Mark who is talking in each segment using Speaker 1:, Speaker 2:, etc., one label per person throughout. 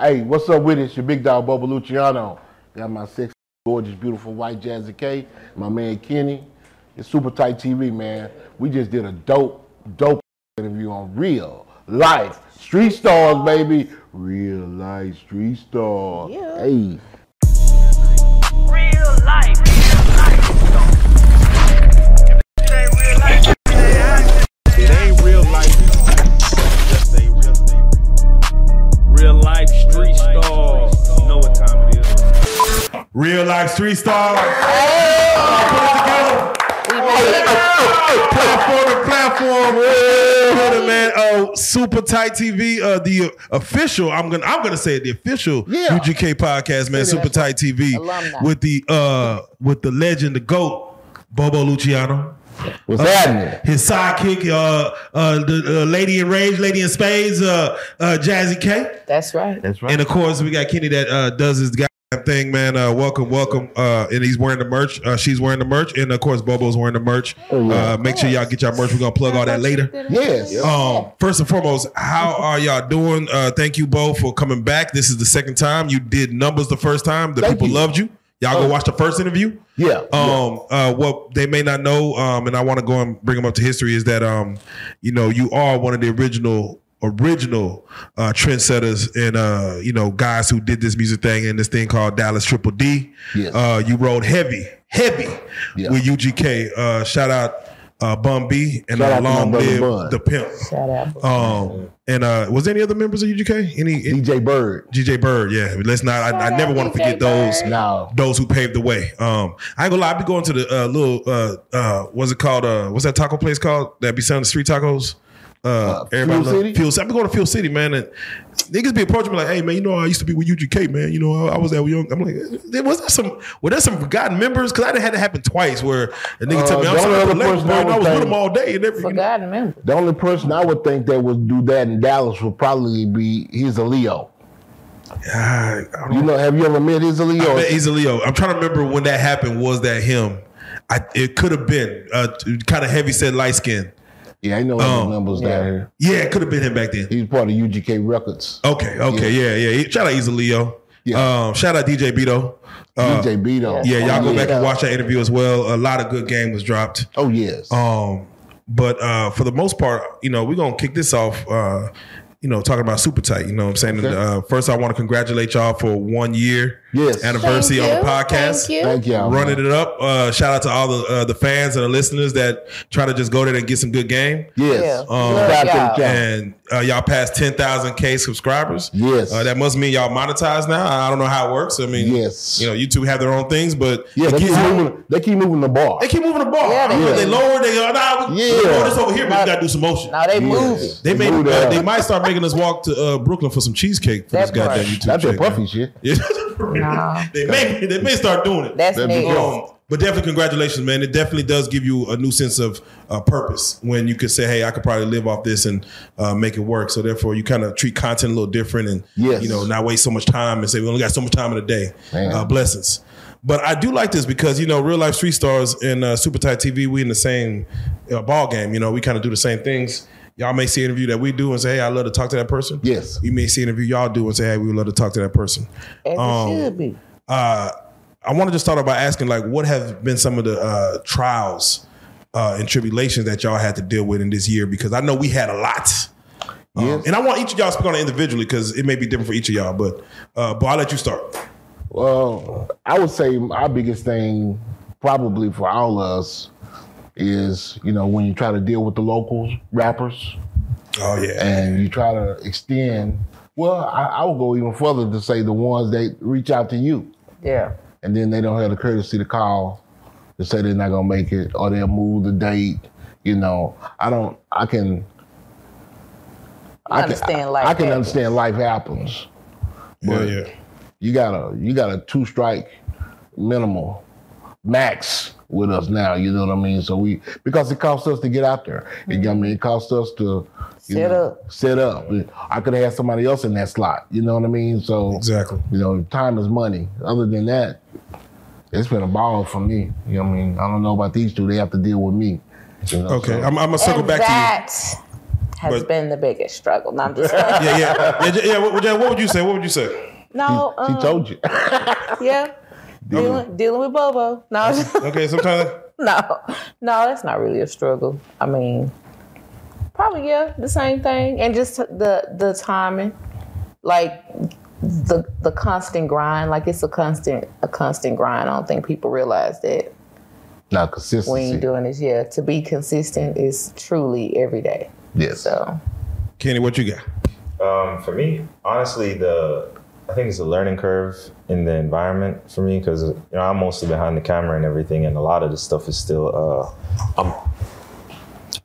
Speaker 1: Hey, what's up with it? It's your big dog, Bubba Luciano. Got my six gorgeous, beautiful white Jazzy K, my man Kenny. It's Super Tight TV, man. We just did a dope, dope interview on real life street stars, baby. Real life street stars.
Speaker 2: Yeah.
Speaker 1: Hey.
Speaker 3: real life. Real life. If it ain't real life, it ain't action.
Speaker 4: It ain't real life. Just ain't real. Real life street star. Know what time it is.
Speaker 5: Real life street star. Put it together. Platform to platform. Put it, man. Oh, super tight TV. Uh, the official. I'm gonna. I'm gonna say it, the official
Speaker 1: Yeah.
Speaker 5: UGK podcast, man. Super tight TV
Speaker 2: Alumni.
Speaker 5: with the uh with the legend, the goat, Bobo Luciano.
Speaker 1: What's
Speaker 5: Uh,
Speaker 1: happening?
Speaker 5: His sidekick, uh, uh, the uh, Lady in Rage, Lady in Spades, uh, uh, Jazzy K.
Speaker 2: That's right.
Speaker 6: That's
Speaker 5: And of course, we got Kenny that uh, does his goddamn thing, man. Uh, welcome, welcome. Uh, and he's wearing the merch. Uh, she's wearing the merch, and of course, Bobo's wearing the merch.
Speaker 1: Oh,
Speaker 5: Uh, make sure y'all get y'all merch. We're gonna plug all that later.
Speaker 1: Yes.
Speaker 5: Um, first and foremost, how are y'all doing? Uh, thank you, Bo, for coming back. This is the second time you did numbers the first time. The
Speaker 1: Thank
Speaker 5: people
Speaker 1: you. Oh.
Speaker 5: loved you. Y'all go watch the first interview.
Speaker 1: Yeah.
Speaker 5: Um, uh, what they may not know, um, and I want to go and bring them up to history is that, um, you know, you are one of the original original uh, trendsetters and uh, you know guys who did this music thing and this thing called Dallas Triple D.
Speaker 1: Yes.
Speaker 5: Uh, you rode heavy, heavy
Speaker 1: Yeah.
Speaker 5: with UGK. Uh, shout out uh, Bum B and
Speaker 1: Shout
Speaker 5: uh,
Speaker 1: out to my
Speaker 5: long
Speaker 1: brother
Speaker 5: live
Speaker 1: Bun.
Speaker 5: the pimp.
Speaker 2: Shout out.
Speaker 5: Um, and uh, was there any other members of UGK? Any, any
Speaker 1: DJ Bird.
Speaker 5: GJ Bird? Yeah, let's not. I, I
Speaker 2: Shout
Speaker 5: never
Speaker 2: out
Speaker 5: want to
Speaker 2: DJ
Speaker 5: forget those
Speaker 2: Bird.
Speaker 1: Now,
Speaker 5: those who paved the way. Um, I ain't gonna lie, I be going to the uh, little uh, uh, what's it called? Uh, what's that taco place called? That be selling the street tacos. Uh, everybody
Speaker 1: Fuel
Speaker 5: love-
Speaker 1: City?
Speaker 5: Fuel City. I be going to Fuel City, man, and niggas be approaching me like, "Hey, man, you know I used to be with UGK, man. You know I, I was that young." I'm like, eh, "Was there some? Were there some forgotten members? Because I done had it happen twice where a nigga
Speaker 1: Uh,
Speaker 5: tell me I'm
Speaker 1: the only
Speaker 5: sorry,
Speaker 1: other
Speaker 5: for Lakers,
Speaker 1: person
Speaker 5: man,
Speaker 1: I
Speaker 5: and I
Speaker 1: would
Speaker 5: was with
Speaker 1: think-
Speaker 5: them all day and everything."
Speaker 2: Forgotten member.
Speaker 1: the only person I would think that would do that in Dallas would probably be he's a Leo.
Speaker 5: Ah, I don't
Speaker 1: You know, have you ever met his a Leo?
Speaker 5: I bet he's a Leo. I'm trying to remember when that happened. Was that him? I, it could have been uh, kind of heavy set, light skin.
Speaker 1: Yeah, I know all
Speaker 5: Oh.
Speaker 1: the numbers down here.
Speaker 5: Yeah, it could have been him back then.
Speaker 1: He's part of UGK Records.
Speaker 5: Okay, okay, yeah, yeah. Shout out Easy Leo.
Speaker 1: Yeah.
Speaker 5: Um, shout out DJ Beto. Uh,
Speaker 1: DJ Beto.
Speaker 5: Yeah, y'all go
Speaker 1: Oh,
Speaker 5: back
Speaker 1: yeah.
Speaker 5: and watch that interview as well. A lot of good game was dropped.
Speaker 1: Oh yes.
Speaker 5: Um, but uh, for the most part, you know, we're gonna kick this off. Uh, you know, talking about super tight. You know, what I'm saying.
Speaker 1: Okay.
Speaker 5: Uh, first, I want to congratulate y'all for one year
Speaker 1: Yes.
Speaker 5: anniversary on the
Speaker 2: Thank you.
Speaker 5: podcast.
Speaker 2: Thank you.
Speaker 1: Thank y'all. man.
Speaker 5: Running it up. Uh, shout out to all the uh, the fans and the listeners that try to just go there and get some good game.
Speaker 1: Yes.
Speaker 2: Yeah. Um,
Speaker 5: Uh,
Speaker 1: Subscribe to the
Speaker 2: Love y'all.
Speaker 1: channel.
Speaker 5: And uh, y'all passed 10,000K subscribers.
Speaker 1: Yes.
Speaker 5: Uh, that must mean y'all monetized now. I don't know how it works. I mean,
Speaker 1: Yes.
Speaker 5: you know, YouTube have their own things, but
Speaker 1: Yeah,
Speaker 5: it
Speaker 1: they
Speaker 5: keeps
Speaker 1: keep,
Speaker 5: moving-
Speaker 1: moving, they keep moving the bar.
Speaker 5: they keep moving the ball.
Speaker 2: Yeah, they
Speaker 5: I mean,
Speaker 2: do.
Speaker 5: they lower, they go, nah, we,
Speaker 1: Yeah.
Speaker 5: we going this over here, but we got to do some motion.
Speaker 2: Now they
Speaker 1: Yes.
Speaker 2: moving.
Speaker 5: They, may,
Speaker 1: Move
Speaker 5: uh,
Speaker 1: that.
Speaker 5: they might start making us walk to uh, Brooklyn for some cheesecake for
Speaker 2: That
Speaker 5: this goddamn
Speaker 2: part.
Speaker 5: YouTube
Speaker 1: That's
Speaker 5: check,
Speaker 1: that puffy
Speaker 5: man.
Speaker 1: shit.
Speaker 5: Yeah.
Speaker 2: Nah.
Speaker 5: they, may, they may start doing it.
Speaker 2: That's
Speaker 1: That'd be
Speaker 2: next.
Speaker 1: cool.
Speaker 5: Um, but definitely, congratulations, man. It definitely does give you a new sense of uh, purpose when you could say, "Hey, I could probably live off this and uh, make it work." So therefore, you kind of treat content a little different, and
Speaker 1: Yes.
Speaker 5: you know, not waste so much time and say we only got so much time in a day.
Speaker 1: Man.
Speaker 5: Uh, blessings. But I do like this because you know, real life street stars and uh, Super Tight TV, we in the same uh, ball game. You know, we kind of do the same things. Y'all may see an interview that we do and say, "Hey, I love to talk to that person."
Speaker 1: Yes.
Speaker 5: You may see an interview y'all do and say, "Hey, we would love to talk to that person."
Speaker 2: As it
Speaker 5: Um,
Speaker 2: should be.
Speaker 5: uh, I want to just start out by asking, like, what have been some of the uh, trials uh, and tribulations that y'all had to deal with in this year? Because I know we had a lot. Um,
Speaker 1: Yes.
Speaker 5: And I want each of y'all to speak on it individually because it may be different for each of y'all. But, uh, but I'll let you start.
Speaker 1: Well, I would say our biggest thing, probably for all of us, is you know when you try to deal with the local rappers
Speaker 5: Oh yeah,
Speaker 1: and you try to extend. Well, I, I would go even further to say the ones that reach out to you
Speaker 2: Yeah.
Speaker 1: and then they don't have the courtesy to call to say they're not gonna make it or they'll move the date. You know, I don't. I can. I can
Speaker 2: understand life
Speaker 1: I can
Speaker 2: happens.
Speaker 1: understand life happens.
Speaker 5: yeah,
Speaker 1: But
Speaker 5: yeah.
Speaker 1: you got a you got a two strike minimal max with us now. You know what I mean? So we because it costs us to get out there. It, I mean, it costs us to you
Speaker 2: Set
Speaker 1: know,
Speaker 2: up.
Speaker 1: Set up. I could have had somebody else in that slot. You know what I mean? So
Speaker 5: Exactly.
Speaker 1: you know, time is money. Other than that, it's been a ball for me. You know what I mean? I don't know about these two. They have to deal with me. You know,
Speaker 5: Okay,
Speaker 1: so-
Speaker 5: I'm, I'm gonna circle
Speaker 2: And
Speaker 5: back to you.
Speaker 2: that has
Speaker 5: But-
Speaker 2: been the biggest struggle. No, I'm just playing.
Speaker 5: Yeah, yeah, yeah. yeah what, Jan, what would you say? What would you say?
Speaker 2: no,
Speaker 1: She
Speaker 2: um,
Speaker 1: told you.
Speaker 2: yeah, dealing, dealing with Bobo. No, I'm just-
Speaker 5: Okay, sometimes
Speaker 2: no, no, that's not really a struggle. I mean, probably yeah, the same thing, and just the the timing, like the the constant grind. Like it's a constant a constant grind. I don't think people realize that
Speaker 1: Not
Speaker 2: we
Speaker 1: consistency.
Speaker 2: ain't doing this. Yeah, to be consistent is truly every day.
Speaker 1: Yes.
Speaker 2: So
Speaker 5: Kenny, what you got?
Speaker 6: Um, for me, honestly, the I think it's a learning curve in the environment for me because you know I'm mostly behind the camera and everything, and a lot of the stuff is still uh, I'm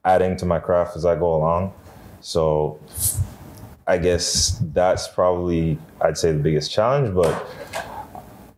Speaker 6: adding to my craft as I go along. So I guess that's probably I'd say the biggest challenge, but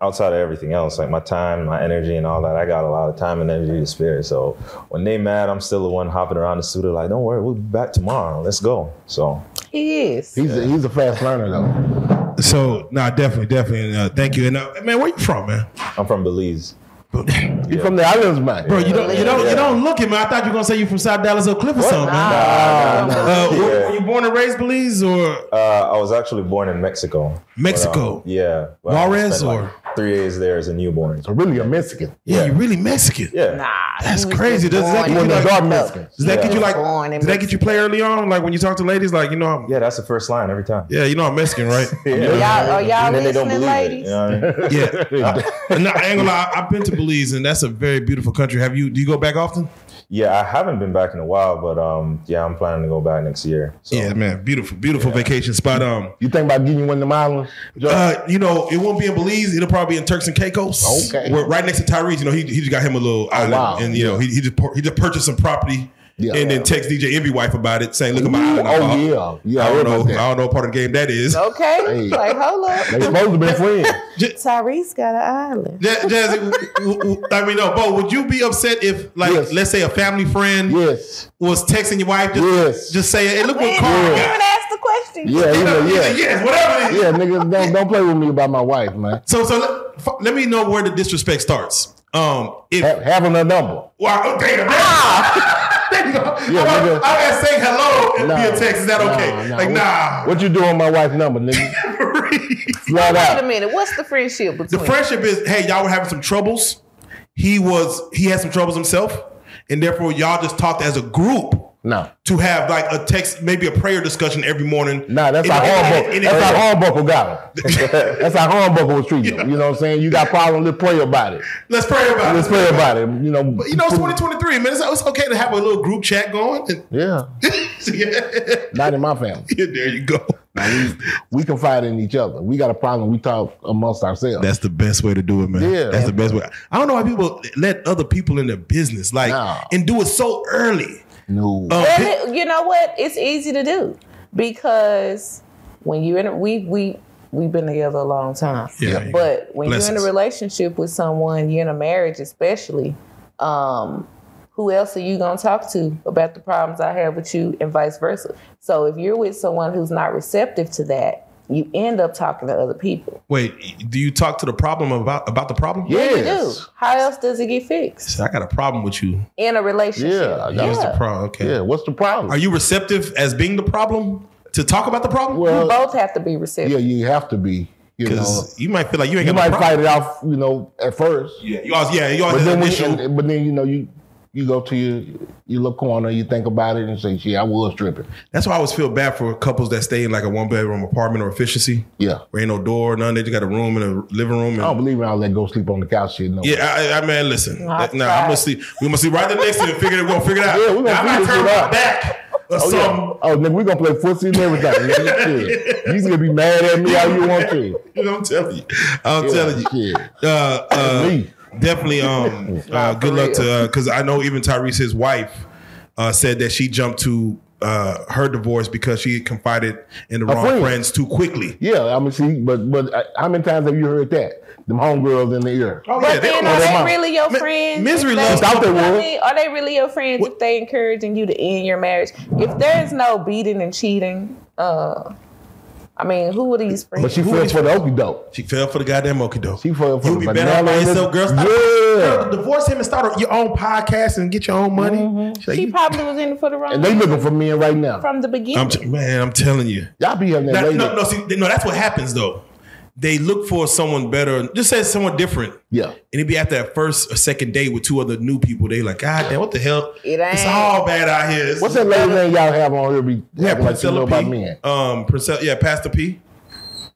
Speaker 6: outside of everything else, like my time, my energy, and all that, I got a lot of time and energy to spare. So when they mad, I'm still the one hopping around the studio, like, don't worry, we'll be back tomorrow. Let's go. So
Speaker 2: he is.
Speaker 1: He's a, he's a fast learner though.
Speaker 5: So, nah, definitely, definitely. and, Uh, thank you. And uh, man, where you from, man?
Speaker 6: I'm from Belize.
Speaker 1: He's from the islands, man.
Speaker 5: Bro, you don't, you don't,
Speaker 6: Yeah.
Speaker 5: you don't look it, man. I thought you were gonna say you from South Dallas Oak Cliff or something, man.
Speaker 2: Ah,
Speaker 5: Uh, were-
Speaker 6: Yeah.
Speaker 5: Were you born and raised Belize or
Speaker 6: Uh, I was actually born in Mexico.
Speaker 5: Mexico?
Speaker 6: Yeah. Well, I
Speaker 5: Oh. Juarez
Speaker 6: spent,
Speaker 5: or-
Speaker 6: three days there as a newborn.
Speaker 1: So really a Mexican.
Speaker 5: yeah, you really Mexican.
Speaker 6: Yeah.
Speaker 2: nah,
Speaker 5: That's
Speaker 2: he was
Speaker 5: crazy.
Speaker 2: just
Speaker 5: Does that
Speaker 2: born
Speaker 5: give
Speaker 1: One
Speaker 5: you
Speaker 1: of
Speaker 5: Yeah.
Speaker 1: the
Speaker 2: in
Speaker 1: dark
Speaker 2: Mexico.
Speaker 1: Mexicans.
Speaker 5: Does that get you like?
Speaker 2: Born in
Speaker 5: Did that get you play early on? Like when you talk to ladies, like you know, I'm, yeah,
Speaker 6: Yeah, that's the first line every time.
Speaker 5: you know, I'm Mexican, right?
Speaker 2: Y'all, are Oh, y'all
Speaker 6: And then they
Speaker 2: listening,
Speaker 6: don't believe
Speaker 2: ladies?
Speaker 6: it. You know what I mean?
Speaker 5: yeah. And no, I ain't gonna lie. I've been to Belize, and that's a very beautiful country. Have you? Do you go back
Speaker 6: Oh.
Speaker 5: often?
Speaker 6: yeah, I haven't been back in a while, but um, yeah, I'm planning to go back next year. So.
Speaker 5: Yeah, man. Beautiful, beautiful vacation spot. Um,
Speaker 1: You think about getting you one of them islands? Joe?
Speaker 5: Uh, you know, it won't be in Belize. It'll probably be in Turks and Caicos.
Speaker 1: Okay. Oh,
Speaker 5: We're right next to Tyrese. You know, he, he just got him a little island,
Speaker 1: wow.
Speaker 5: and you know, he, he just pur- he just purchased some property,
Speaker 1: Yeah.
Speaker 5: and then text DJ Envy wife about it, saying, "Look at my island." I bought."
Speaker 1: oh yeah. Yeah,
Speaker 5: I
Speaker 1: I,
Speaker 5: don't
Speaker 1: remember
Speaker 5: know.
Speaker 1: that.
Speaker 5: I don't know what part of the game that is.
Speaker 2: Okay,
Speaker 1: Hey.
Speaker 2: like hold up.
Speaker 1: They supposed to be friends.
Speaker 2: Tyrese got an island.
Speaker 5: Ja- Jazzy, w- w- w- I mean, no, Bo, would you be upset if, like,
Speaker 1: Yes.
Speaker 5: let's say a family friend
Speaker 1: Yes.
Speaker 5: was texting your wife, just,
Speaker 1: Yes.
Speaker 5: just saying, "Hey, look
Speaker 2: We
Speaker 5: what Carl
Speaker 2: didn't
Speaker 5: got."
Speaker 2: even ask the question.
Speaker 1: Yeah,
Speaker 5: You
Speaker 1: yeah,
Speaker 5: know, he's
Speaker 1: yeah.
Speaker 5: like, yes, whatever. it is."
Speaker 1: Yeah, niggas, don't don't play with me about my wife, man.
Speaker 5: So, so let, f- let me know where the disrespect starts. Um, if
Speaker 1: Ha- Having a number.
Speaker 5: Wow, okay. There, there you go.
Speaker 1: Ah. Yeah,
Speaker 5: I'm,
Speaker 1: nigga.
Speaker 5: I'm gonna say hello and
Speaker 1: Nah,
Speaker 5: be a text. Is that
Speaker 1: nah,
Speaker 5: okay?
Speaker 1: nah.
Speaker 5: like,
Speaker 1: What-
Speaker 5: nah.
Speaker 1: What you doing my wife's number, nigga? Slide
Speaker 2: Wait a
Speaker 1: out.
Speaker 2: minute. What's the friendship between?
Speaker 5: the friendship is, hey, y'all were having some troubles. He was, he had some troubles himself, and therefore y'all just talked as a group
Speaker 1: No.
Speaker 5: to have like a text, maybe a prayer discussion every morning.
Speaker 1: Nah, that's
Speaker 5: In-
Speaker 1: how
Speaker 5: in-
Speaker 1: hornbuckle.
Speaker 5: in-
Speaker 1: That's how hornbuckle got him. that's how hornbuckle was treating
Speaker 5: Yeah.
Speaker 1: him. You know what I'm saying? You got problem, let's pray about it.
Speaker 5: Let's pray about
Speaker 1: Let's
Speaker 5: it.
Speaker 1: pray about it. You know.
Speaker 5: But you know, it's 2023, man. It's, it's okay to have a little group chat going. And,
Speaker 1: Yeah.
Speaker 5: yeah,
Speaker 1: Not in my family.
Speaker 5: there you go.
Speaker 1: We confide in each other. We got a problem. We talk amongst ourselves.
Speaker 5: That's the best way to do it, man.
Speaker 1: Yeah.
Speaker 5: That's the best way. I don't know why people let other people in their business, like,
Speaker 1: Nah.
Speaker 5: and do it so early.
Speaker 1: no.
Speaker 5: Um,
Speaker 2: Well,
Speaker 5: pe-
Speaker 2: it- you know what? It's easy to do because when you in a- we we we've been together a long time.
Speaker 5: Yeah. Yeah.
Speaker 2: But when you're in
Speaker 5: Blessings.
Speaker 2: a relationship with someone, you're in a marriage, especially. Um, who else are you gonna talk to about the problems I have with you, and vice versa? So if you're with someone who's not receptive to that, you end up talking to other people.
Speaker 5: Wait, do you talk to the problem about about the problem?
Speaker 2: You
Speaker 1: yes.
Speaker 2: do. How else does it get fixed
Speaker 5: So I got a problem with you.
Speaker 2: in a relationship?
Speaker 1: Yeah, that
Speaker 5: Here's the problem. Okay.
Speaker 1: Yeah. What's the problem?
Speaker 5: Are you receptive as being the problem to talk about the problem?
Speaker 2: You
Speaker 1: well,
Speaker 2: both have to be receptive.
Speaker 1: yeah, you have to be. You know,
Speaker 5: Because you might feel like you ain't
Speaker 1: you
Speaker 5: got
Speaker 1: might
Speaker 5: no
Speaker 1: fight
Speaker 5: problem.
Speaker 1: it off. You know, at first.
Speaker 5: Yeah, you always, yeah, you
Speaker 1: But
Speaker 5: always have
Speaker 1: then,
Speaker 5: an
Speaker 1: when,
Speaker 5: issue.
Speaker 1: and- but then you know you you go to your your little corner, you think about it, and say, "Gee, I was tripping."
Speaker 5: That's why I always feel bad for couples that stay in like a one bedroom apartment or efficiency.
Speaker 1: Yeah,
Speaker 5: Where ain't no door, none. They just got a room and a living room. And,
Speaker 1: I don't believe in all that go sleep on the couch shit. No,
Speaker 5: Yeah, I, I, I man, listen.
Speaker 2: I'll
Speaker 5: That- Nah, I'm
Speaker 2: try.
Speaker 5: gonna sleep. We gonna sleep right the next to it. and Figure it. We'll figure it out.
Speaker 1: Yeah, we gonna
Speaker 5: Now, I'm
Speaker 1: figure
Speaker 5: not
Speaker 1: this
Speaker 5: turning
Speaker 1: shit
Speaker 5: my
Speaker 1: out.
Speaker 5: back or
Speaker 1: Oh,
Speaker 5: something.
Speaker 1: yeah. oh nigga, we gonna play footsie and everything. nigga. Shit. You can be mad at me all you want to.
Speaker 5: You know, I'm telling you. I'm
Speaker 1: Yeah,
Speaker 5: telling you.
Speaker 1: shit.
Speaker 5: Uh, uh,
Speaker 1: Me.
Speaker 5: definitely. Um, uh, good luck to because I know even Tyrese, his wife, uh, said that she jumped to uh, her divorce because she confided in the wrong
Speaker 1: friend.
Speaker 5: friends too quickly.
Speaker 1: Yeah, I mean, see, but but uh, how many times have you heard that? Them homegirls in the ear.
Speaker 5: Oh
Speaker 2: But
Speaker 5: they-
Speaker 2: then
Speaker 5: oh,
Speaker 2: are
Speaker 5: they
Speaker 2: they
Speaker 1: mom.
Speaker 2: really your
Speaker 5: Mi-
Speaker 2: friends?
Speaker 5: misery
Speaker 2: If
Speaker 5: loves
Speaker 2: they-
Speaker 1: company.
Speaker 2: I
Speaker 1: Thought they
Speaker 2: mean, Are they really your friends if they encouraging you to end your marriage? If there's no beating and cheating, uh, I mean, who are these friends?
Speaker 1: But she
Speaker 5: Who
Speaker 1: fell
Speaker 5: is-
Speaker 1: for the okie doke.
Speaker 5: She fell for the goddamn okie doke.
Speaker 1: She fell for
Speaker 5: You'll
Speaker 1: the
Speaker 5: be better off
Speaker 1: banana
Speaker 5: by
Speaker 1: in the-
Speaker 5: yourself, girl. Stop-
Speaker 1: Yeah.
Speaker 5: Girl, divorce him and start your own podcast and get your own money. She's like,
Speaker 2: Mm-hmm. she
Speaker 5: you-
Speaker 2: probably was in it for the wrong
Speaker 1: And they looking for men right now.
Speaker 2: from the beginning.
Speaker 5: I'm t- man, I'm telling you.
Speaker 1: Y'all be having that
Speaker 5: That-
Speaker 1: lady.
Speaker 5: no, no, see, no, that's what happens though. They look for someone better. Just say someone different.
Speaker 1: Yeah.
Speaker 5: And it'd be after that first or second date with two other new people. They like, God damn, what the hell?
Speaker 2: It
Speaker 5: It's
Speaker 2: ain't.
Speaker 5: all bad out here. It's-
Speaker 1: What's that lady name y'all have on here? Be
Speaker 5: Yeah,
Speaker 1: acting like you know
Speaker 5: Priscilla
Speaker 1: about
Speaker 5: P.
Speaker 1: men.
Speaker 5: Um, Priscilla, yeah, Pastor P.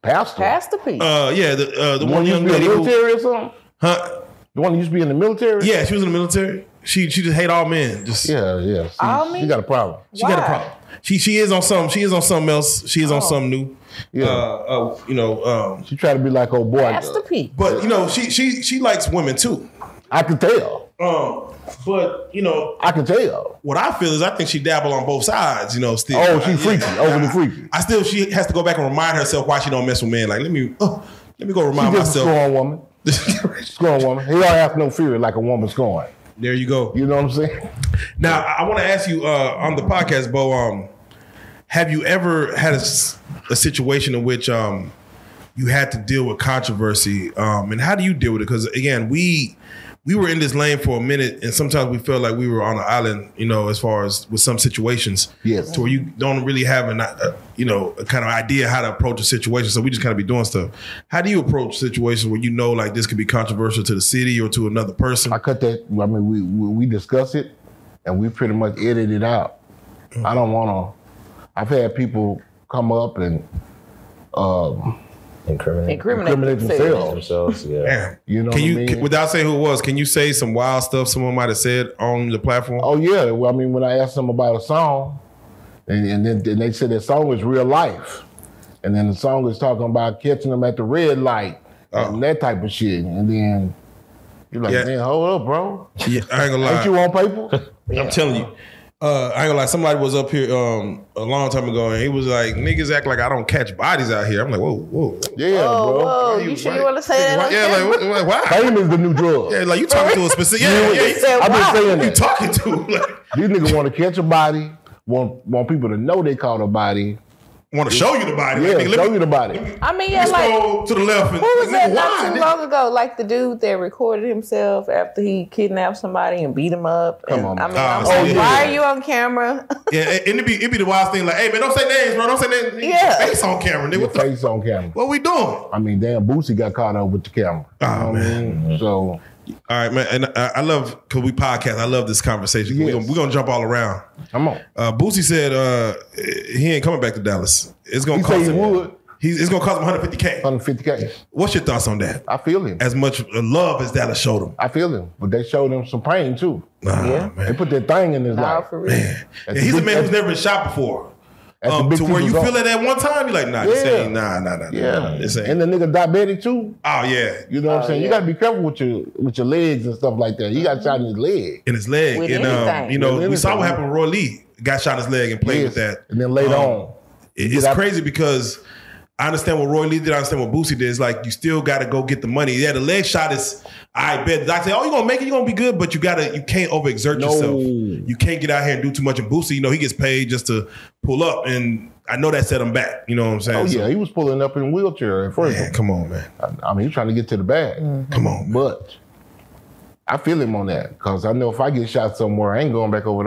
Speaker 1: Pastor.
Speaker 2: Pastor P.
Speaker 5: Uh, yeah, the uh, the
Speaker 1: The
Speaker 5: one
Speaker 1: one used
Speaker 5: young
Speaker 1: to be in
Speaker 5: lady
Speaker 1: the
Speaker 5: who,
Speaker 1: military or something?
Speaker 5: huh?
Speaker 1: The one who used to be in the military?
Speaker 5: Yeah, she was in the military. She she just hate all men. Just
Speaker 1: Yeah, yeah. See,
Speaker 2: All
Speaker 1: she
Speaker 2: men?
Speaker 1: got a problem.
Speaker 5: she got a
Speaker 2: Why? Oh.
Speaker 5: problem. She she is on some. She is on something else. She is on something new.
Speaker 1: Yeah.
Speaker 5: Uh, uh, you know. Um,
Speaker 1: She tried to be like, oh boy.
Speaker 2: Pastor P.
Speaker 5: but you know, she she she likes women too.
Speaker 1: I can tell.
Speaker 5: Um, but you know,
Speaker 1: I can tell.
Speaker 5: what I feel is I think she dabble on both sides, you know, still.
Speaker 1: Oh, she
Speaker 5: I-
Speaker 1: freaky, overly freaky.
Speaker 5: I still she has to go back and remind herself why she don't mess with men. Like, let me oh, let me go remind
Speaker 1: She's just a
Speaker 5: myself.
Speaker 1: scorn woman. Scorn woman. He don't have no fear like a woman scorn.
Speaker 5: there you go.
Speaker 1: You know what I'm saying?
Speaker 5: Now I, want to ask you uh, on the podcast, Bo. Um, have you ever had a, s- a situation in which um, you had to deal with controversy, um, and how do you deal with it? Because again, we we were in this lane for a minute, and sometimes we felt like we were on an island, you know, as far as with some situations,
Speaker 1: Yes.
Speaker 5: to where you don't really have an, uh, you know, a kind of idea how to approach a situation. So we just kind of be doing stuff. How do you approach situations where you know like this could be controversial to the city or to another person?
Speaker 1: I cut that. I mean, we we, we discuss it, and we pretty much edit it out. I don't want to. I've had people come up and um,
Speaker 6: Incriminate
Speaker 2: Incriminate,
Speaker 1: incriminate
Speaker 2: themselves.
Speaker 1: themselves.
Speaker 6: themselves. Yeah.
Speaker 5: Damn.
Speaker 1: You know
Speaker 5: Can
Speaker 1: what
Speaker 5: you,
Speaker 1: I mean?
Speaker 5: can- without saying who it was, can you say some wild stuff someone might have said on the platform?
Speaker 1: oh yeah. Well, I mean, when I asked them about a song, and and then then they said that song is real life, and then the song is talking about catching them at the red light and that type of shit, and then. You're like,
Speaker 5: Oh. Yeah.
Speaker 1: man, hold up, bro.
Speaker 5: Yeah, I ain't gonna lie.
Speaker 1: Ain't you on paper?
Speaker 5: I'm telling you. Uh, I ain't gonna lie. Somebody was up here um, a long time ago, and he was like, "Niggas act like I don't catch bodies out here." I'm like, "Whoa, whoa."
Speaker 1: Yeah,
Speaker 2: Oh,
Speaker 1: bro.
Speaker 2: whoa. You, sure you want to say that?
Speaker 5: Why-
Speaker 2: on
Speaker 5: yeah,
Speaker 2: camera?
Speaker 5: like what, what, why?
Speaker 1: Fame is the new drug.
Speaker 5: Yeah, like you talking to a specific. Yeah, yeah.
Speaker 2: You said
Speaker 5: yeah.
Speaker 1: I've
Speaker 2: why?
Speaker 1: been saying
Speaker 5: Who you
Speaker 1: that.
Speaker 5: talking to? Like,
Speaker 1: These niggas want to catch a body, want want people to know they caught a body.
Speaker 5: want to show you the body?
Speaker 1: Yeah,
Speaker 5: like, nigga, let
Speaker 1: show
Speaker 5: me,
Speaker 1: you the body.
Speaker 2: I mean, yeah,
Speaker 5: let's
Speaker 2: like
Speaker 5: go to the left. And,
Speaker 2: who was
Speaker 5: like, nigga,
Speaker 2: that not too
Speaker 5: why?
Speaker 2: long ago? Like the dude that recorded himself after he kidnapped somebody and beat him up. And,
Speaker 1: Come on,
Speaker 2: I mean,
Speaker 5: man.
Speaker 2: I'm
Speaker 5: Oh,
Speaker 2: like,
Speaker 5: yeah.
Speaker 2: why are you on camera?
Speaker 5: Yeah, and it'd be it'd be the wild thing. Like, hey man, don't say names, bro. Don't say names. Nigga,
Speaker 2: Yeah.
Speaker 5: face on camera, nigga.
Speaker 1: Your
Speaker 5: What the?
Speaker 1: face on camera.
Speaker 5: What we doing?
Speaker 1: I mean, damn, Boosie got caught up with the camera. You
Speaker 5: Oh,
Speaker 1: know what I
Speaker 5: man.
Speaker 1: mean? So
Speaker 5: All right, man. And I, I love because we podcast. I love this conversation. We're,
Speaker 1: Yes.
Speaker 5: gonna, we gonna jump all around.
Speaker 1: come on.
Speaker 5: Uh, Boosie said uh, he ain't coming back to Dallas. It's gonna
Speaker 1: He
Speaker 5: cost
Speaker 1: said he
Speaker 5: him.
Speaker 1: would.
Speaker 5: He's, it's gonna cost him 150k.
Speaker 1: 150K.
Speaker 5: What's your thoughts on that?
Speaker 1: I feel him.
Speaker 5: As much love as Dallas showed him.
Speaker 1: I feel him. But they showed him some pain too.
Speaker 5: Nah,
Speaker 2: Yeah.
Speaker 1: They
Speaker 5: man.
Speaker 1: put that thing in his
Speaker 2: Nah,
Speaker 1: life.
Speaker 2: for real.
Speaker 5: Yeah, he's a man who's never been shot before.
Speaker 1: That's the
Speaker 5: Um,
Speaker 1: big
Speaker 5: to where
Speaker 1: two
Speaker 5: you
Speaker 1: was
Speaker 5: feel
Speaker 1: on.
Speaker 5: it at one time, you're like, nah, this
Speaker 1: Yeah.
Speaker 5: ain't, nah, nah, nah, nah, nah, this
Speaker 1: Yeah.
Speaker 5: ain't.
Speaker 1: And the nigga diabetic too.
Speaker 5: oh yeah,
Speaker 1: You know what I'm saying? You
Speaker 2: yeah.
Speaker 1: gotta be careful with your with your legs and stuff like that. He got shot in his leg.
Speaker 5: in his leg,
Speaker 2: With
Speaker 5: and um,
Speaker 2: anything.
Speaker 5: you know,
Speaker 1: With
Speaker 5: we saw what
Speaker 1: anything.
Speaker 5: happened. with Roy Lee got shot in his leg and played
Speaker 1: Yes.
Speaker 5: with that.
Speaker 1: And then later
Speaker 5: Um,
Speaker 1: on.
Speaker 5: It- It's
Speaker 1: Did I-
Speaker 5: crazy because I understand what Roy Lee did. I understand what Boosie did. It's like you still got to go get the money. Yeah, the leg shot is. I bet the doctor. said, Oh, you're gonna make it. You're gonna be good, but you gotta. You can't overexert
Speaker 1: No.
Speaker 5: yourself. You can't get out here and do too much. And Boosie, you know, he gets paid just to pull up, and I know that set him back. You know what I'm saying?
Speaker 1: Oh
Speaker 5: So,
Speaker 1: yeah, he was pulling up in a wheelchair at first.
Speaker 5: man, come on, man.
Speaker 1: I mean, he's trying to get to the bag.
Speaker 2: Mm-hmm.
Speaker 5: Come on. man.
Speaker 1: But I feel him on that because I know if I get shot somewhere, I ain't going back over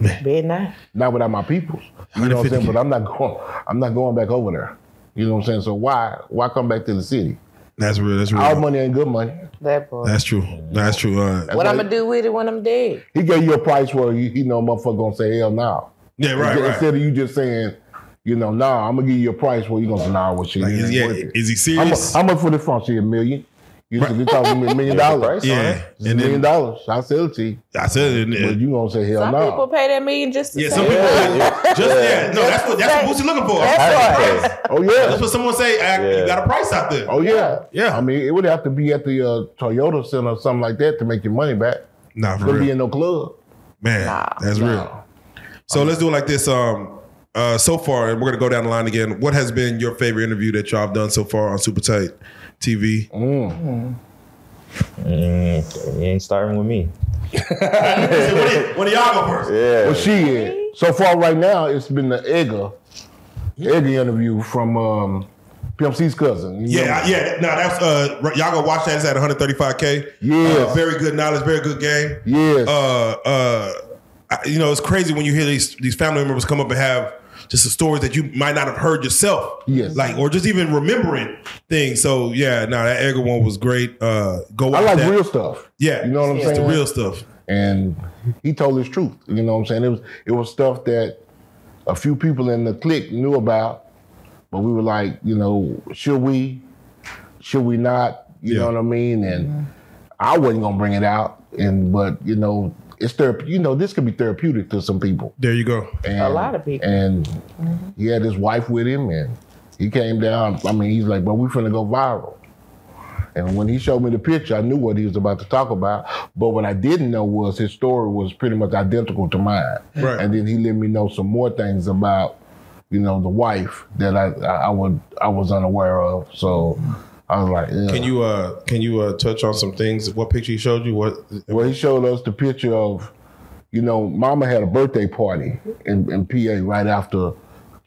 Speaker 1: there.
Speaker 2: Bad night.
Speaker 1: Not without my peoples. You know what I'm
Speaker 5: 150.
Speaker 1: saying? But I'm not going. I'm not going back over there. You know what I'm saying? So why why come back to the city?
Speaker 5: That's real. That's real.
Speaker 1: Our money ain't good money.
Speaker 2: That boy.
Speaker 5: That's true. That's true. Uh,
Speaker 2: what
Speaker 1: why-
Speaker 2: I'm gonna do with it when I'm dead?
Speaker 1: He gave you a price where you, you know motherfucker gonna say hell no.
Speaker 5: yeah, right, right.
Speaker 1: Instead of you just saying, you know, nah, I'm gonna give you a price where you gonna say nah, what shit?
Speaker 5: Like,
Speaker 1: it
Speaker 5: is,
Speaker 1: ain't
Speaker 5: yeah,
Speaker 1: worth it.
Speaker 5: is he
Speaker 1: How mu-
Speaker 5: serious?
Speaker 1: how much for this phone? She a million. You
Speaker 5: Right.
Speaker 1: you talking me a million dollars?
Speaker 6: price on
Speaker 5: Yeah.
Speaker 6: it.
Speaker 1: It's a
Speaker 5: And
Speaker 1: million
Speaker 5: then
Speaker 1: dollars. I sell it to you,
Speaker 5: I said it.
Speaker 1: but you gonna say hell
Speaker 2: Some
Speaker 1: no?
Speaker 2: people pay that million just to
Speaker 5: Yeah,
Speaker 2: say
Speaker 5: some people just yeah. No, that's what that's what Boosie looking for.
Speaker 2: That's
Speaker 5: That's,
Speaker 2: right.
Speaker 1: Oh yeah.
Speaker 5: what someone say. I, You
Speaker 6: Yeah.
Speaker 5: got a price out there.
Speaker 1: Oh yeah,
Speaker 5: Yeah.
Speaker 1: I mean, it would have to be at the uh, Toyota Center or something like that to make your money back.
Speaker 5: Nah, for
Speaker 1: Couldn't be
Speaker 5: real,
Speaker 1: in no club.
Speaker 5: man. That's real. So let's do it like this. Um, uh, so far, and we're gonna go down the line again. What has been your favorite interview that y'all have done so far on Super Tight TV?
Speaker 6: Mm, you ain't starting with me.
Speaker 5: What do y'all go first?
Speaker 1: Well, she is. So far, right now, it's been the Edgar Edgar interview from um, Pimp C's cousin. you
Speaker 5: Yeah,
Speaker 1: know?
Speaker 5: I- yeah. Now that's uh, r- y'all gonna watch that. It's at 135k.
Speaker 1: Yes.
Speaker 5: Uh, very good knowledge. Very good game.
Speaker 1: Yes.
Speaker 5: Uh, uh, I- you know, it's crazy when you hear these these family members come up and have just the stories that you might not have heard yourself.
Speaker 1: Yes.
Speaker 5: Like, or just even remembering things. So yeah, no, that Edgar one was great. Uh, go watch
Speaker 1: I like
Speaker 5: that.
Speaker 1: real stuff.
Speaker 5: Yeah,
Speaker 1: You know what I'm
Speaker 5: It's
Speaker 1: saying?
Speaker 5: The real stuff.
Speaker 1: and he told his truth. You know what I'm saying? It was it was stuff that a few people in the clique knew about, but we were like, you know, should we? Should we not? You know
Speaker 5: Yeah.
Speaker 1: what I mean? And I wasn't gonna bring it out, and but you know, it's therapy. You know, this could be therapeutic to some people.
Speaker 5: There you go.
Speaker 1: And,
Speaker 2: A lot of people. Mm-hmm.
Speaker 1: And he had his wife with him, and he came down. I mean, he's like, "But we finna go viral." And when he showed me the picture, I knew what he was about to talk about. But what I didn't know was his story was pretty much identical to mine.
Speaker 5: Right.
Speaker 1: And then he let me know some more things about, you know, the wife that I I, I would I was unaware of. So I was like, yeah.
Speaker 5: Can you uh can you uh touch on some things? What picture he showed you? What
Speaker 1: Well, he showed us the picture of, you know, Mama had a birthday party in, in PA right after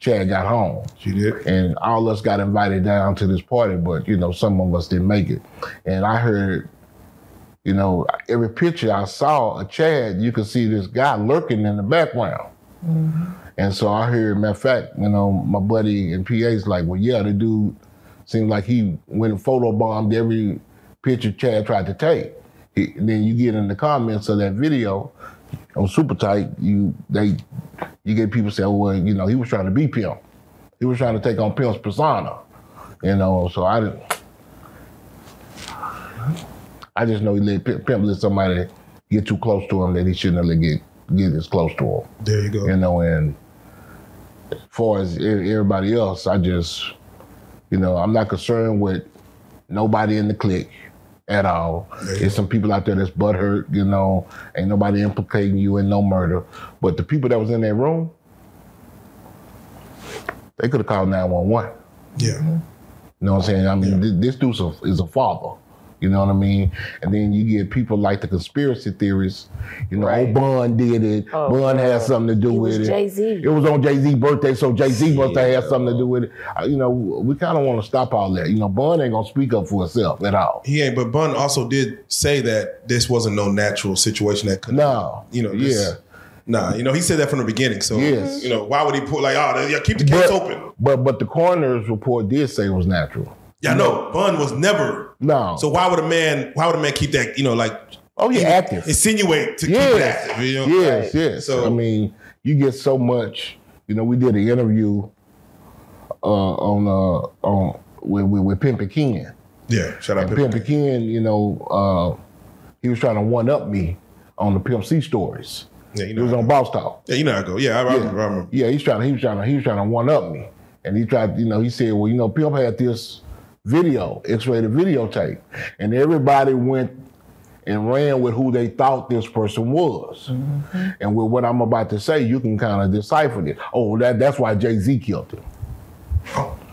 Speaker 1: Chad got home.
Speaker 5: she did?
Speaker 1: and all us got invited down to this party, but you know, some of us didn't make it. And I heard, you know, every picture I saw of Chad, you could see this guy lurking in the background. And so I heard, matter of fact, you know, my buddy in PA's like, well, yeah, the dude seemed like he went and photobombed every picture Chad tried to take. He, then you get in the comments of that video on Super Tight, you they you get people say, oh, well, you know, he was trying to be Pimp. He was trying to take on Pimp's persona, you know. So I didn't. I just know he let Pimp, Pimp let somebody get too close to him that he shouldn't have let get get as close to him,
Speaker 5: There you go.
Speaker 1: you know. And as far as e- everybody else, I just, you know, I'm not concerned with nobody in the clique at all. There's some people out there that's butthurt, you know. Ain't nobody implicating you in no murder, but the people that was in that room, they could have called 911.
Speaker 5: yeah.
Speaker 1: You know what I'm saying? I mean, thi- this dude is a father. You know what I mean? And then you get people like the conspiracy theorists. You know, oh, Bun did it.
Speaker 2: Oh,
Speaker 1: Bun
Speaker 2: yeah.
Speaker 1: had something to do
Speaker 2: It was
Speaker 1: with it.
Speaker 2: Jay-Z.
Speaker 1: It was on Jay Z's birthday, so Jay Z must have had
Speaker 6: Yeah.
Speaker 1: something to do with it. Uh, You know, we kind of want to stop all that. You know, Bun ain't gonna speak up for himself at all.
Speaker 5: He ain't, but Bun also did say that this wasn't no natural situation that could
Speaker 1: No,
Speaker 5: you know, this-
Speaker 1: yeah.
Speaker 5: Nah, you know, he said that from the beginning. So,
Speaker 1: Yes.
Speaker 5: you know, why would he put like, oh, yeah, keep the case open?
Speaker 1: but but the coroner's report did say it was natural.
Speaker 5: Yeah, no, Bun was never.
Speaker 1: No,
Speaker 5: So why would a man? Why would a man keep that? You know, like
Speaker 1: oh yeah, active.
Speaker 5: insinuate to keep it
Speaker 1: Yes,
Speaker 5: active. You know?
Speaker 1: yes, yes.
Speaker 5: So-
Speaker 1: So I mean, you get so much. You know, we did an interview uh, on uh, on with with, with Pimp and Ken.
Speaker 5: yeah. Shout out,
Speaker 1: And
Speaker 5: Pimp.
Speaker 1: Pimp and Ken, you know, uh, he was trying to one up me on the Pimp C stories.
Speaker 5: Yeah, you
Speaker 1: It was
Speaker 5: know,
Speaker 1: on Boss Talk.
Speaker 5: yeah, you know how I go. Yeah, I, I remember. I
Speaker 1: Yeah,
Speaker 5: remember.
Speaker 1: yeah he's trying. He was trying. to- He was trying to one up me, and he tried. You know, he said, "Well, you know, Pimp had this video, X-rated videotape, and everybody went and ran with who they thought this person was." And with what I'm about to say, you can kind of decipher this. Oh, that that's why Jay Z killed him.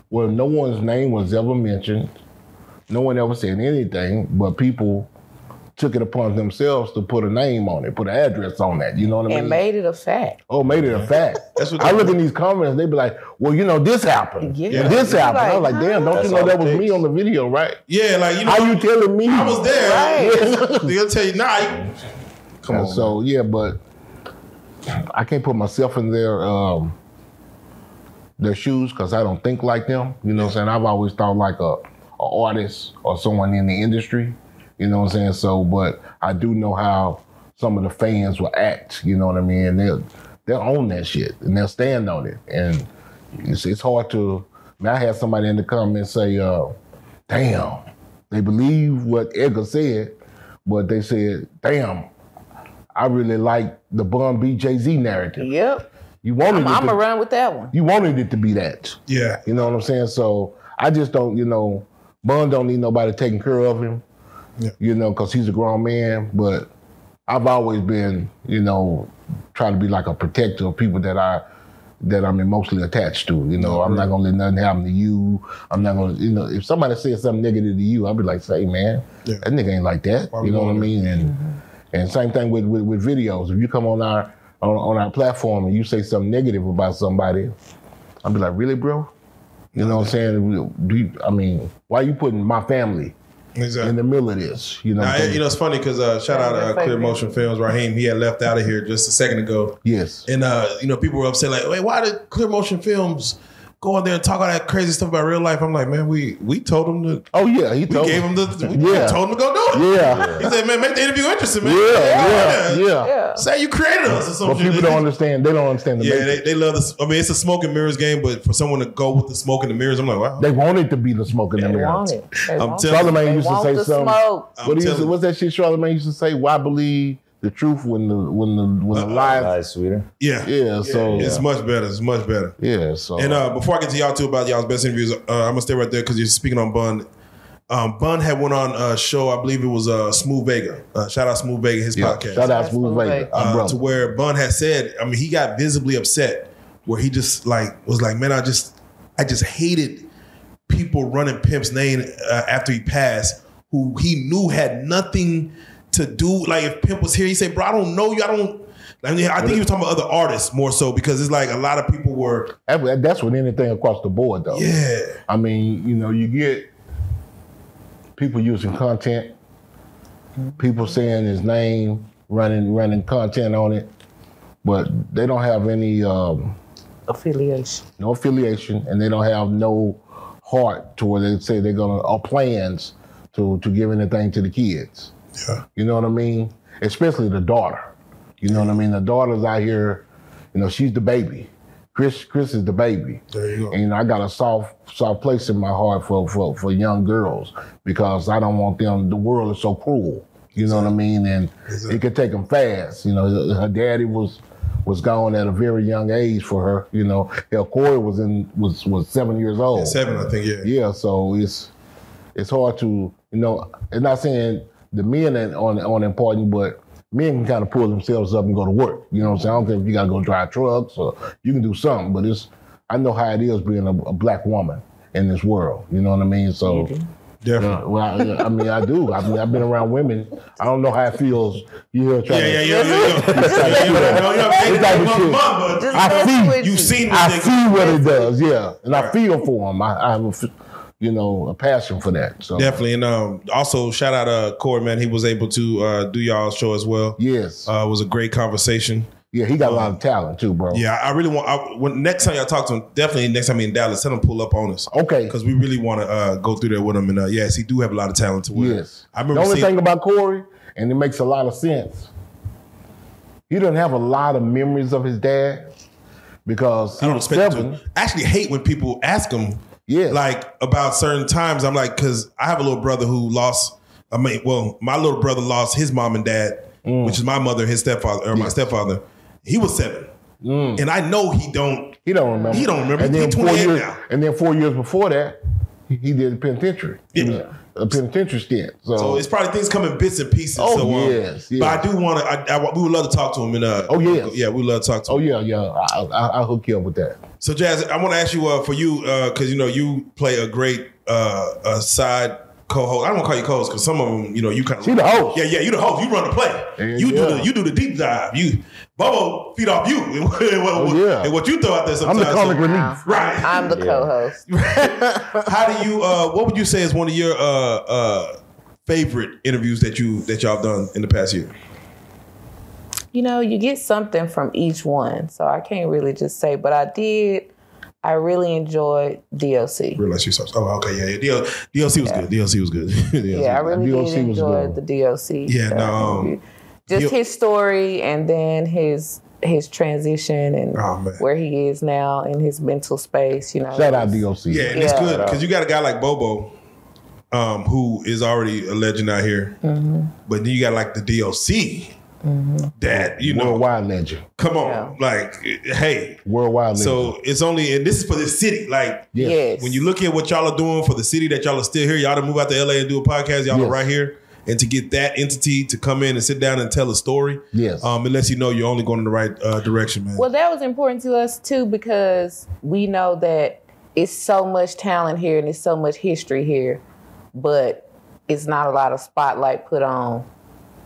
Speaker 1: Well, no one's name was ever mentioned. No one ever said anything, but people took it upon themselves to put a name on it, put an address on that. You know what I mean?
Speaker 2: and made it a fact.
Speaker 1: Oh, made it a fact.
Speaker 5: That's what
Speaker 1: I
Speaker 5: they
Speaker 1: look
Speaker 5: do.
Speaker 1: in these comments, they be like, well, you know, this happened.
Speaker 2: Yeah.
Speaker 1: And This
Speaker 2: Yeah.
Speaker 1: happened. I was
Speaker 2: Like,
Speaker 1: like, damn, don't
Speaker 6: That's
Speaker 1: you know
Speaker 6: all
Speaker 1: that
Speaker 6: it
Speaker 1: was me
Speaker 6: takes.
Speaker 1: on the video, right?
Speaker 5: Yeah, like you know,
Speaker 1: How you telling me?
Speaker 5: I was there.
Speaker 2: Right.
Speaker 5: They'll tell you, nah. you- Come
Speaker 1: And
Speaker 5: on.
Speaker 1: so, yeah, but I can't put myself in their um, their shoes because I don't think like them. You know what I'm saying? I've always thought like a, a artist or someone in the industry. You know what I'm saying? So, but I do know how some of the fans will act. You know what I mean? And they'll they'll own that shit and they'll stand on it. And it's, it's hard to. I, mean, I had somebody in the comments say, uh, "Damn, they believe what Edgar said, but they said, damn." I really like the Bun B Jay Z narrative.
Speaker 2: Yep.
Speaker 1: You wanted
Speaker 2: I'm,
Speaker 1: it
Speaker 2: I'm
Speaker 1: to,
Speaker 2: gonna run with that one.
Speaker 1: you wanted it to be that.
Speaker 5: yeah.
Speaker 1: You know what I'm saying? So I just don't, you know, Bun don't need nobody taking care of him.
Speaker 5: Yeah.
Speaker 1: You know, because he's a grown man. But I've always been, you know, trying to be like a protector of people that I that I'm emotionally attached to. You know, I'm not gonna let nothing happen to you. I'm not gonna, you know, if somebody says something negative to you, I'll be like, say, man,
Speaker 5: Yeah.
Speaker 1: that nigga ain't like that.
Speaker 5: Why we
Speaker 1: you know what I
Speaker 5: doing
Speaker 1: mean? And and same thing with, with with videos. If you come on our on, on our platform and you say something negative about somebody, I'd be like, really, bro? You know what I'm saying? Do you, I mean, why you putting my family
Speaker 5: Exactly.
Speaker 1: in the middle of this? You know, what I'm
Speaker 5: Now,
Speaker 1: saying?
Speaker 5: you know, it's funny because uh, shout out uh, Clear Motion Films, Raheem. He had left out of here just a second ago,
Speaker 1: yes.
Speaker 5: and uh, you know, people were upset like, "Wait, why did Clear Motion Films go in there and talk all that crazy stuff about real life?" I'm like, "Man, we we told them to,
Speaker 1: Oh yeah, he
Speaker 5: we
Speaker 1: told
Speaker 5: gave
Speaker 1: me.
Speaker 5: them the, we
Speaker 1: Yeah.
Speaker 5: told them to go do it."
Speaker 1: Yeah.
Speaker 5: He said, "Man, make the interview interesting, man.
Speaker 1: Yeah, yeah, yeah.
Speaker 2: Yeah.
Speaker 5: Say you created us or some
Speaker 1: But
Speaker 5: shit."
Speaker 1: people don't understand. They don't understand the
Speaker 5: Yeah,
Speaker 1: matrix.
Speaker 5: they, they love this. I mean, it's a smoke and mirrors game, but for someone to go with the smoke and the mirrors, I'm like, wow.
Speaker 1: They want it to be the smoke in the
Speaker 2: They
Speaker 1: mirror.
Speaker 2: want it. They
Speaker 5: I'm
Speaker 2: want
Speaker 5: telling-
Speaker 2: it.
Speaker 1: Charlemagne
Speaker 2: They
Speaker 1: used to
Speaker 2: want
Speaker 1: say
Speaker 2: the
Speaker 1: something.
Speaker 2: smoke.
Speaker 5: I'm
Speaker 1: What he used
Speaker 5: telling
Speaker 1: to,
Speaker 5: you.
Speaker 1: what's that shit Charlemagne used to say? Why believe the truth when the when the when the lies?
Speaker 6: Lies sweeter.
Speaker 5: Uh, yeah.
Speaker 1: Yeah, so
Speaker 5: It's much better. It's much better.
Speaker 1: yeah, so
Speaker 5: And uh, before I get to y'all too about y'all's best interviews, uh, I'm gonna stay right there because you're speaking on Bun. Um, Bun had went on a show, I believe it was uh, Smooth Vega. Uh, shout out Smooth Vega, his
Speaker 1: yeah.
Speaker 5: podcast.
Speaker 1: shout out
Speaker 2: That's
Speaker 1: Smooth Vega,
Speaker 2: Smooth
Speaker 1: our
Speaker 5: uh,
Speaker 1: brother.
Speaker 5: to where Bun had said, I mean, he got visibly upset where he just like was like, man, I just, I just hated people running Pimp's name uh, after he passed, who he knew had nothing to do. Like if Pimp was here, he said, bro, I don't know you, I don't. I, mean, I think he was talking about other artists more so because it's like a lot of people were,
Speaker 1: That- That's with anything across the board, though.
Speaker 5: yeah.
Speaker 1: I mean, you know, you get people using content, people saying his name, running running content on it, but they don't have any um,
Speaker 2: Affiliation.
Speaker 1: no affiliation, and they don't have no heart to where they say they're gonna or plans to to give anything to the kids.
Speaker 5: Yeah.
Speaker 1: You know what I mean? Especially the daughter. You know what I mean? The daughter's out here. You know, she's the baby. Chris Chris is the baby.
Speaker 5: There you go.
Speaker 1: And I got a soft soft place in my heart for for, for young girls because I don't want them. The world is so cruel. You know what I mean? And it could take them fast. You know, her her daddy was was gone at a very young age for her. You know, hell, Corey was in was was seven years old.
Speaker 5: Seven, I think, yeah.
Speaker 1: Yeah, so it's it's hard to you know. It's not saying the men ain't on on important, but men can kind of pull themselves up and go to work. You know what I'm saying? I don't care if you gotta go drive trucks or you can do something, but it's I know how it is being a, a black woman in this world. You know what I mean? So.
Speaker 5: Definitely.
Speaker 1: uh, well, I, I mean, I do. I mean, I've been around women. I don't know how it feels. You know, trying
Speaker 5: Yeah, yeah,
Speaker 1: to,
Speaker 5: yeah, yeah, yeah.
Speaker 1: like-
Speaker 5: Yeah, yeah, yeah, yeah.
Speaker 1: It's like
Speaker 5: Mama,
Speaker 1: shit.
Speaker 5: mama,
Speaker 2: Just
Speaker 1: I
Speaker 2: mess
Speaker 1: see
Speaker 2: with
Speaker 5: you seen this
Speaker 1: I
Speaker 5: nigga.
Speaker 1: see what it does. Yeah, and I feel for them. I, I have, a, f- you know, a passion for that. So
Speaker 5: Definitely. And um, also shout out uh Corey, man. He was able to uh, do y'all's show as well.
Speaker 1: yes,
Speaker 5: Uh, it was a great conversation.
Speaker 1: Yeah, he got a lot of talent too, bro.
Speaker 5: Um, Yeah, I really want. I, when next time y'all talk to him, definitely next time he in Dallas, let him pull up on us
Speaker 1: Okay.
Speaker 5: because we really want to uh, go through there with him. And uh, yes, he do have a lot of talent. To where
Speaker 1: Yes.
Speaker 5: I
Speaker 1: the
Speaker 5: remember
Speaker 1: only
Speaker 5: seeing.
Speaker 1: thing about Corey, and it makes a lot of sense. He doesn't have a lot of memories of his dad because
Speaker 5: I
Speaker 1: he
Speaker 5: don't
Speaker 1: was
Speaker 5: expect
Speaker 1: seven.
Speaker 5: to. I actually hate when people ask him,
Speaker 1: Yeah.
Speaker 5: like about certain times. I'm like, because I have a little brother who lost. I mean, well, my little brother lost his mom and dad,
Speaker 1: Mm.
Speaker 5: which is my mother, and his stepfather, or my stepfather. He was seven,
Speaker 1: Mm.
Speaker 5: and I know he don't.
Speaker 1: He don't remember.
Speaker 5: He don't remember.
Speaker 1: And
Speaker 5: He
Speaker 1: then four
Speaker 5: 28
Speaker 1: years.
Speaker 5: now.
Speaker 1: And then four years before that, he, he did penitentiary. He
Speaker 5: Yeah.
Speaker 1: was a penitentiary stint. So,
Speaker 5: So it's probably things come in bits and pieces.
Speaker 1: Oh,
Speaker 5: so, um,
Speaker 1: yes, yes.
Speaker 5: But I do want to. I, I wa- we would love to talk to him. And uh,
Speaker 1: Oh, yes.
Speaker 5: yeah, we would love to talk to
Speaker 1: oh
Speaker 5: him.
Speaker 1: yeah, yeah. I, I, I'll hook you up with that.
Speaker 5: So Jazz, I want to ask you uh, for you because you know you play a great uh, uh, side co-host. I don't want to call you co-host because some of them, you know, you kind of
Speaker 1: She the host.
Speaker 5: Yeah, yeah, you the host. You run the play.
Speaker 1: Yeah,
Speaker 5: you do
Speaker 1: yeah.
Speaker 5: the you do the deep dive. You Bobo feed off you. and what, what-
Speaker 1: Oh, yeah.
Speaker 5: and what you throw out there
Speaker 1: I'm
Speaker 5: sometimes.
Speaker 1: the comic
Speaker 5: So
Speaker 1: relief.
Speaker 5: Right.
Speaker 2: I'm the co-host.
Speaker 5: how do you? Uh, what would you say is one of your uh, uh, favorite interviews that you that y'all done in the past year?
Speaker 2: You know, you get something from each one, so I can't really just say. But I did. I really enjoyed DLC.
Speaker 5: Realize yourself. Oh, okay, yeah, yeah. DL, DLC was good. DLC was good. DLC
Speaker 2: Yeah, I
Speaker 5: was
Speaker 2: really
Speaker 1: DLC
Speaker 2: did
Speaker 1: was
Speaker 2: enjoy
Speaker 1: good.
Speaker 2: the DLC.
Speaker 5: Yeah,
Speaker 2: uh,
Speaker 5: no, um,
Speaker 2: interview. just
Speaker 5: D-
Speaker 2: his story and then his his transition and
Speaker 5: Oh, man.
Speaker 2: where he is now in his mental space. You know,
Speaker 1: Shout out DOC.
Speaker 5: Yeah, and it's
Speaker 2: Yeah.
Speaker 5: good because you got a guy like Bobo, um, who is already a legend out here.
Speaker 2: Mm-hmm.
Speaker 5: But then you got like the DOC that you know.
Speaker 1: Worldwide legend.
Speaker 5: Come on, like hey.
Speaker 1: Worldwide legend.
Speaker 5: So it's only and this is for the city. Like
Speaker 1: yes.
Speaker 2: Yes.
Speaker 5: when you look at what y'all are doing for the city that y'all are still here, y'all to move out to LA and do a podcast. Y'all
Speaker 1: Yes.
Speaker 5: are right here. And to get that entity to come in and sit down and tell a story,
Speaker 1: Yes.
Speaker 5: um, it lets you know you're only going in the right uh, direction, man.
Speaker 2: Well, that was important to us too because we know that it's so much talent here and it's so much history here, but it's not a lot of spotlight put on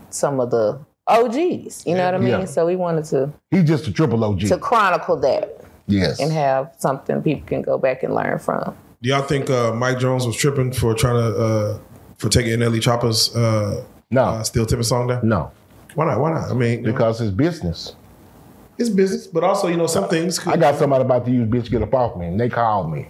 Speaker 2: some of the OGs. You know what I mean?
Speaker 1: Yeah.
Speaker 2: So we wanted to
Speaker 1: He's just a triple OG.
Speaker 2: to chronicle that.
Speaker 1: Yes.
Speaker 2: and have something people can go back and learn from.
Speaker 5: Do y'all think uh, Mike Jones was tripping for trying to uh, for taking NLE Chopper's uh,
Speaker 1: No.
Speaker 5: uh, Steel Timber song down?
Speaker 1: no.
Speaker 5: Why not? Why not? I mean, you know,
Speaker 1: Because it's business.
Speaker 5: it's business, but also you know some things. Could,
Speaker 1: I got somebody about to use bitch get up off me, and they called me,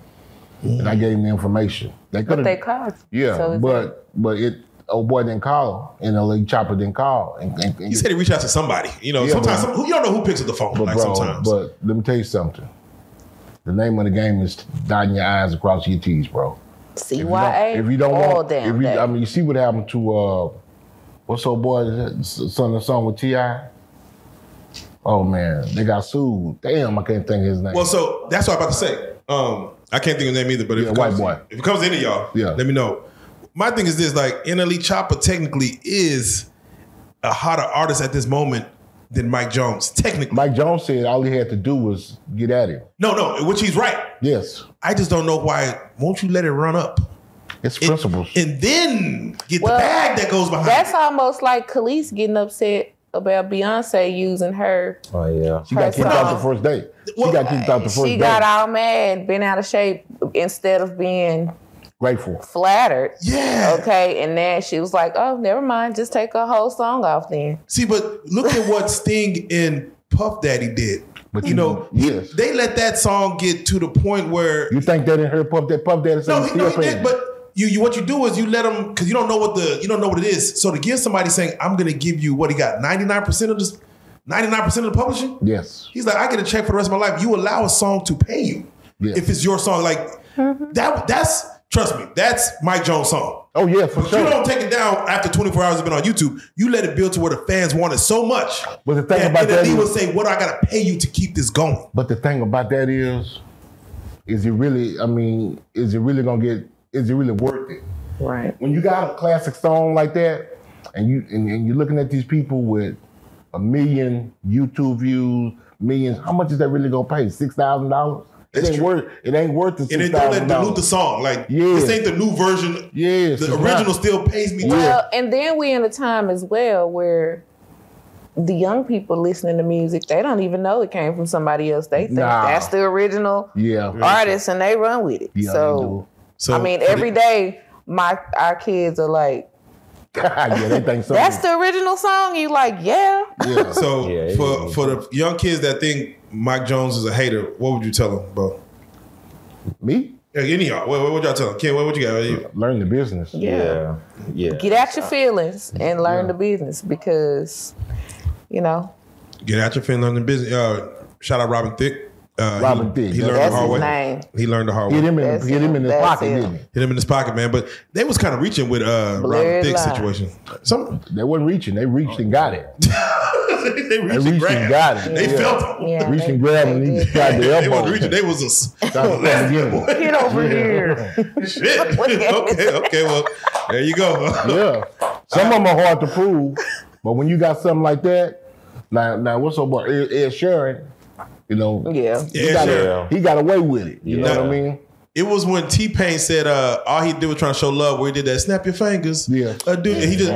Speaker 1: and I gave them the information. They could
Speaker 2: But they
Speaker 1: have,
Speaker 2: cause
Speaker 1: yeah,
Speaker 2: so it's-
Speaker 1: but but it. Oh boy, didn't call, and the late chopper didn't call, and, and, and
Speaker 5: He said he reached out to somebody. You know,
Speaker 1: Yeah,
Speaker 5: sometimes
Speaker 1: but-
Speaker 5: some, who, you don't know who picks up the phone.
Speaker 1: But
Speaker 5: like
Speaker 1: bro,
Speaker 5: sometimes,
Speaker 1: but let me tell you something. The name of the game is dotting your I's and crossing your T's, bro. If you don't-
Speaker 2: CYA.
Speaker 1: if you don't
Speaker 2: all
Speaker 1: want,
Speaker 2: damn
Speaker 1: if you,
Speaker 2: day.
Speaker 1: I mean, you see what happened to uh, what's old boy, son of the song with Ti. Oh man, they got sued. Damn, I can't think of his name.
Speaker 5: well, so that's what I'm about to say. Um, I can't think of the name either. But if
Speaker 1: Yeah,
Speaker 5: it
Speaker 1: white
Speaker 5: comes,
Speaker 1: boy.
Speaker 5: if it comes to any of y'all,
Speaker 1: Yeah.
Speaker 5: let me know. My thing is this: like NLE Chopper technically is a hotter artist at this moment than Mike Jones. Technically,
Speaker 1: Mike Jones said all he had to do was get at him.
Speaker 5: no, no, which he's right.
Speaker 1: Yes,
Speaker 5: I just don't know why. Won't you let it run up?
Speaker 1: it's
Speaker 5: It-
Speaker 1: principles.
Speaker 5: and then get
Speaker 2: Well,
Speaker 5: the bag that goes behind.
Speaker 2: That's
Speaker 5: it.
Speaker 2: almost like Khalees getting upset about Beyonce using her.
Speaker 6: Oh yeah.
Speaker 1: she got
Speaker 2: her
Speaker 1: kicked out the
Speaker 2: song.
Speaker 1: first day.
Speaker 5: Well,
Speaker 1: she got kicked out the first
Speaker 2: She
Speaker 1: day.
Speaker 2: got all mad, been out of shape instead of being
Speaker 1: Grateful.
Speaker 2: flattered.
Speaker 5: yeah.
Speaker 2: Okay, and then she was like, "Oh, never mind, just take a whole song off then."
Speaker 5: See, but look at what Sting and Puff Daddy did.
Speaker 1: But
Speaker 5: you know,
Speaker 1: yes.
Speaker 5: they let that song get to the point where
Speaker 1: you think they didn't hear Puff that Puff Daddy
Speaker 5: no,
Speaker 1: said
Speaker 5: he, no,
Speaker 1: still
Speaker 5: he did,
Speaker 1: paying?
Speaker 5: but you, you what you do is you let them because you don't know what the you don't know what it is. So to give somebody saying I'm gonna give you what he got ninety nine percent of this ninety nine percent of the publishing.
Speaker 1: Yes,
Speaker 5: He's like, I get a check for the rest of my life. You allow a song to pay you
Speaker 1: Yeah.
Speaker 5: if it's your song. Like that. That's trust me. That's Mike Jones' song.
Speaker 1: Oh yeah, for
Speaker 5: But
Speaker 1: sure.
Speaker 5: you don't take it down after 24 hours it's been on YouTube. You let it build to where the fans want it so much.
Speaker 1: But the thing
Speaker 5: that
Speaker 1: about that
Speaker 5: NLE
Speaker 1: is-
Speaker 5: would say, "What do I gotta pay you to keep this going?"
Speaker 1: But the thing about that is, is it really? I mean, is it really gonna get? Is it really worth it?
Speaker 2: Right.
Speaker 1: When you got a classic song like that, and you and, and you're looking at these people with a million YouTube views, millions. How much is that really gonna pay? Six thousand dollars? It
Speaker 5: That's
Speaker 1: ain't
Speaker 5: true.
Speaker 1: worth. It ain't worth the
Speaker 5: And
Speaker 1: six
Speaker 5: then don't let
Speaker 1: thousand
Speaker 5: it dilute the
Speaker 1: dollars.
Speaker 5: song. Like
Speaker 1: Yeah.
Speaker 5: this ain't the new version.
Speaker 1: Yes,
Speaker 5: the
Speaker 1: it's not.
Speaker 5: original still pays me.
Speaker 1: Yeah.
Speaker 2: Well, and then we in a time as well where the young people listening to music, they don't even know it came from somebody else. They think
Speaker 1: Nah.
Speaker 2: that's the original
Speaker 1: Yeah.
Speaker 2: artist, and they run with it.
Speaker 1: Yeah,
Speaker 2: so
Speaker 5: So
Speaker 2: I mean, every day my our kids are like,
Speaker 1: they do. yeah, they think so.
Speaker 2: "That's the original song." You like, yeah.
Speaker 1: yeah.
Speaker 5: So
Speaker 6: Yeah, it
Speaker 5: for
Speaker 6: is.
Speaker 5: for the young kids that think Mike Jones is a hater, what would you tell them, bro?
Speaker 1: Me
Speaker 5: Yeah, Any of y'all? What, what would y'all tell them? Kid, what would you got?
Speaker 1: learn the business.
Speaker 6: Yeah. Yeah.
Speaker 2: Get out your feelings and learn the business because, you know,
Speaker 5: Get out your fin learning business. Uh, shout out Robin Thicke. Uh,
Speaker 1: Robin
Speaker 5: he,
Speaker 1: Thicke,
Speaker 5: He
Speaker 1: that's
Speaker 5: learned the
Speaker 2: that's
Speaker 5: hard
Speaker 2: his
Speaker 5: way.
Speaker 2: name.
Speaker 5: He learned the hard way.
Speaker 1: Hit him in.
Speaker 2: That's
Speaker 1: hit him in his
Speaker 2: it, that's
Speaker 1: pocket.
Speaker 2: it.
Speaker 1: Didn't he?
Speaker 5: Hit him in his pocket, man. But they was kind of reaching with uh Robin
Speaker 2: Blurred
Speaker 5: Thicke
Speaker 2: line.
Speaker 5: situation. Some
Speaker 1: They wasn't reaching. They reached and got it.
Speaker 5: they
Speaker 1: They
Speaker 5: reached,
Speaker 1: reached
Speaker 5: grabbed.
Speaker 1: and got it.
Speaker 5: They
Speaker 1: yeah.
Speaker 5: felt him.
Speaker 2: Yeah,
Speaker 1: Reached
Speaker 2: they-
Speaker 1: and grabbed him.
Speaker 2: they
Speaker 1: and He
Speaker 2: did.
Speaker 1: tried to
Speaker 5: They
Speaker 1: elbow.
Speaker 5: wasn't reaching. They was a s-
Speaker 1: Tried to fucking get him.
Speaker 2: Get over here.
Speaker 5: shit. okay, okay, well, there you go.
Speaker 1: Yeah. Some of them are hard to prove, but when you got something like that, now, now what's up about Ed, Ed Sheeran? You know,
Speaker 2: Yeah.
Speaker 1: he,
Speaker 5: Ed
Speaker 1: got
Speaker 6: Sheeran.
Speaker 1: he got away with it. You know
Speaker 6: Yeah.
Speaker 1: what I mean?
Speaker 5: It was when T Pain said uh all he did was trying to show love where he did that snap your fingers.
Speaker 1: Yeah.
Speaker 5: Uh, dude, and he just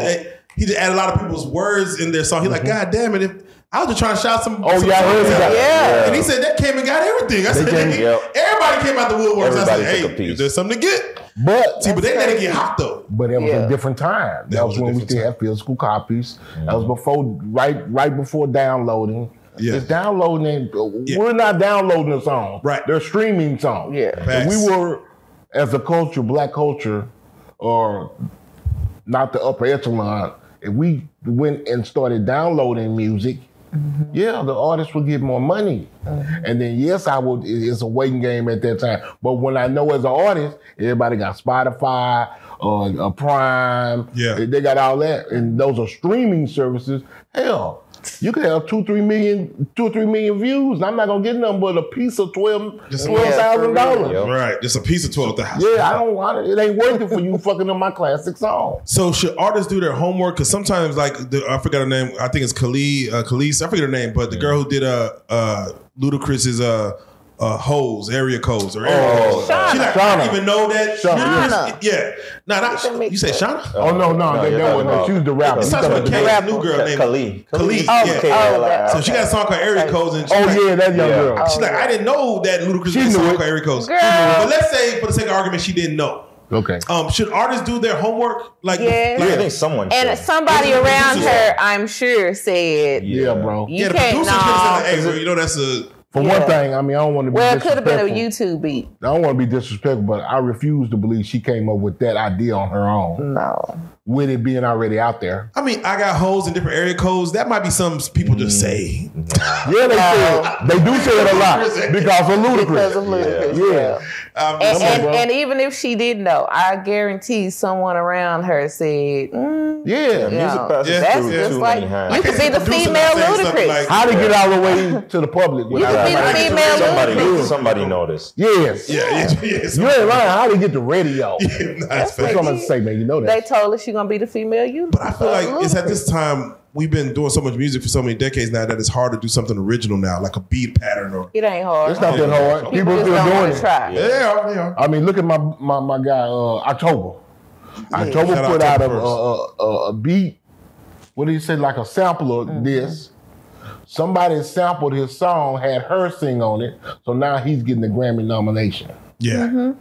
Speaker 5: he just added a lot of people's words in their song. He like, God damn it, if I was just trying to shout some
Speaker 1: Oh,
Speaker 5: some
Speaker 1: y'all heard he
Speaker 5: words out.
Speaker 1: got
Speaker 2: Yeah.
Speaker 5: And he said that came and got everything. I said
Speaker 1: came-
Speaker 5: "Hey,
Speaker 6: Yep.
Speaker 5: everybody came out the woodworks. I
Speaker 6: Everybody
Speaker 5: said,
Speaker 6: took a
Speaker 5: hey,
Speaker 6: piece."
Speaker 5: there's something to get.
Speaker 1: But
Speaker 5: See, but they let it
Speaker 2: crazy.
Speaker 5: get hot though.
Speaker 1: but it was
Speaker 2: Yeah.
Speaker 1: a different time. That,
Speaker 5: That
Speaker 1: was,
Speaker 5: was a
Speaker 1: when we
Speaker 5: different
Speaker 1: still
Speaker 5: time. Mm-hmm.
Speaker 1: had physical copies. That was before right right before downloading.
Speaker 5: Yeah.
Speaker 1: It's downloading. ain't-
Speaker 5: Yeah.
Speaker 1: We're not downloading a song.
Speaker 5: Right.
Speaker 1: They're streaming songs.
Speaker 2: Yeah.
Speaker 1: If
Speaker 5: Facts.
Speaker 1: we were, as a culture, black culture, or not the upper echelon, if we went and started downloading music, yeah, the artists would get more money. And then, yes, I would, it- it's a waiting game at that time. But when I know as an artist, everybody got Spotify or uh, Prime,
Speaker 5: Yeah.
Speaker 1: they got all that. And those are streaming services. Hell, you could have two, three million, two or three million views, and I'm not gonna get nothing but a piece of twelve,
Speaker 5: Just-
Speaker 1: twelve thousand dollars.
Speaker 6: Yep.
Speaker 5: Right. Just a piece of twelve thousand.
Speaker 1: Yeah, I don't want it. It ain't working for you fucking up my classic song.
Speaker 5: So should artists do their homework? Because sometimes, like the, I forgot her name. I think it's Khalid, uh, Khalees. I forget her name, but the girl who did uh, uh, Ludacris's uh, uh, hoes, area codes, or area codes.
Speaker 2: Shauna.
Speaker 5: She
Speaker 1: Oh,
Speaker 5: like, I
Speaker 1: Shauna.
Speaker 5: don't even know that.
Speaker 1: Shauna.
Speaker 5: Yeah. Nah, not,
Speaker 2: mix
Speaker 5: you said
Speaker 2: up.
Speaker 5: Shauna?
Speaker 1: Oh, no, no,
Speaker 6: no,
Speaker 1: that,
Speaker 6: you're
Speaker 1: that wasn't.
Speaker 6: talking
Speaker 1: No,
Speaker 6: about-
Speaker 1: she was the rapper.
Speaker 5: It's
Speaker 1: You
Speaker 5: not
Speaker 1: talking about
Speaker 5: Kate,
Speaker 1: the-
Speaker 2: Kate.
Speaker 5: new girl named
Speaker 6: Khalid.
Speaker 5: Khalid.
Speaker 2: Oh,
Speaker 5: yeah.
Speaker 2: okay.
Speaker 6: Yeah,
Speaker 2: oh,
Speaker 6: like,
Speaker 2: that-
Speaker 5: So she got a song called Area Codes, and she
Speaker 1: Oh
Speaker 5: like,
Speaker 1: yeah, that young
Speaker 6: Yeah.
Speaker 1: girl.
Speaker 2: Oh,
Speaker 5: She's like, I didn't know that ludicrous
Speaker 1: She
Speaker 5: song
Speaker 1: knew
Speaker 5: called
Speaker 1: it.
Speaker 5: Harry Coast.
Speaker 2: Girl.
Speaker 5: But let's say, for the sake of argument, she didn't know.
Speaker 1: Okay.
Speaker 5: Um, should artists do their homework? Like,
Speaker 2: Yes.
Speaker 6: I
Speaker 5: like-
Speaker 6: think someone
Speaker 2: And
Speaker 6: should.
Speaker 2: somebody
Speaker 5: Yeah.
Speaker 2: around her, I'm sure, said,
Speaker 1: Yeah, bro.
Speaker 2: "You
Speaker 5: yeah, the
Speaker 2: can't."
Speaker 5: producer should have
Speaker 2: Nah.
Speaker 5: said, like, hey, bro, you know, that's a.
Speaker 1: For
Speaker 2: Yeah.
Speaker 1: one thing, I mean, I don't want to be
Speaker 2: Well, it could have
Speaker 1: disrespectful.
Speaker 2: been a YouTube beat.
Speaker 1: I don't want to be disrespectful, but I refuse to believe she came up with that idea on her own,
Speaker 2: No,
Speaker 1: with it being already out there.
Speaker 5: I mean, I got holes in different area codes. That might be something people just say. Um,
Speaker 1: Yeah, they say it. They do say it a lot because of
Speaker 2: because of
Speaker 1: ludicrous.
Speaker 2: Ludacris.
Speaker 1: Yeah.
Speaker 2: Yeah.
Speaker 5: Um,
Speaker 2: And,
Speaker 5: someone-
Speaker 2: and,
Speaker 1: bro.
Speaker 2: and even if she did know, I guarantee someone around her said, mm,
Speaker 1: Yeah.
Speaker 2: Yeah.
Speaker 6: Music passes
Speaker 5: Yeah.
Speaker 2: "That's
Speaker 6: through
Speaker 5: Yeah.
Speaker 2: just
Speaker 6: too
Speaker 2: like
Speaker 6: many hands.
Speaker 2: you could be
Speaker 5: see
Speaker 2: the
Speaker 5: the producer
Speaker 2: female
Speaker 5: saying something
Speaker 2: ludicrous."
Speaker 5: like-
Speaker 1: How to get out of the way to the public?
Speaker 2: You could
Speaker 1: without
Speaker 2: be the
Speaker 1: somebody-
Speaker 2: female
Speaker 6: Somebody,
Speaker 2: ludicrous.
Speaker 6: somebody noticed.
Speaker 1: Yes.
Speaker 5: yeah, yeah, yeah.
Speaker 1: You ain't lying. How to get the radio? That's
Speaker 5: Nah, it's
Speaker 2: That's
Speaker 5: fact.
Speaker 1: what I'm about to say, man. You know
Speaker 2: They
Speaker 1: that.
Speaker 2: told her she gonna be the female you.
Speaker 5: But I feel like it's at this time we've been doing so much music for so many decades now that it's hard to do something original now, like a beat pattern or.
Speaker 2: It ain't hard.
Speaker 1: It's not that hard.
Speaker 2: People
Speaker 1: People
Speaker 2: just
Speaker 1: still
Speaker 2: don't
Speaker 1: doing
Speaker 2: want
Speaker 1: it.
Speaker 2: to try.
Speaker 6: Yeah.
Speaker 5: Yeah, yeah.
Speaker 1: I mean, look at my my, my guy uh, October. October
Speaker 5: Shout out
Speaker 1: put out a,
Speaker 5: October
Speaker 1: a, a, a beat. What do you say? Like a sample of
Speaker 2: Mm-hmm.
Speaker 1: this. Somebody sampled his song, had her sing on it, so now he's getting the Grammy nomination.
Speaker 5: Yeah.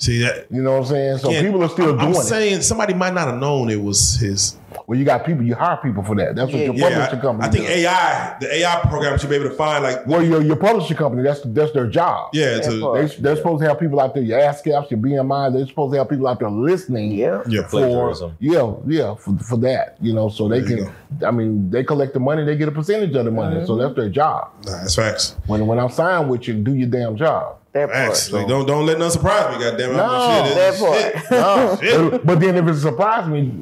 Speaker 5: See that?
Speaker 1: You know what I'm saying? So
Speaker 5: Again,
Speaker 1: people are still
Speaker 5: I'm, I'm
Speaker 1: doing it.
Speaker 5: saying somebody might not have known it was his.
Speaker 1: Well, you got people. You hire people for that. That's what
Speaker 2: Yeah,
Speaker 1: your
Speaker 5: Yeah,
Speaker 1: publishing
Speaker 5: I,
Speaker 1: company.
Speaker 5: I think
Speaker 1: does.
Speaker 5: AI, the AI program should be able to find like,
Speaker 1: well, your your publishing company. That's that's their job.
Speaker 5: yeah,
Speaker 2: That part.
Speaker 5: to,
Speaker 1: They, they're supposed to have people out there, your ASCAPs, your BMI, they're supposed to have people out there listening
Speaker 2: Yeah.
Speaker 5: yeah,
Speaker 1: for
Speaker 6: Plagiarism.
Speaker 1: yeah, yeah, for, for that, you know, so they
Speaker 5: There you
Speaker 1: can. I mean, they collect the money, they get a percentage of the money, so that's their job.
Speaker 5: Nah, that's facts.
Speaker 1: When when I'm signed with you, do your damn job.
Speaker 2: That part.
Speaker 5: Facts. Like, don't don't let none surprise me. Goddamn, I'm
Speaker 1: No,
Speaker 5: shit.
Speaker 2: That
Speaker 5: It's shit.
Speaker 2: part.
Speaker 5: Oh,
Speaker 1: But- but then if it surprised me,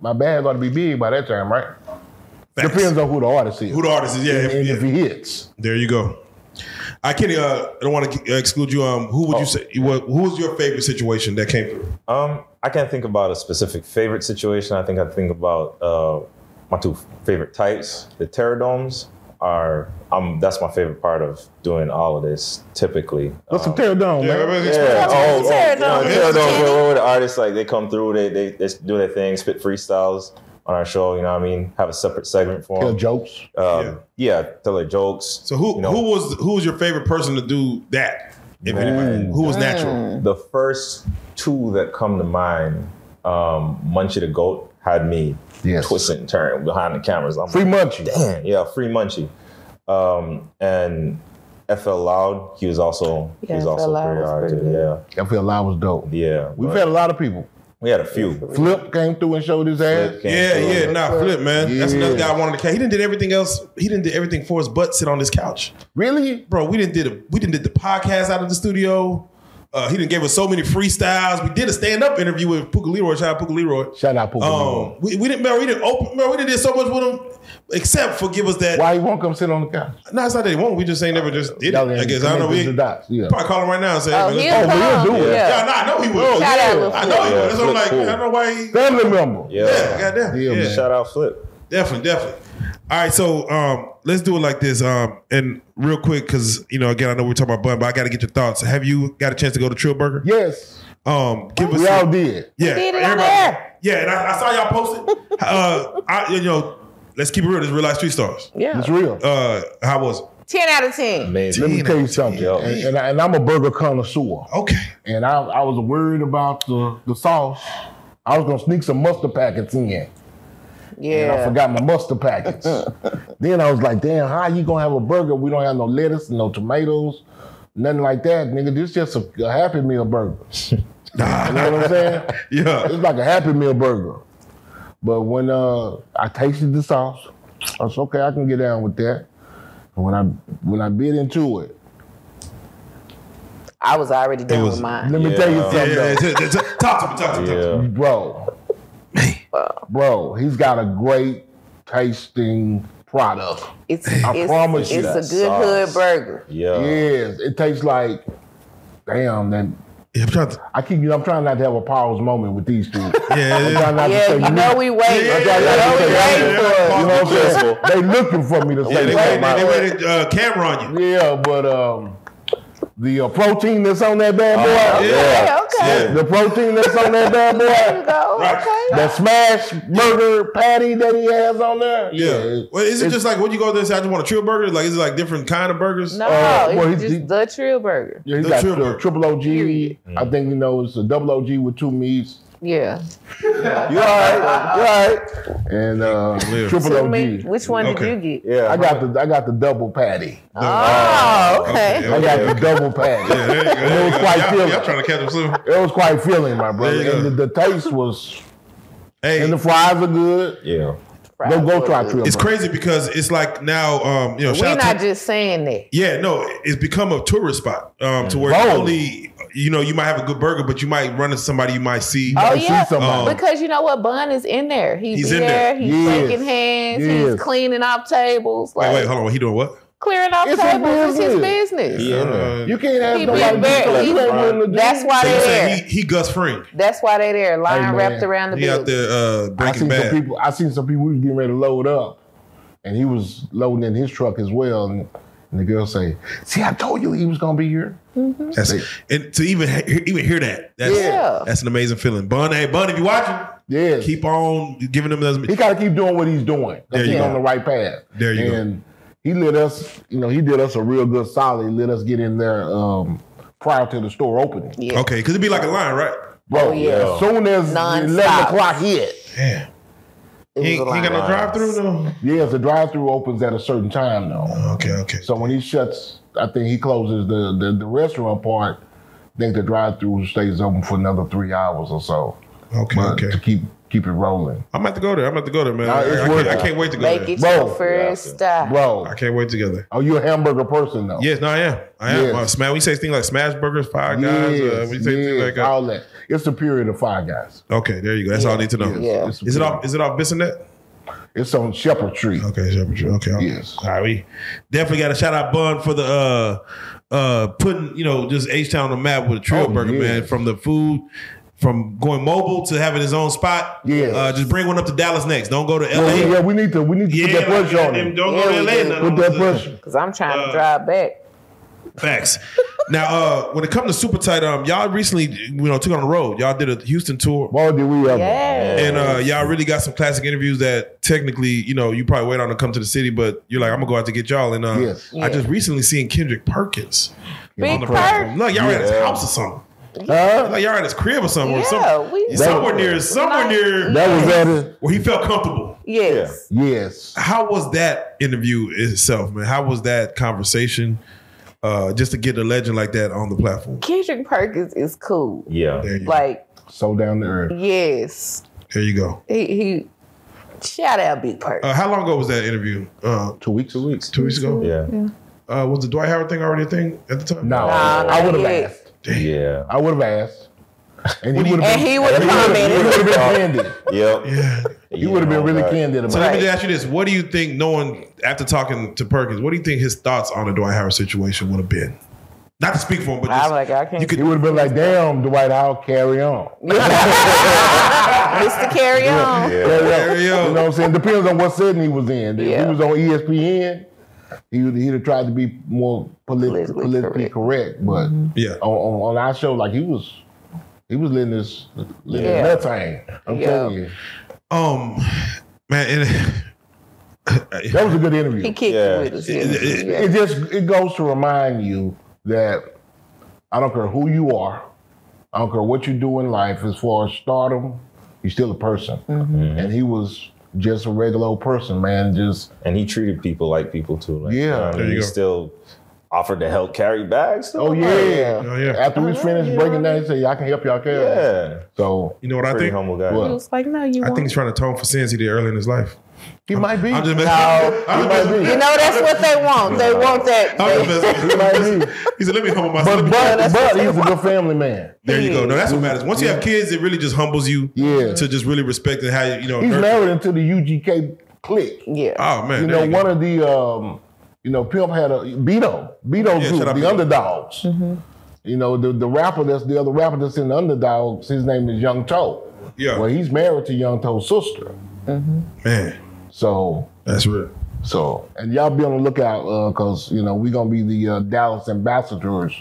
Speaker 1: my bag ought to be big by that time, right?
Speaker 5: Facts.
Speaker 1: Depends on who the artist is
Speaker 5: who the artist is. Yeah,
Speaker 1: and,
Speaker 5: if-
Speaker 1: and
Speaker 5: yeah.
Speaker 1: if he hits.
Speaker 5: there you go. I can't. Uh, I don't want to exclude you. Um, who would
Speaker 6: Oh.
Speaker 5: you say? What, who was your favorite situation that came through?
Speaker 6: Um, I can't think about a specific favorite situation. I think I think about uh, my two favorite types. The pterodomes are um, that's my favorite part of doing all of this. Typically,
Speaker 1: What's some tear down,
Speaker 5: Yeah,
Speaker 1: man?
Speaker 5: everybody's
Speaker 6: Yeah,
Speaker 5: explaining.
Speaker 6: oh, oh,
Speaker 2: Tear
Speaker 6: you know,
Speaker 2: down.
Speaker 6: tear down. Where, where the artists like they come through, they, they they do their thing, spit freestyles on our show. You know what I mean? Have a separate segment for
Speaker 1: Tell
Speaker 6: them.
Speaker 1: jokes.
Speaker 6: Um, yeah. tell their jokes.
Speaker 5: So who
Speaker 6: you know,
Speaker 5: who was who was your favorite person to do that? If anybody, who was natural?
Speaker 6: the first two that come to mind? Um, Munchie the goat had me
Speaker 1: Yes.
Speaker 6: twisting and turning behind the cameras. I'm
Speaker 1: Free
Speaker 6: like,
Speaker 1: Munchie.
Speaker 6: Damn, yeah, Free Munchie. Um, and FL Loud, he was also he
Speaker 2: Yeah,
Speaker 6: was
Speaker 2: FL
Speaker 6: also
Speaker 2: Loud
Speaker 6: pretty
Speaker 2: was
Speaker 6: hard
Speaker 2: pretty
Speaker 6: too.
Speaker 1: I feel live was dope.
Speaker 6: Yeah, yeah.
Speaker 1: We've
Speaker 6: but
Speaker 1: had a lot of people.
Speaker 6: we had a few.
Speaker 1: Flip came through and showed his ass.
Speaker 6: Flip came
Speaker 5: Yeah,
Speaker 6: through.
Speaker 5: yeah, nah, flip, man. That's another
Speaker 1: Yeah.
Speaker 5: guy I wanted to. ca- He didn't did everything else. He didn't do everything for us, but sit on this couch.
Speaker 1: Really?
Speaker 5: bro, we didn't did a, we didn't did the podcast out of the studio. Uh, he didn't gave us so many freestyles. We did a stand up interview with Puka Leroy. Shout out Puka Leroy.
Speaker 1: Shout out Puka Leroy.
Speaker 5: Um, we, we didn't, man, we didn't open, man, we didn't did so much with him, except for give us that.
Speaker 1: Why he won't come sit on the couch?
Speaker 5: No, it's not that he won't. We just ain't never just did it.
Speaker 1: Y'all
Speaker 5: I
Speaker 1: ain't
Speaker 5: guess I don't know. We
Speaker 1: connected the dots. Yeah.
Speaker 5: probably call him right now and say,
Speaker 2: Oh,
Speaker 5: hey, man,
Speaker 2: he'll
Speaker 5: let's go.
Speaker 1: we'll
Speaker 2: come.
Speaker 1: do it.
Speaker 2: Yeah. Oh,
Speaker 5: Yeah, nah, I know he will.
Speaker 2: Shout out Lil
Speaker 5: I know he
Speaker 2: Flip.
Speaker 5: will. That's what I'm like.
Speaker 6: Cool.
Speaker 5: I don't know why he.
Speaker 1: Family member.
Speaker 6: Yeah.
Speaker 5: Yeah, goddamn.
Speaker 1: Yeah,
Speaker 5: Yeah,
Speaker 1: man.
Speaker 6: Shout out Flip.
Speaker 5: Definitely, definitely. All right, so um, let's do it like this. Um, and real quick, because you know, again, I know we're talking about bun, but I got to get your thoughts. Have you got a chance to go to Trill Burger?
Speaker 1: Yes.
Speaker 5: Um, give us
Speaker 1: We all did.
Speaker 5: yeah,
Speaker 2: did it on
Speaker 5: everybody-
Speaker 2: air.
Speaker 5: Yeah, and I, I saw y'all post it. uh, I, you know, let's keep it real. This is real life street stars.
Speaker 2: Yeah.
Speaker 1: It's real.
Speaker 5: Uh, how was it?
Speaker 2: Ten out of ten.
Speaker 1: Let
Speaker 6: Amazing.
Speaker 1: me tell you something.
Speaker 6: Yo.
Speaker 1: And, and, I, and I'm a burger connoisseur.
Speaker 5: Okay,
Speaker 1: And I, I was worried about the, the sauce. I was going to sneak some mustard packets in. And I
Speaker 2: Yeah.
Speaker 1: forgot my mustard packets. then I was like, damn, how you going to have a burger? We don't have no lettuce, no tomatoes, nothing like that. Nigga, this just a, a Happy Meal burger. you know what I'm saying?
Speaker 5: yeah,
Speaker 1: It's like a Happy Meal burger. But when uh, I tasted the sauce, I was okay. I can get down with that. And when I when I bit into it,
Speaker 2: I was already done
Speaker 5: was-
Speaker 2: with mine.
Speaker 1: let me
Speaker 6: Yeah.
Speaker 1: tell you
Speaker 5: yeah.
Speaker 1: something,
Speaker 5: yeah. T- t- t- Talk to me, talk to me, talk to me.
Speaker 6: Yeah.
Speaker 1: though. bro. Bro, he's got a great tasting product.
Speaker 2: It's
Speaker 1: I
Speaker 2: it's,
Speaker 1: promise you
Speaker 2: it's
Speaker 1: that
Speaker 2: a good
Speaker 6: sauce.
Speaker 2: hood burger.
Speaker 6: Yeah.
Speaker 1: yes, it tastes like damn. That
Speaker 5: Yeah, I'm trying to-
Speaker 1: I keep. I'm trying not to have a pause moment with these two.
Speaker 5: yeah,
Speaker 1: I'm
Speaker 5: yeah.
Speaker 1: trying not to
Speaker 2: Yeah,
Speaker 1: say
Speaker 2: you know
Speaker 1: nothing.
Speaker 2: we wait.
Speaker 5: Yeah,
Speaker 2: You
Speaker 5: yeah,
Speaker 2: know we
Speaker 5: yeah,
Speaker 2: wait
Speaker 5: yeah,
Speaker 2: for
Speaker 5: yeah.
Speaker 2: it.
Speaker 1: You know what I'm saying? They looking for me to
Speaker 5: Yeah,
Speaker 1: say
Speaker 5: they
Speaker 1: something.
Speaker 5: waited, they waited uh, camera on you.
Speaker 1: Yeah, but um, the uh, protein that's on that bad boy.
Speaker 5: Uh-huh.
Speaker 2: Yeah, okay.
Speaker 1: The protein that's on that bad
Speaker 2: There you
Speaker 1: boy.
Speaker 2: go. Okay.
Speaker 1: That smash burger patty that he has on there.
Speaker 5: Yeah. Well, is it just like when you go there and say, I just want a trill burger? Like, is it like different kind of burgers?
Speaker 2: No,
Speaker 1: Uh,
Speaker 2: it's
Speaker 1: well, he-
Speaker 2: just
Speaker 1: he-
Speaker 2: the Trill Burger.
Speaker 1: Yeah, he
Speaker 5: The
Speaker 1: got
Speaker 5: triple.
Speaker 1: the triple OG. I think you know it's a double OG with two meats.
Speaker 2: Yeah.
Speaker 1: You all right? You all right? And uh,
Speaker 5: Live.
Speaker 1: triple
Speaker 2: Tell me,
Speaker 1: OG.
Speaker 2: which one
Speaker 5: Okay.
Speaker 2: did you get?
Speaker 6: Yeah,
Speaker 1: I got the I got the double patty.
Speaker 2: Oh, okay.
Speaker 5: Okay,
Speaker 1: I got the double patty.
Speaker 5: Yeah, there you go.
Speaker 1: It was quite
Speaker 5: y'all,
Speaker 1: filling.
Speaker 5: y'all trying to catch them soon.
Speaker 1: It was quite filling, my brother.
Speaker 5: There you go.
Speaker 1: And the, the taste was,
Speaker 5: Hey,
Speaker 1: and the fries are good.
Speaker 6: yeah.
Speaker 2: Fries
Speaker 1: Go go
Speaker 2: were
Speaker 1: try
Speaker 2: good.
Speaker 1: triple.
Speaker 5: it's crazy because it's like now, um, you know,
Speaker 2: We're
Speaker 5: shout out
Speaker 2: not
Speaker 5: to,
Speaker 2: just saying that.
Speaker 5: yeah, no, it's become a tourist spot um, to where not
Speaker 1: Oh.
Speaker 5: only you know you might have a good burger, but you might run into somebody you might see.
Speaker 2: Oh
Speaker 1: see
Speaker 2: yeah,
Speaker 1: somebody.
Speaker 2: because you know what? Bun is in there. He
Speaker 5: He's
Speaker 2: be
Speaker 5: in
Speaker 2: there.
Speaker 5: there.
Speaker 2: He's
Speaker 1: Yes.
Speaker 2: shaking hands.
Speaker 1: Yes.
Speaker 2: He's cleaning off tables. Like
Speaker 5: Wait, wait, hold on, he doing what?
Speaker 2: clearing off
Speaker 1: It's his
Speaker 2: tables. It's his
Speaker 1: business.
Speaker 2: business.
Speaker 6: He in there.
Speaker 5: Uh,
Speaker 1: You can't have
Speaker 2: He be
Speaker 1: nobody.
Speaker 2: very-
Speaker 1: do something
Speaker 2: he-
Speaker 1: you ain't willing to do.
Speaker 2: that's why
Speaker 5: so you
Speaker 2: they there.
Speaker 5: say he, he Gus Fring.
Speaker 2: That's why they there. Line
Speaker 1: Hey,
Speaker 2: wrapped
Speaker 1: man.
Speaker 2: around the
Speaker 5: He out
Speaker 2: building.
Speaker 5: there uh,
Speaker 1: I
Speaker 5: breaking
Speaker 1: seen some
Speaker 5: bad.
Speaker 1: people. I seen some people. We was getting ready to load up, and he was loading in his truck as well. And, and the girl say, "See, I told you he was gonna be here."
Speaker 5: That's, and to even he- even hear that, that's
Speaker 2: Yeah.
Speaker 5: that's an amazing feeling. Bun, hey Bun, if you watching,
Speaker 1: Yeah,
Speaker 5: keep on giving them those.
Speaker 1: he got to keep doing what he's doing. 'cause
Speaker 5: There you
Speaker 1: he's
Speaker 5: go.
Speaker 1: on the right path.
Speaker 5: There you go.
Speaker 1: and he let us, you know, he did us a real good solid. He let us get in there um, prior to the store opening.
Speaker 2: Yeah.
Speaker 5: Okay, because it'd be like a line, right?
Speaker 1: Bro,
Speaker 2: Oh, yeah.
Speaker 1: as soon as
Speaker 2: Non-stop.
Speaker 1: eleven o'clock hit,
Speaker 5: Yeah.
Speaker 2: It
Speaker 5: He, ain't-
Speaker 2: was a
Speaker 5: he ain't got
Speaker 2: line.
Speaker 5: no drive through though.
Speaker 1: yeah, the drive-through opens at a certain time though.
Speaker 5: Okay, okay.
Speaker 1: So when he shuts, I think he closes the the, the restaurant part. I think the drive-through stays open for another three hours or so,
Speaker 5: Okay,
Speaker 1: but
Speaker 5: okay.
Speaker 1: to keep keep it rolling,
Speaker 5: I'm about to go there. I'm about to go there, man.
Speaker 1: Nah,
Speaker 5: I,
Speaker 1: it's
Speaker 5: I
Speaker 1: worth
Speaker 5: can't, I
Speaker 1: it.
Speaker 5: can't wait to go
Speaker 2: Make
Speaker 5: there.
Speaker 2: it
Speaker 1: Bro.
Speaker 2: your first stop.
Speaker 1: bro.
Speaker 5: I can't wait to go there.
Speaker 1: Are you a hamburger person though?
Speaker 5: Yes, no, I am. I am.
Speaker 1: Yes.
Speaker 5: Uh, smash, we say things like Smash Burgers, Five Guys. uh,
Speaker 1: Yes,
Speaker 5: we say things
Speaker 1: yes,
Speaker 5: like uh,
Speaker 1: all that. It's a period of five guys.
Speaker 5: Okay, there you go. That's all I need to know.
Speaker 2: Yeah.
Speaker 1: It's,
Speaker 5: Is it off? Is it off Bissonnette?
Speaker 1: It's on Shepherd Tree.
Speaker 5: Okay, Shepherd Tree. Okay, okay.
Speaker 1: Yes.
Speaker 5: All right, we definitely got to shout out Bun for the uh uh putting you know just H Town on the map with a trail
Speaker 1: Oh,
Speaker 5: burger,
Speaker 1: yeah.
Speaker 5: man. From the food, from going mobile to having his own spot.
Speaker 1: Yes.
Speaker 5: Uh, just bring one up to Dallas next. Don't go to L.A.
Speaker 1: Yeah, yeah, we need to we need to
Speaker 5: Yeah,
Speaker 1: put that
Speaker 5: like,
Speaker 1: pressure on
Speaker 5: goddamn,
Speaker 1: him.
Speaker 5: Don't go
Speaker 2: Yeah,
Speaker 5: to
Speaker 2: we
Speaker 5: L.A.
Speaker 2: do.
Speaker 5: none
Speaker 1: Put
Speaker 5: of
Speaker 1: that
Speaker 5: those-
Speaker 1: pressure.
Speaker 2: Because I'm trying
Speaker 5: Uh,
Speaker 2: to drive back.
Speaker 5: Facts. now, uh, when it comes to Super Tight, um, y'all recently, you know, took on the road. Y'all did a Houston tour,
Speaker 1: Boy, did we ever?
Speaker 2: Yeah.
Speaker 5: and uh, y'all really got some classic interviews that technically, you know, you probably wait on to come to the city, but you're like, I'm gonna go out to get y'all. And uh,
Speaker 1: Yes.
Speaker 5: I just recently seen Kendrick Perkins.
Speaker 2: Big
Speaker 5: on the
Speaker 2: Perk.
Speaker 5: platform. Look, y'all at his house or something.
Speaker 1: Huh?
Speaker 5: Like y'all at his crib or something. or some-
Speaker 2: Yeah, we-
Speaker 5: somewhere near, somewhere
Speaker 2: Like-
Speaker 5: near
Speaker 1: That was at it.
Speaker 5: where he felt comfortable.
Speaker 2: Yes.
Speaker 1: Yes.
Speaker 5: how was that interview itself, man? How was that conversation? Uh, just to get a legend like that on the platform.
Speaker 2: Kendrick Perkins is cool.
Speaker 6: Yeah.
Speaker 5: There you,
Speaker 2: Like,
Speaker 1: So down to earth.
Speaker 2: yes.
Speaker 5: there you go.
Speaker 2: He, he shout out Big Perk.
Speaker 5: Uh, how long ago was that interview? Uh,
Speaker 1: Two weeks. Two weeks.
Speaker 5: two weeks ago.
Speaker 6: Yeah.
Speaker 5: Uh, was the Dwight Howard thing already a thing at the time?
Speaker 1: No,
Speaker 2: Nah,
Speaker 1: I would have
Speaker 2: not yet.
Speaker 1: asked.
Speaker 6: Yeah.
Speaker 1: I would have asked. And he would
Speaker 2: and
Speaker 1: have been.
Speaker 2: he would have
Speaker 1: He
Speaker 2: commented.
Speaker 1: would have been candid.
Speaker 6: Yep.
Speaker 5: Yeah.
Speaker 1: He would have been really candid
Speaker 5: So
Speaker 1: about
Speaker 5: let me
Speaker 1: it.
Speaker 5: just ask you this: What do you think, knowing after talking to Perkins, what do you think his thoughts on the Dwight Howard situation would have been? Not to speak for him, but just,
Speaker 2: I'm like, I can't.
Speaker 5: you could
Speaker 1: He would have been like, "Damn, Dwight, I'll carry on."
Speaker 2: Mr. Carry On.
Speaker 1: Carry on.
Speaker 5: Carry on.
Speaker 1: You know what I'm saying? Depends on what setting he was in. If
Speaker 2: Yeah.
Speaker 1: he was on E ESPN, he would he'd have tried to be more polit-
Speaker 2: Politically Mm-hmm.
Speaker 1: politically correct. But
Speaker 5: yeah.
Speaker 1: on, on, on our show, like he was, he was letting his letting
Speaker 2: Yeah.
Speaker 1: his nuts hang. I'm
Speaker 2: Yeah.
Speaker 1: telling you,
Speaker 5: Um, man, and,
Speaker 1: that was a good interview.
Speaker 2: He kicked
Speaker 6: Yeah.
Speaker 2: it with us. yes. Yeah.
Speaker 1: it just it goes to remind you that I don't care who you are, I don't care what you do in life as far as stardom, you're still a person.
Speaker 5: Mm-hmm.
Speaker 1: And he was just a regular old person, man. Just
Speaker 6: And he treated people like people too. Like,
Speaker 1: Yeah.
Speaker 6: you know what I
Speaker 5: There
Speaker 6: mean?
Speaker 5: you
Speaker 6: he
Speaker 5: go.
Speaker 6: still offered to help carry bags.
Speaker 1: oh yeah.
Speaker 5: oh yeah,
Speaker 1: After we was finished breaking down, he said, "I can help y'all carry." it."
Speaker 6: Yeah.
Speaker 1: So
Speaker 5: you know what I
Speaker 6: Pretty
Speaker 5: think?
Speaker 6: humble guy.
Speaker 1: What?
Speaker 2: He was like, no, you
Speaker 5: I think
Speaker 2: won't.
Speaker 5: he's trying to atone for sins he did early in his life.
Speaker 1: he might be.
Speaker 5: I'm just messing.
Speaker 1: No,
Speaker 5: I'm
Speaker 1: he might
Speaker 5: just messing.
Speaker 1: be.
Speaker 2: You know that's what they want. They want that.
Speaker 5: I'm
Speaker 2: they-
Speaker 5: just messing.
Speaker 1: He might be.
Speaker 5: He said, "Let me humble myself."
Speaker 1: But
Speaker 5: Let me-
Speaker 1: but,
Speaker 2: that's
Speaker 1: but
Speaker 2: what they
Speaker 1: he's a good family man.
Speaker 5: there you go. No, that's what matters. Once you
Speaker 1: Yeah.
Speaker 5: have kids, it really just humbles you.
Speaker 1: Yeah.
Speaker 5: To just really respect and how you, you know.
Speaker 1: He's
Speaker 5: nurture-
Speaker 1: married into the UGK clique.
Speaker 2: yeah.
Speaker 5: Oh man,
Speaker 1: you
Speaker 5: there
Speaker 1: know,
Speaker 5: go.
Speaker 1: one of the um, you know, Pimp had a Beto, Beto
Speaker 5: Yeah,
Speaker 1: group,
Speaker 5: shout
Speaker 1: the
Speaker 5: out Beto.
Speaker 1: underdogs.
Speaker 2: Mm-hmm.
Speaker 1: You know, the, the rapper that's the other rapper that's in the underdogs, his name is Young Toe.
Speaker 5: yeah,
Speaker 1: Well, he's married to Young Toe's sister.
Speaker 5: man,
Speaker 1: So
Speaker 5: that's real.
Speaker 1: so and y'all be on the lookout because you know we're gonna be the uh, Dallas uh, ambassadors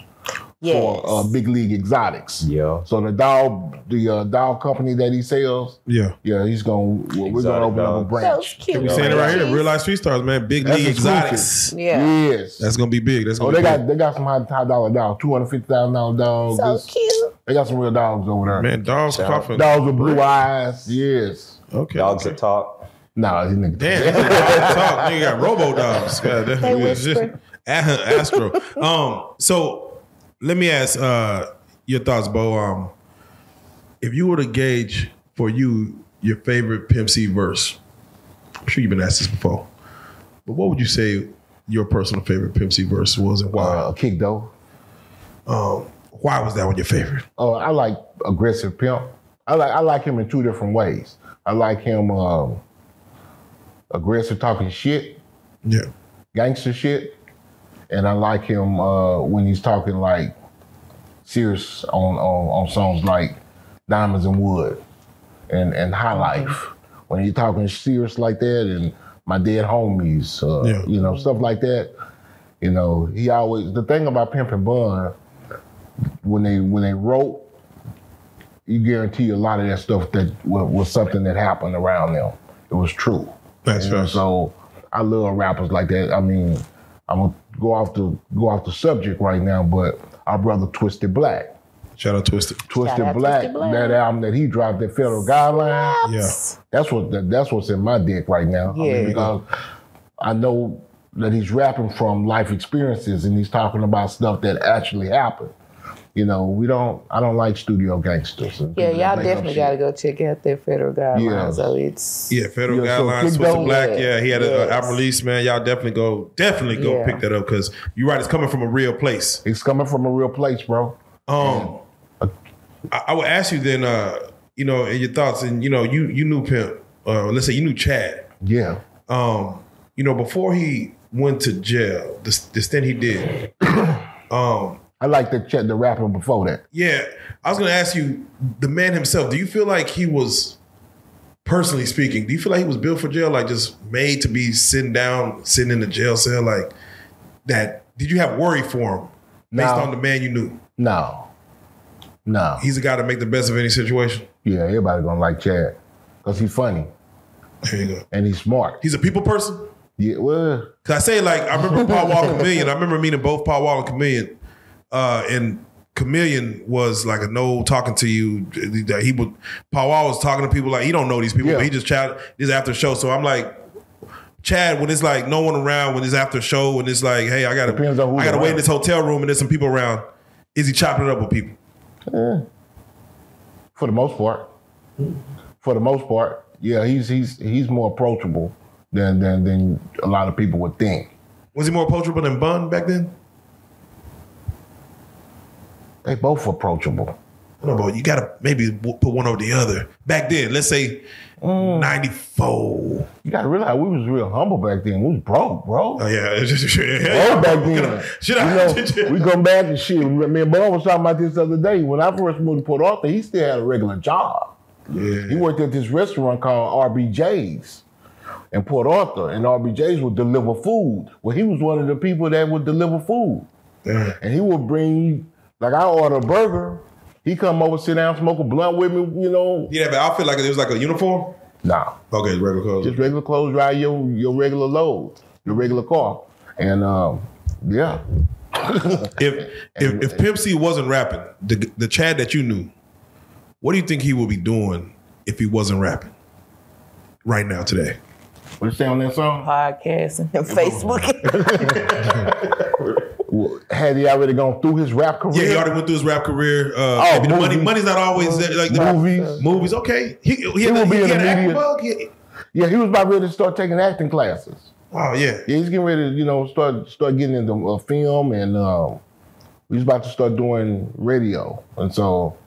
Speaker 2: Yes.
Speaker 1: for uh, big league exotics.
Speaker 6: Yeah.
Speaker 1: So the doll, the uh, doll company that he sells,
Speaker 5: Yeah.
Speaker 1: yeah, he's gonna well, we're gonna
Speaker 6: Exotic
Speaker 1: open up a
Speaker 6: dogs.
Speaker 2: Those
Speaker 1: branch.
Speaker 2: cute.
Speaker 5: We saying it right here.
Speaker 2: munchies.
Speaker 5: Real life street stars, man. Big
Speaker 1: That's
Speaker 5: league
Speaker 1: exclusive.
Speaker 5: exotics.
Speaker 2: Yeah.
Speaker 1: Yes.
Speaker 5: That's gonna be big. That's
Speaker 1: Oh,
Speaker 5: gonna
Speaker 1: they
Speaker 5: be
Speaker 1: got
Speaker 5: big.
Speaker 1: they got some high, high dollar dogs, two hundred fifty thousand dollar dogs.
Speaker 2: So
Speaker 1: This-
Speaker 2: cute.
Speaker 1: They got some real dogs over there.
Speaker 5: man. Dogs
Speaker 6: Shout out.
Speaker 5: coughing.
Speaker 1: Dogs with blue eyes. Yes.
Speaker 5: Okay.
Speaker 6: Dogs that talk.
Speaker 1: Nah, these niggas.
Speaker 5: Damn, that's a dog talk. Nigga got robo dogs. God, that
Speaker 2: They
Speaker 5: was just-
Speaker 2: whisper.
Speaker 5: Astro. Um, so let me ask uh your thoughts, Bo. Um, if you were to gauge for you your favorite Pimp C verse, I'm sure you've been asked this before, but what would you say your personal favorite Pimp C verse was and why? Um,
Speaker 1: Uh, kick though.
Speaker 5: why was that one your favorite?
Speaker 1: Oh, I like aggressive pimp. I like I like him in two different ways. I like him um, aggressive talking shit,
Speaker 5: Yeah.
Speaker 1: gangster shit, and I like him uh, when he's talking like serious on, on on songs like Diamonds and Wood and and High Life. When he's talking serious like that and my dead homies, uh,
Speaker 5: Yeah.
Speaker 1: you know, stuff like that. You know, he always the thing about Pimp and Bun when they when they wrote, you guarantee a lot of that stuff that was, was something that happened around them. It was true.
Speaker 5: That's
Speaker 1: You know,
Speaker 5: right.
Speaker 1: So I love rappers like that. I mean, I'm gonna go off the go off the subject right now, but our brother Twisted Black,
Speaker 5: Shout out Twisted.
Speaker 1: Twisted
Speaker 2: out
Speaker 1: Black,
Speaker 2: Twisted Black.
Speaker 1: that album that he dropped, that Federal Guideline.
Speaker 5: Yeah.
Speaker 1: That's what that, that's what's in my dick right now. I mean,
Speaker 2: Yeah.
Speaker 1: because I know that he's rapping from life experiences and he's talking about stuff that actually happened. You know, we don't. I don't like studio gangsters. and
Speaker 2: Yeah,
Speaker 1: people that
Speaker 2: y'all
Speaker 1: make up
Speaker 2: definitely
Speaker 1: shit.
Speaker 2: got to go check out their federal guidelines.
Speaker 1: Yeah.
Speaker 2: So it's
Speaker 5: Yeah, federal
Speaker 1: Yeah, so
Speaker 5: guidelines,
Speaker 1: Kick
Speaker 5: Twisted
Speaker 1: Dog-
Speaker 5: Black.
Speaker 2: Yes,
Speaker 5: Yeah, he had an
Speaker 2: yes.
Speaker 5: album release, man. Y'all definitely go, definitely go
Speaker 2: Yeah.
Speaker 5: pick that up because you're right. It's coming from a real place.
Speaker 1: It's coming from a real place, bro.
Speaker 5: Um, I, I would ask you then, uh, you know, in your thoughts, and you know, you you knew Pimp. Uh, let's say you knew Chad.
Speaker 1: Yeah.
Speaker 5: Um, you know, before he went to jail, this this thing he did. um,
Speaker 1: I like to check the rapping before that.
Speaker 5: Yeah, I was going to ask you, the man himself. Do you feel like he was? Personally speaking, do you feel like he was built for jail, like just made to be sitting down, sitting in the jail cell, like that? Did you have worry for him based
Speaker 1: No.
Speaker 5: on the man you knew?
Speaker 1: No. No.
Speaker 5: He's a guy to make the best of any situation.
Speaker 1: Yeah, everybody gonna like Chad because he's funny
Speaker 5: There you go.
Speaker 1: and he's smart.
Speaker 5: He's a people person.
Speaker 1: Yeah. Well,
Speaker 5: Cause I say like I remember Paul Wall and Chameleon. I remember meeting both Paul Wall and Chameleon. Uh, and Chameleon was like a no talking to you. That He would Paul Wall was talking to people like he don't know these people,
Speaker 1: Yeah.
Speaker 5: but he just chat this after the show. So I'm like. Chad, when it's like no one around, when it's after the show, when it's like, hey, I gotta,
Speaker 1: Depends on who's
Speaker 5: I gotta wait in
Speaker 1: around.
Speaker 5: this hotel room and there's some people around. Is he chopping it up with people?
Speaker 1: For the most part. For the most part, yeah, he's he's he's more approachable than than than a lot of people would think.
Speaker 5: Was he more approachable than Bun back then?
Speaker 1: They both approachable.
Speaker 5: No, but you gotta maybe w- put one over the other. Back then, let's say
Speaker 1: Mm.
Speaker 5: ninety four.
Speaker 1: You gotta realize we was real humble back then. We was broke, bro.
Speaker 5: Oh yeah,
Speaker 1: Broke back
Speaker 5: Gonna-
Speaker 1: then.
Speaker 5: Should
Speaker 1: You know,
Speaker 5: I?
Speaker 1: we come back and shit. Me and Bob was talking about this the other day. When I first moved to Port Arthur, he still had a regular job. He
Speaker 5: Yeah.
Speaker 1: worked at this restaurant called RBJ's in Port Arthur, and RBJ's would deliver food. Well, he was one of the people that would deliver food. and he would bring like I order a burger. He come over, sit down, smoke a blunt with me, you know.
Speaker 5: He'd have an outfit like it was like a uniform.
Speaker 1: Nah,
Speaker 5: Okay, it's regular clothes.
Speaker 1: just regular clothes, ride your your regular load, your regular car, and um, yeah,
Speaker 5: If if if Pimp C wasn't rapping, the the Chad that you knew, what do you think he would be doing if he wasn't rapping? Right now, today.
Speaker 1: what you say on that song?
Speaker 2: podcasting and Facebook.
Speaker 1: Well, Had he already gone through his rap career?
Speaker 5: Yeah, he already went through his rap career. Uh,
Speaker 1: Oh,
Speaker 5: maybe the money
Speaker 1: movies.
Speaker 5: money's not always there, like the
Speaker 1: Movies.
Speaker 5: Movies, okay. He, he, had,
Speaker 1: will
Speaker 5: he,
Speaker 1: be in
Speaker 5: had
Speaker 1: the
Speaker 5: an acting
Speaker 1: media.
Speaker 5: bug. He-
Speaker 1: yeah, he was about ready to start taking acting classes.
Speaker 5: Oh yeah.
Speaker 1: Yeah, he's getting ready to, you know, start start getting into uh, film, and um, he's about to start doing radio, and so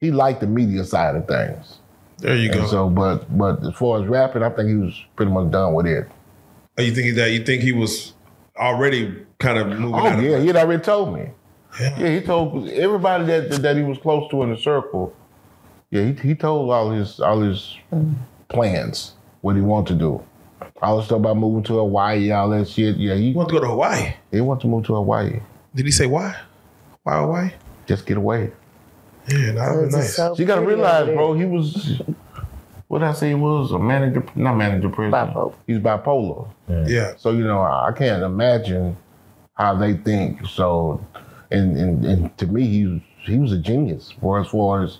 Speaker 1: he liked the media side of things.
Speaker 5: There you go.
Speaker 1: And so, but but as far as rapping, I think he was pretty much done with it.
Speaker 5: Oh, you think that you think he was already kind of moving?
Speaker 1: Oh
Speaker 5: out
Speaker 1: yeah,
Speaker 5: of
Speaker 1: he had already told me. Yeah, he told everybody that that he was close to in the circle. Yeah, he, he told all his all his plans, what he wanted to do, all the stuff about moving to Hawaii, all that shit. Yeah, he
Speaker 5: He wanted to go to Hawaii.
Speaker 1: he wants to move to Hawaii.
Speaker 5: Did he say why? Wild White.
Speaker 1: Just get away.
Speaker 5: Yeah, that'd
Speaker 2: It's
Speaker 5: be
Speaker 2: just
Speaker 5: nice.
Speaker 2: so
Speaker 1: You gotta
Speaker 2: pretty
Speaker 1: realize,
Speaker 2: over there.
Speaker 1: bro, he was what did I say he was a manager, not manager president.
Speaker 2: Bipolar.
Speaker 1: He's bipolar.
Speaker 5: yeah,
Speaker 1: So you know, I I can't imagine how they think. So, and and, and to me, he was, he was a genius for as far as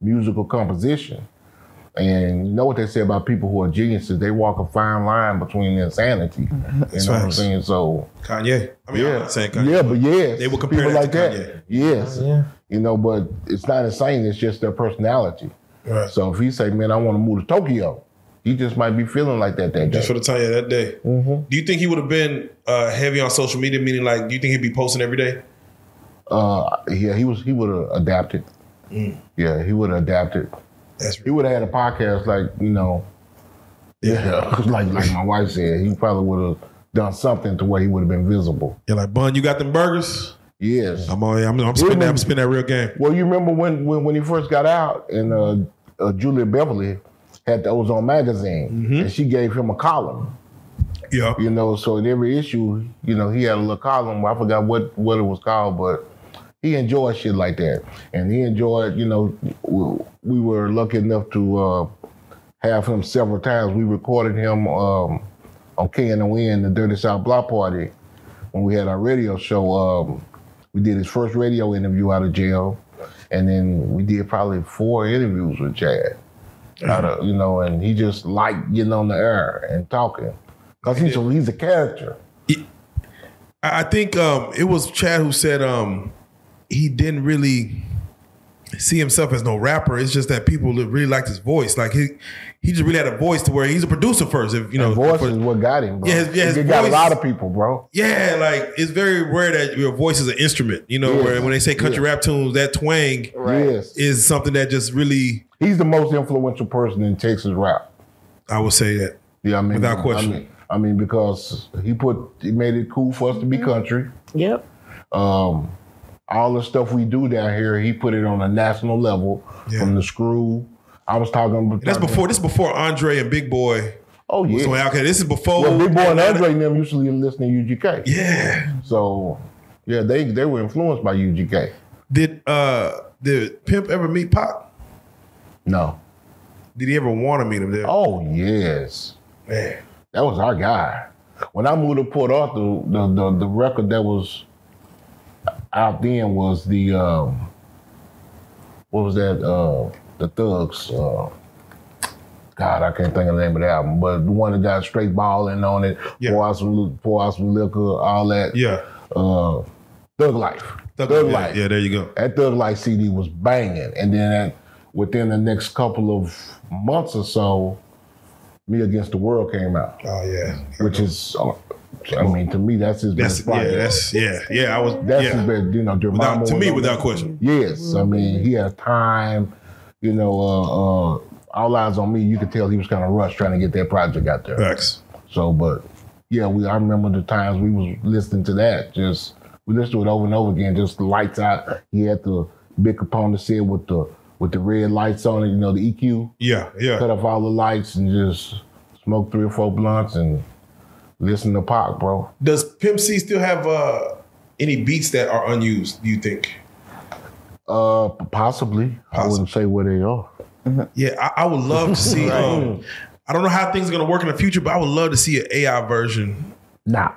Speaker 1: musical composition. And you know what they say about people who are geniuses? They walk a fine line between insanity. You know what I'm
Speaker 5: facts.
Speaker 1: saying? So
Speaker 5: Kanye. I mean, I'm not saying Kanye.
Speaker 1: yeah, but yeah,
Speaker 5: They would compare
Speaker 1: people
Speaker 5: that
Speaker 1: like
Speaker 5: to
Speaker 1: that.
Speaker 5: Kanye.
Speaker 1: Yes,
Speaker 6: Yeah.
Speaker 1: you know, but it's not insane. It's just their personality.
Speaker 5: Right.
Speaker 1: So if he say, "Man, I want to move to Tokyo," he just might be feeling like that that day.
Speaker 5: Just for the time, yeah, that day. Do you think he would have been uh, heavy on social media? Meaning, like, do you think he'd be posting every day?
Speaker 1: Uh, yeah, he was. He would have adapted. Yeah, he would have adapted.
Speaker 5: That's
Speaker 1: He would have had a podcast like you know, yeah, like like my wife said, he probably would have done something to where he would have been visible.
Speaker 5: You're like, Bun, you got them burgers?
Speaker 1: Yes.
Speaker 5: I'm on. I'm, I'm spinning. that- I'm spinning that real game.
Speaker 1: Well, you remember when when, when he first got out and uh, uh, Julia Beverly had the Ozone magazine, and she gave him a column.
Speaker 5: Yeah.
Speaker 1: you know. So in every issue, you know, he had a little column. I forgot what what it was called, but he enjoyed shit like that, and he enjoyed, you know, w- we were lucky enough to uh, have him several times. We recorded him um, on K and Win, the Dirty South Block Party, when we had our radio show. Um, we did his first radio interview out of jail, and then we did probably four interviews with Chad. Out of, you know, and he just liked getting on the air and talking. Cause he's a, he's a character.
Speaker 5: I I think um, it was Chad who said um, he didn't really see himself as no rapper. It's just that people li- really liked his voice. Like he, he just really had a voice to where he's a producer first. If you know,
Speaker 1: Voice
Speaker 5: Oh, for-
Speaker 1: is what got him, bro.
Speaker 5: Yeah, his- yeah, his
Speaker 1: he got
Speaker 5: voice-
Speaker 1: a lot of people, bro.
Speaker 5: yeah, like it's very rare that your voice is an instrument. You know,
Speaker 1: Yeah.
Speaker 5: where when they say country rap tunes, that twang
Speaker 1: Yes,
Speaker 5: is something that just really,
Speaker 1: he's the most influential person in Texas rap.
Speaker 5: I would say that.
Speaker 1: Yeah, I mean,
Speaker 5: Without
Speaker 1: I
Speaker 5: question.
Speaker 1: mean- I mean, because he put he made it cool for us to be country.
Speaker 2: Yep.
Speaker 1: Um, all the stuff we do down here, he put it on a national level.
Speaker 5: Yeah.
Speaker 1: From the screw, I was talking. about
Speaker 5: That's before this. is Before Andre and Big Boy.
Speaker 1: Oh yeah.
Speaker 5: So oh, okay, this is before
Speaker 1: well, Big Boy and Andre and them used to listen to UGK.
Speaker 5: Yeah.
Speaker 1: So, yeah, they they were influenced by UGK.
Speaker 5: Did uh did Pimp ever meet Pop?
Speaker 1: No.
Speaker 5: Did he ever want to meet him there?
Speaker 1: Oh yes.
Speaker 5: man.
Speaker 1: That was our guy. When I moved to Port Arthur, the the, the record that was out then was the um, what was that? Uh, the Thugs. Uh, God, I can't think of the name of the album, but the one that got straight balling on it,
Speaker 5: Yeah.
Speaker 1: pour out some li- pour out some liquor, all that.
Speaker 5: Yeah.
Speaker 1: Uh, Thug Life. Thug,
Speaker 5: yeah,
Speaker 1: Life.
Speaker 5: Yeah, there you go.
Speaker 1: That Thug Life CD was banging. And then that, within the next couple of months or so, Me Against the World came out
Speaker 5: Oh yeah.
Speaker 1: which is, uh, I mean, to me, that's his
Speaker 5: That's
Speaker 1: best project.
Speaker 5: yeah,
Speaker 1: that's
Speaker 5: that's yeah, yeah. I was yeah.
Speaker 1: his best, you know, Jermaine
Speaker 5: Without- to
Speaker 1: was
Speaker 5: me,
Speaker 1: on
Speaker 5: without
Speaker 1: that.
Speaker 5: question.
Speaker 1: Yes, I mean, he had time, you know, uh, uh, all eyes on me. You could tell he was kind of rushed trying to get that project out there.
Speaker 5: Facts.
Speaker 1: So, but yeah, we I remember the times we was listening to that. Just we listened to it over and over again. Just lights out. He had the big component set with the with the red lights on it. You know, the EQ
Speaker 5: Yeah,
Speaker 1: cut
Speaker 5: yeah.
Speaker 1: off all the lights and just smoke three or four blunts and listen to pop, bro.
Speaker 5: Does Pimp C still have uh any beats that are unused, do you think?
Speaker 1: Uh, p- possibly. I
Speaker 5: Possi-
Speaker 1: wouldn't say where they are.
Speaker 5: Yeah, I, I would love to see um I don't know how things are gonna work in the future, but I would love to see an AI version
Speaker 1: Nah.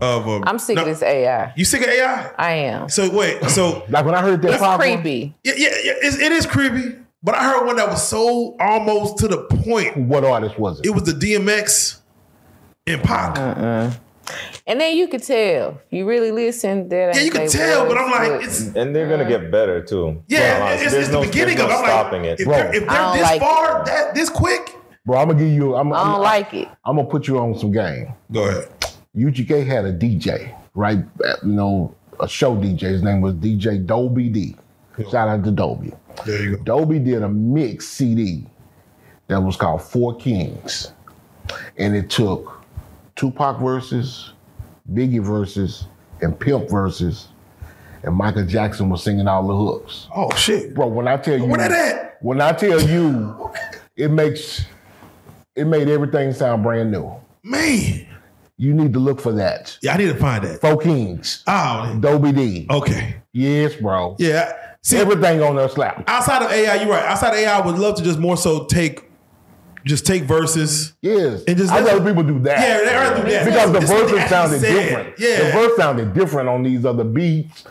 Speaker 5: of a
Speaker 2: I'm sick
Speaker 5: No,
Speaker 2: of this AI.
Speaker 5: You sick of AI?
Speaker 2: I am.
Speaker 5: So wait, so
Speaker 1: Like when I heard that
Speaker 2: It's
Speaker 1: pop, one,
Speaker 2: creepy.
Speaker 5: yeah, yeah, yeah it's, it is creepy. But I heard one that was so almost to the point
Speaker 1: what artist was it?
Speaker 5: It was the DMX and Pac.
Speaker 2: Uh, And then you could tell. You really listen. That
Speaker 5: Yeah, you
Speaker 2: ain't
Speaker 5: could
Speaker 2: they
Speaker 5: tell, but
Speaker 2: voice,
Speaker 5: I'm like,
Speaker 2: but
Speaker 5: it's
Speaker 6: And they're gonna get better too.
Speaker 5: yeah,
Speaker 6: Well,
Speaker 5: it's,
Speaker 6: there's
Speaker 5: it's the
Speaker 6: no-
Speaker 5: beginning
Speaker 6: there's
Speaker 5: of.
Speaker 6: no
Speaker 5: it. I'm
Speaker 6: stopping
Speaker 5: like,
Speaker 6: it.
Speaker 5: if
Speaker 1: Bro.
Speaker 5: they're, if
Speaker 2: I
Speaker 5: they're
Speaker 2: don't
Speaker 5: this
Speaker 2: like
Speaker 5: far, that this quick.
Speaker 1: Bro, I'm gonna give you. I'm,
Speaker 2: I
Speaker 1: I'm,
Speaker 2: don't like it.
Speaker 1: I'm gonna put you on some game.
Speaker 5: Go ahead.
Speaker 1: UGK had a DJ, right? Uh, You know, a show DJ. His name was DJ Dolby D. Shout out to Dolby.
Speaker 5: There you go.
Speaker 1: Dolby did a mix CD that was called Four Kings, and it took Tupac verses, Biggie verses, and Pimp verses, and Michael Jackson was singing all the hooks.
Speaker 5: Oh shit.
Speaker 1: Bro, when I tell you
Speaker 5: Where that at?
Speaker 1: when I tell you, it makes it made everything sound brand new.
Speaker 5: Man.
Speaker 1: You need to look for that.
Speaker 5: Yeah, I need to find that.
Speaker 1: Four Kings,
Speaker 5: Oh,
Speaker 1: Dobie D.
Speaker 5: okay.
Speaker 1: Yes, bro.
Speaker 5: Yeah. See,
Speaker 1: Everything on their slap.
Speaker 5: outside of AI, you're right. Outside of AI, I would love to just more so take, just take verses.
Speaker 1: Yes.
Speaker 5: And just
Speaker 1: I
Speaker 5: listen-
Speaker 1: know people do that.
Speaker 5: Yeah, they already do that.
Speaker 1: Because the
Speaker 5: It's what they
Speaker 1: verses
Speaker 5: actually
Speaker 1: sounded
Speaker 5: said.
Speaker 1: different.
Speaker 5: Yeah.
Speaker 1: The verse sounded different on these other beats.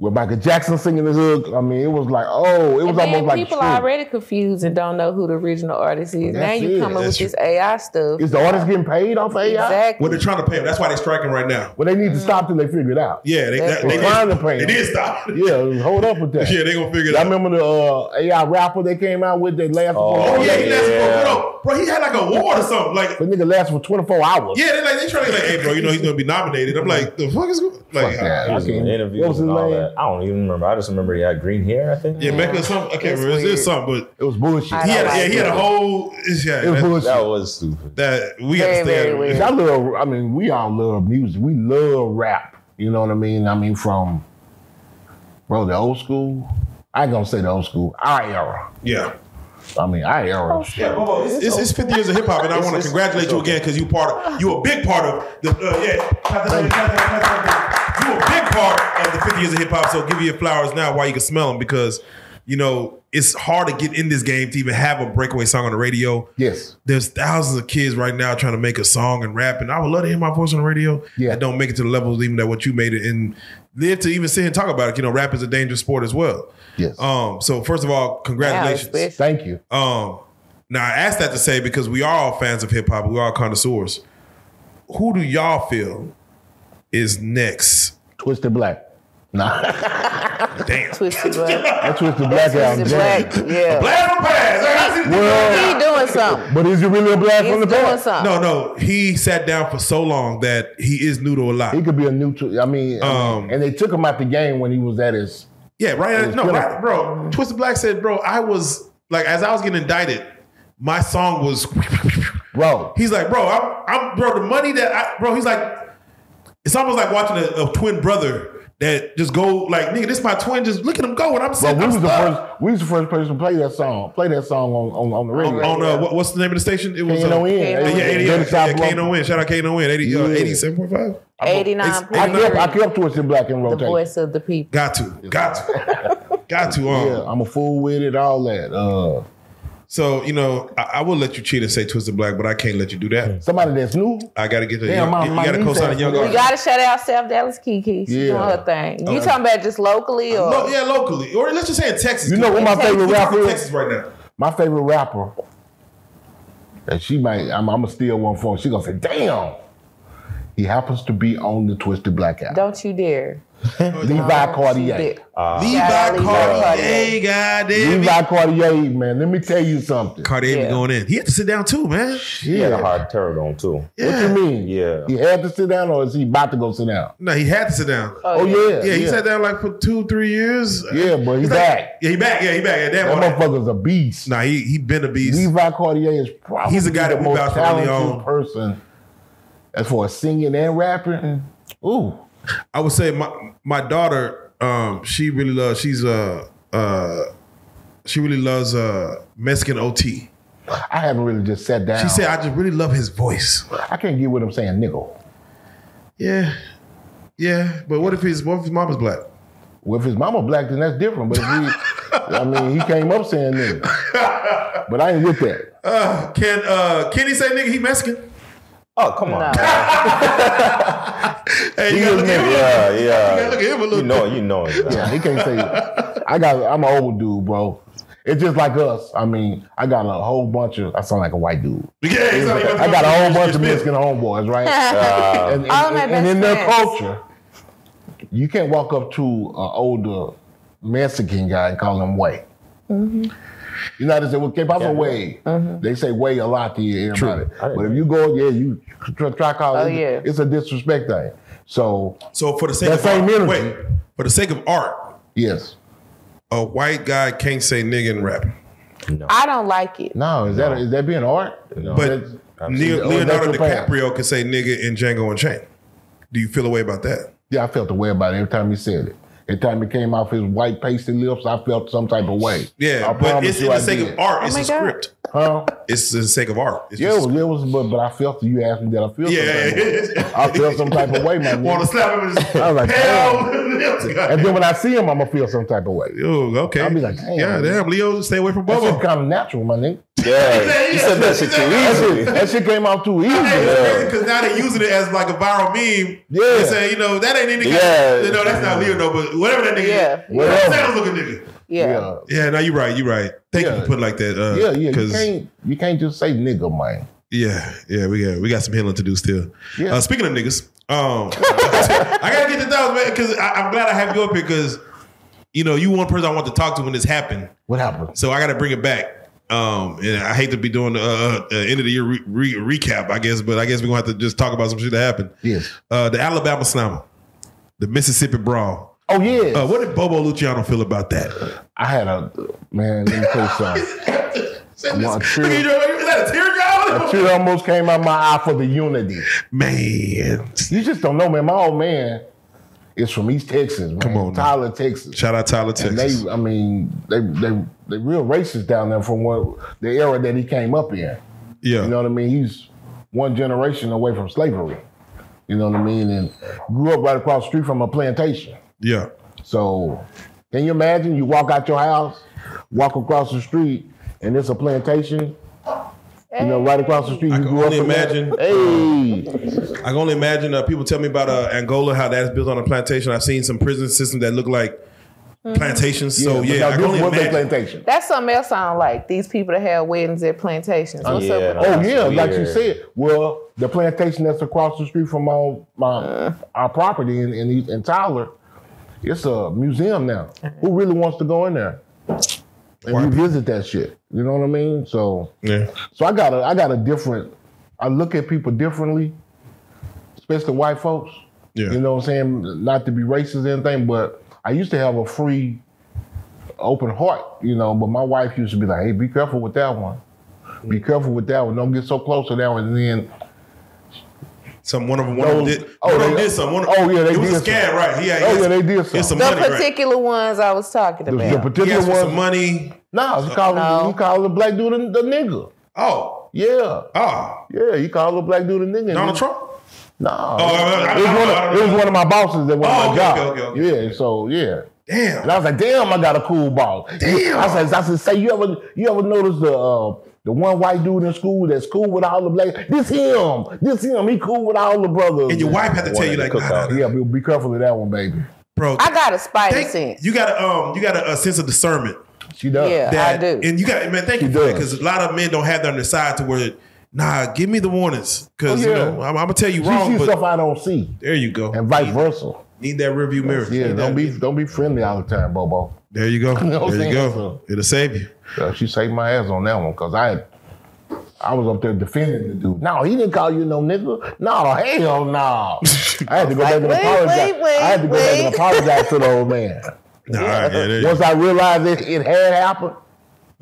Speaker 1: With Michael Jackson singing the hook, I mean, it was like, oh, it was
Speaker 2: And then
Speaker 1: almost like
Speaker 2: people
Speaker 1: true.
Speaker 2: are already confused and don't know who the original artist is. now
Speaker 1: That's
Speaker 2: you
Speaker 1: it.
Speaker 2: coming with
Speaker 5: That's
Speaker 2: this AI stuff.
Speaker 1: Is the artist getting paid off AI?
Speaker 2: exactly.
Speaker 5: What they're trying to pay. That's why they're striking right now.
Speaker 1: Well, they need to stop till they figure it out.
Speaker 5: Yeah, they, that,
Speaker 2: That's
Speaker 5: they,
Speaker 2: right.
Speaker 1: Trying to
Speaker 5: did,
Speaker 1: pay
Speaker 5: they
Speaker 1: them.
Speaker 5: did stop. Yeah,
Speaker 1: Yeah, hold up with that.
Speaker 5: they gonna figure it
Speaker 1: I
Speaker 5: out.
Speaker 1: remember the uh, AI rapper they came out with that lasted for
Speaker 5: oh yeah, he lasted for
Speaker 6: Yeah.
Speaker 5: bro, bro. He had like a war or something. Like
Speaker 1: The nigga lasted for 24 hours.
Speaker 5: yeah, they like they trying to like, hey, bro, you know he's gonna be nominated. I'm like, the fuck is going like.
Speaker 1: Fuck that.
Speaker 6: He was
Speaker 1: I can't-
Speaker 6: doing interviews
Speaker 1: what was
Speaker 6: and
Speaker 1: his
Speaker 6: all
Speaker 1: name?
Speaker 6: that. I don't even remember. I just remember he had green hair. I think.
Speaker 5: Yeah, Mecca or something. I can't
Speaker 2: It's
Speaker 5: remember. It's
Speaker 2: weird.
Speaker 5: something, but
Speaker 1: It was bullshit.
Speaker 2: I
Speaker 5: he had,
Speaker 2: don't
Speaker 5: yeah,
Speaker 2: like
Speaker 5: he had a whole. it's- Yeah,
Speaker 1: It was
Speaker 5: that,
Speaker 1: bullshit.
Speaker 6: That was stupid.
Speaker 5: that we
Speaker 2: Very,
Speaker 5: understand.
Speaker 2: very weird.
Speaker 1: I love. I mean, we all love music. We love rap. You know what I mean? I mean, from bro, the old school. I ain't gonna say the old school. Our era.
Speaker 5: Yeah.
Speaker 1: I mean, our
Speaker 2: Oh,
Speaker 1: era.
Speaker 5: Yeah, Bobo, it's, it's, it's 50 years of hip hop, and I want to congratulate you again because you part of you a big part of the uh, yeah. Clap, clap, clap, clap, clap, clap. You a big part of the 50 years of hip hop, so give you your flowers now while you can smell them because you know it's hard to get in this game to even have a breakaway song on the radio.
Speaker 1: Yes.
Speaker 5: There's thousands of kids right now trying to make a song and rap, and I would love to hear my voice on the radio.
Speaker 1: Yeah.
Speaker 5: that don't make it to the levels even that what you made it and live to even sit here and talk about it. You know, rap is a dangerous sport as well.
Speaker 1: Yes.
Speaker 5: Um, so first of all,
Speaker 2: Now it's
Speaker 5: congratulations.
Speaker 2: special.
Speaker 1: Thank you.
Speaker 5: Um, now I asked that to say because we are all fans of hip hop, we are connoisseurs. Who do y'all feel is next?
Speaker 1: Twisted Black. Nah,
Speaker 5: Damn.
Speaker 2: Twisted Black.
Speaker 1: that Twisted Black album.
Speaker 2: Twisted
Speaker 1: jam.
Speaker 2: Black. Yeah.
Speaker 5: Blast from the past. I see the-
Speaker 1: Well,
Speaker 2: He doing something.
Speaker 1: but is it really a black
Speaker 2: He's
Speaker 1: from the
Speaker 2: doing
Speaker 1: past?
Speaker 2: something.
Speaker 5: No, no. He sat down for so long that he is new to a lot.
Speaker 1: He could be a new. Tw- I mean,
Speaker 5: Um,
Speaker 1: and they took him out the game when he was at his.
Speaker 5: Yeah, right.
Speaker 1: was
Speaker 5: No,
Speaker 1: killer.
Speaker 5: right, bro. Twisted Black said, bro, I was like, as I was getting indicted, my song was.
Speaker 1: Bro,
Speaker 5: He's like, bro, I'm, I'm, bro, the money that I, bro, he's like, it's almost like watching a, a twin brother that just go like, nigga, this my twin. Just look at him go, and I'm
Speaker 1: bro,
Speaker 5: sitting.
Speaker 1: we
Speaker 5: I'm
Speaker 1: was the
Speaker 5: stuck.
Speaker 1: first. We was the first person to play that song. Play that song on on, on the radio.
Speaker 5: on, on uh, what, what's the name of the station? It was
Speaker 1: Kano
Speaker 5: uh,
Speaker 1: in.
Speaker 2: Yeah,
Speaker 5: Yeah, yeah,
Speaker 1: Dirty
Speaker 5: yeah, yeah,
Speaker 1: South Bluff.
Speaker 5: Kano in. Shout out Kano in. 80, uh,
Speaker 1: Yeah.
Speaker 5: 87.5.
Speaker 2: Eighty nine
Speaker 1: I
Speaker 2: point
Speaker 1: kept, I
Speaker 2: three.
Speaker 1: kept Twisted Black and
Speaker 2: The
Speaker 1: rotation.
Speaker 2: voice of the people.
Speaker 5: Got to, got to, got to. Um,
Speaker 1: Yeah, I'm a fool with it, all that. Uh,
Speaker 5: So you know, I, I will let you cheat and say Twisted Black, but I can't let you do that.
Speaker 1: somebody that's new,
Speaker 5: I got to get the
Speaker 1: Damn,
Speaker 5: young,
Speaker 1: my-
Speaker 5: you
Speaker 1: my
Speaker 5: got to
Speaker 1: niece
Speaker 5: co-sign
Speaker 1: asked
Speaker 5: the young
Speaker 1: me
Speaker 2: We
Speaker 5: artist.
Speaker 2: gotta shout out South Dallas Kiki. She's doing
Speaker 1: Yeah.
Speaker 2: her thing. You talking about just locally or
Speaker 5: Lo- yeah, locally, or let's just say in Texas.
Speaker 1: You know what my
Speaker 5: We're
Speaker 1: favorite
Speaker 5: talking
Speaker 1: rapper is?
Speaker 5: Texas right now.
Speaker 1: my favorite rapper, and she might, I'm, I'm gonna steal one from. her. She gonna say, "Damn." He happens to be on the Twisted Black album.
Speaker 2: don't you dare.
Speaker 1: Levi
Speaker 2: She
Speaker 1: Cartier.
Speaker 2: did.
Speaker 5: Levi
Speaker 6: Uh,
Speaker 2: Shout out Levi
Speaker 5: Cartier, goddamn. it.
Speaker 1: Levi Cartier, man. Let me tell you something.
Speaker 5: Cartier be
Speaker 2: Yeah.
Speaker 5: going in. He had to sit down too, man.
Speaker 6: He had a
Speaker 1: Yeah.
Speaker 6: hard turret on too.
Speaker 1: What you mean?
Speaker 6: Yeah.
Speaker 1: He had to sit down, or is he about to go sit down?
Speaker 5: No, he had to sit down.
Speaker 1: Oh yeah.
Speaker 5: yeah, he sat down like for two, three years.
Speaker 1: Yeah, but he
Speaker 5: He's like-
Speaker 1: back.
Speaker 5: yeah, he back. Yeah, he back. Yeah,
Speaker 1: That
Speaker 5: damn. all that-
Speaker 1: motherfucker's a beast.
Speaker 5: Nah, he he been a beast.
Speaker 1: Levi Cartier is probably
Speaker 5: He's a guy
Speaker 1: the
Speaker 5: that we
Speaker 1: most
Speaker 5: vouch for early
Speaker 1: talented
Speaker 5: on.
Speaker 1: person as far as singing and rapping. Ooh,
Speaker 5: I would say my my daughter, um, she really loves. She's uh uh, she really loves uh Mexican OT.
Speaker 1: I haven't really just sat down.
Speaker 5: She said, "I just really love his voice."
Speaker 1: I can't get what I'm saying, nigga.
Speaker 5: Yeah, yeah. But what if his what if his mama's black?
Speaker 1: Well, if his mama black, then that's different. But if he, I mean, he came up saying nigga. But I ain't with that.
Speaker 5: Uh, can uh can he say nigga he Mexican?
Speaker 6: Oh come on.
Speaker 2: No.
Speaker 5: Hey,
Speaker 1: He
Speaker 5: you gotta
Speaker 1: is
Speaker 5: look at him.
Speaker 6: Yeah, yeah.
Speaker 5: gotta look at him a little
Speaker 6: You know, you know. it, man.
Speaker 1: Yeah, he can't say. I got. I'm an old dude, bro. It's just like us. I mean, I got a whole bunch of. I sound like a white dude.
Speaker 5: Yeah, he's like-
Speaker 1: I got a whole bunch of Mexican homeboys, right? and, and-
Speaker 2: All my
Speaker 1: and
Speaker 2: best
Speaker 1: in their
Speaker 2: friends.
Speaker 1: culture, you can't walk up to an older Mexican guy and call him way.
Speaker 2: Mm-hmm.
Speaker 1: You know how they say, well, que paso way? They say way a lot to you, everybody.
Speaker 6: I didn't
Speaker 1: But if
Speaker 6: know.
Speaker 1: you go, yeah, you try, try calling,
Speaker 2: Oh, yeah.
Speaker 1: it's a disrespect thing. So,
Speaker 5: So for the sake
Speaker 1: That
Speaker 5: of
Speaker 1: same
Speaker 5: art,
Speaker 1: energy.
Speaker 5: wait, for the sake of art,
Speaker 1: yes.
Speaker 5: a white guy can't say nigga in rap.
Speaker 2: I don't like it.
Speaker 1: No, is that is that being art?
Speaker 6: No.
Speaker 5: But
Speaker 1: That's-
Speaker 5: Leo-
Speaker 1: Oh, that's
Speaker 5: Leonardo
Speaker 1: your path.
Speaker 5: DiCaprio can say nigga in Django and Chain. Do you feel a way about that?
Speaker 1: Yeah, I felt the way about it every time he said it. Every time it came off his white pasty lips, I felt some type of way.
Speaker 5: Yeah,
Speaker 1: I
Speaker 5: but
Speaker 1: promise
Speaker 5: it's
Speaker 1: you
Speaker 5: in the
Speaker 1: I
Speaker 5: sake
Speaker 1: did.
Speaker 5: of art.
Speaker 2: Oh
Speaker 5: it's
Speaker 2: my
Speaker 5: a
Speaker 2: God.
Speaker 5: script.
Speaker 1: Huh?
Speaker 5: It's the sake of art. It's
Speaker 1: Yeah, it
Speaker 5: just-
Speaker 1: was, it was but, but I felt you asked me that I feel
Speaker 5: yeah, yeah,
Speaker 1: some type of way.
Speaker 5: yeah.
Speaker 1: I feel some type of way, my
Speaker 5: Want to
Speaker 1: nigga.
Speaker 5: slap him? in his-
Speaker 1: I was like,
Speaker 5: Hell,
Speaker 1: And then when I see him, I'm gonna feel some type of way.
Speaker 5: Yo, okay.
Speaker 1: I'll be like, damn.
Speaker 5: yeah, damn, Leo, stay away from
Speaker 1: That shit
Speaker 5: Bobo.
Speaker 1: kind of natural, my nigga.
Speaker 7: Yeah, you said that shit too
Speaker 1: That
Speaker 7: easily.
Speaker 1: shit, that shit came out too easy.
Speaker 5: Because now they're using it as like a viral meme.
Speaker 1: Yeah.
Speaker 5: They say, you know, that ain't any guy.
Speaker 7: Yeah.
Speaker 5: You know, that's not Leo, though, but whatever that nigga
Speaker 2: Yeah.
Speaker 5: is. Whatever. Sounds like a nigga.
Speaker 2: Yeah.
Speaker 1: Yeah,
Speaker 5: Yeah, no, you're right. You're right. Thank you
Speaker 1: Yeah.
Speaker 5: for putting it like that. Uh,
Speaker 1: yeah, yeah. You
Speaker 5: 'cause-
Speaker 1: can't, you can't just say nigga, man.
Speaker 5: Yeah, yeah, we got we got some healing to do still.
Speaker 1: Yeah.
Speaker 5: Uh, speaking of niggas, um, I gotta get the thousand man because I'm glad I have you up here because you know you one person I want to talk to when this happened,
Speaker 1: What happened?
Speaker 5: so I gotta bring it back. Um, and I hate to be doing the uh, uh, end of the year re- re- recap, I guess, but I guess we're gonna have to just talk about some shit that happened.
Speaker 1: Yes.
Speaker 5: Uh, the Alabama Slammer, the Mississippi Brawl.
Speaker 1: Oh yeah.
Speaker 5: Uh, what did Bobo Luciano feel about that?
Speaker 1: I had a man. Let me tell you something.
Speaker 5: Send
Speaker 1: Well,
Speaker 5: this-
Speaker 1: true.
Speaker 5: Look at you, is that a tear
Speaker 1: That
Speaker 5: going?
Speaker 1: shit almost came out my eye for the unity.
Speaker 5: Man,
Speaker 1: You just don't know, man. My old man is from East Texas, man.
Speaker 5: Come on now.
Speaker 1: Tyler, Texas.
Speaker 5: shout out Tyler
Speaker 1: And
Speaker 5: Texas.
Speaker 1: they, I mean, they they they real racist down there from what the era that he came up in.
Speaker 5: yeah,
Speaker 1: You know what I mean? He's one generation away from slavery. You know what I mean? And grew up right across the street from a plantation.
Speaker 5: yeah.
Speaker 1: So can you imagine? You walk out your house, walk across the street, and it's a plantation. You know, right across the street.
Speaker 5: I
Speaker 1: you
Speaker 5: can
Speaker 1: grew up
Speaker 5: only
Speaker 1: in that.
Speaker 5: imagine.
Speaker 1: Hey,
Speaker 5: I can only imagine uh, people tell me about uh, Angola, how that's built on a plantation. I've seen some prison systems that look like Uh-huh. plantations. So
Speaker 1: but
Speaker 5: yeah,
Speaker 1: now
Speaker 5: I can
Speaker 1: this
Speaker 5: only
Speaker 1: was a
Speaker 5: imagine.
Speaker 1: plantation.
Speaker 2: That's something else I don't like. These people that have weddings at plantations. What's up with
Speaker 6: Yeah,
Speaker 2: that?
Speaker 1: Oh
Speaker 6: that's
Speaker 1: yeah, like you
Speaker 6: weird.
Speaker 1: said. Well, the plantation that's across the street from our my our property in, in East- in Tyler, it's a museum now. Who really wants to go in there and revisit that shit? You know what I mean? So
Speaker 5: Yeah.
Speaker 1: so I got a I got a different. I look at people differently, especially white folks.
Speaker 5: Yeah.
Speaker 1: You know what I'm saying? Not to be racist or anything, but I used to have a free, open heart, you know, but my wife used to be like, hey, be careful with that one. Be
Speaker 5: Mm.
Speaker 1: careful with that one. Don't get so close to that one. And then,
Speaker 5: Some one of them, one of them
Speaker 1: Those-
Speaker 5: did.
Speaker 1: oh,
Speaker 5: Oh, one of them
Speaker 1: they-
Speaker 5: did some. One of,
Speaker 1: oh, yeah, they
Speaker 5: it was a
Speaker 1: did
Speaker 5: scam,
Speaker 1: some.
Speaker 5: right? Yeah,
Speaker 1: oh, yeah, they did something.
Speaker 5: It's some
Speaker 2: The
Speaker 5: money, right?
Speaker 2: particular ones I was talking
Speaker 1: the,
Speaker 2: about.
Speaker 1: the
Speaker 5: He
Speaker 1: particular
Speaker 5: asked for
Speaker 1: one,
Speaker 5: some money.
Speaker 1: nah, he called,
Speaker 2: No.
Speaker 1: he called the black dude a- the nigga.
Speaker 5: Oh,
Speaker 1: Yeah,
Speaker 5: oh,
Speaker 1: yeah, he called the black dude a nigga.
Speaker 5: Donald Trump.
Speaker 1: Nah,
Speaker 5: Oh, I- I-
Speaker 1: it, was
Speaker 5: I-
Speaker 1: one
Speaker 5: I
Speaker 1: of,
Speaker 5: don't
Speaker 1: it was
Speaker 5: know.
Speaker 1: one of my bosses that went
Speaker 5: Oh,
Speaker 1: on my
Speaker 5: okay,
Speaker 1: job.
Speaker 5: okay, okay,
Speaker 1: yeah,
Speaker 5: okay.
Speaker 1: so yeah.
Speaker 5: Damn.
Speaker 1: And I was like, damn, I got a cool ball. Damn. I said, I said, say you ever you ever notice the uh, the one white dude in school that's cool with all the black? This him. This him. He cool with all the brothers.
Speaker 5: And your wife had to tell
Speaker 6: Wanted
Speaker 5: you
Speaker 6: to
Speaker 5: like,
Speaker 6: cook
Speaker 5: nah, nah,
Speaker 6: out.
Speaker 5: nah,
Speaker 1: Yeah, be, be careful of that one, baby.
Speaker 5: bro.
Speaker 2: I got a spider
Speaker 5: thank-
Speaker 2: sense.
Speaker 5: you got a um, you got a, a sense of discernment.
Speaker 1: She does.
Speaker 2: Yeah.
Speaker 5: that,
Speaker 2: I do.
Speaker 5: And you got man, thank you
Speaker 1: He
Speaker 5: for that
Speaker 1: does.
Speaker 5: because a lot of men don't have that on their side to where, nah, give me the warnings because
Speaker 1: Oh, yeah.
Speaker 5: you know I'm, I'm gonna tell you
Speaker 1: She
Speaker 5: wrong,
Speaker 1: sees
Speaker 5: but
Speaker 1: stuff I don't see,
Speaker 5: there you go.
Speaker 1: and vice versa.
Speaker 5: Need that rearview mirror.
Speaker 1: Yeah,
Speaker 5: Need
Speaker 1: don't
Speaker 5: that.
Speaker 1: be don't be friendly all the time, Bobo.
Speaker 5: There you go.
Speaker 1: know what I'm
Speaker 5: there you
Speaker 1: saying?
Speaker 5: go. It'll save you.
Speaker 1: Uh, she saved my ass on that one because I I was up there defending the dude. No, he didn't call you no nigga. No, hell no. I had to go back and
Speaker 2: Wait,
Speaker 1: apologize.
Speaker 2: wait, wait,
Speaker 1: I had to go back and
Speaker 2: wait.
Speaker 1: apologize to the old man.
Speaker 5: Nah, all right, yeah, there you
Speaker 1: Once
Speaker 5: go.
Speaker 1: I realized it, it had happened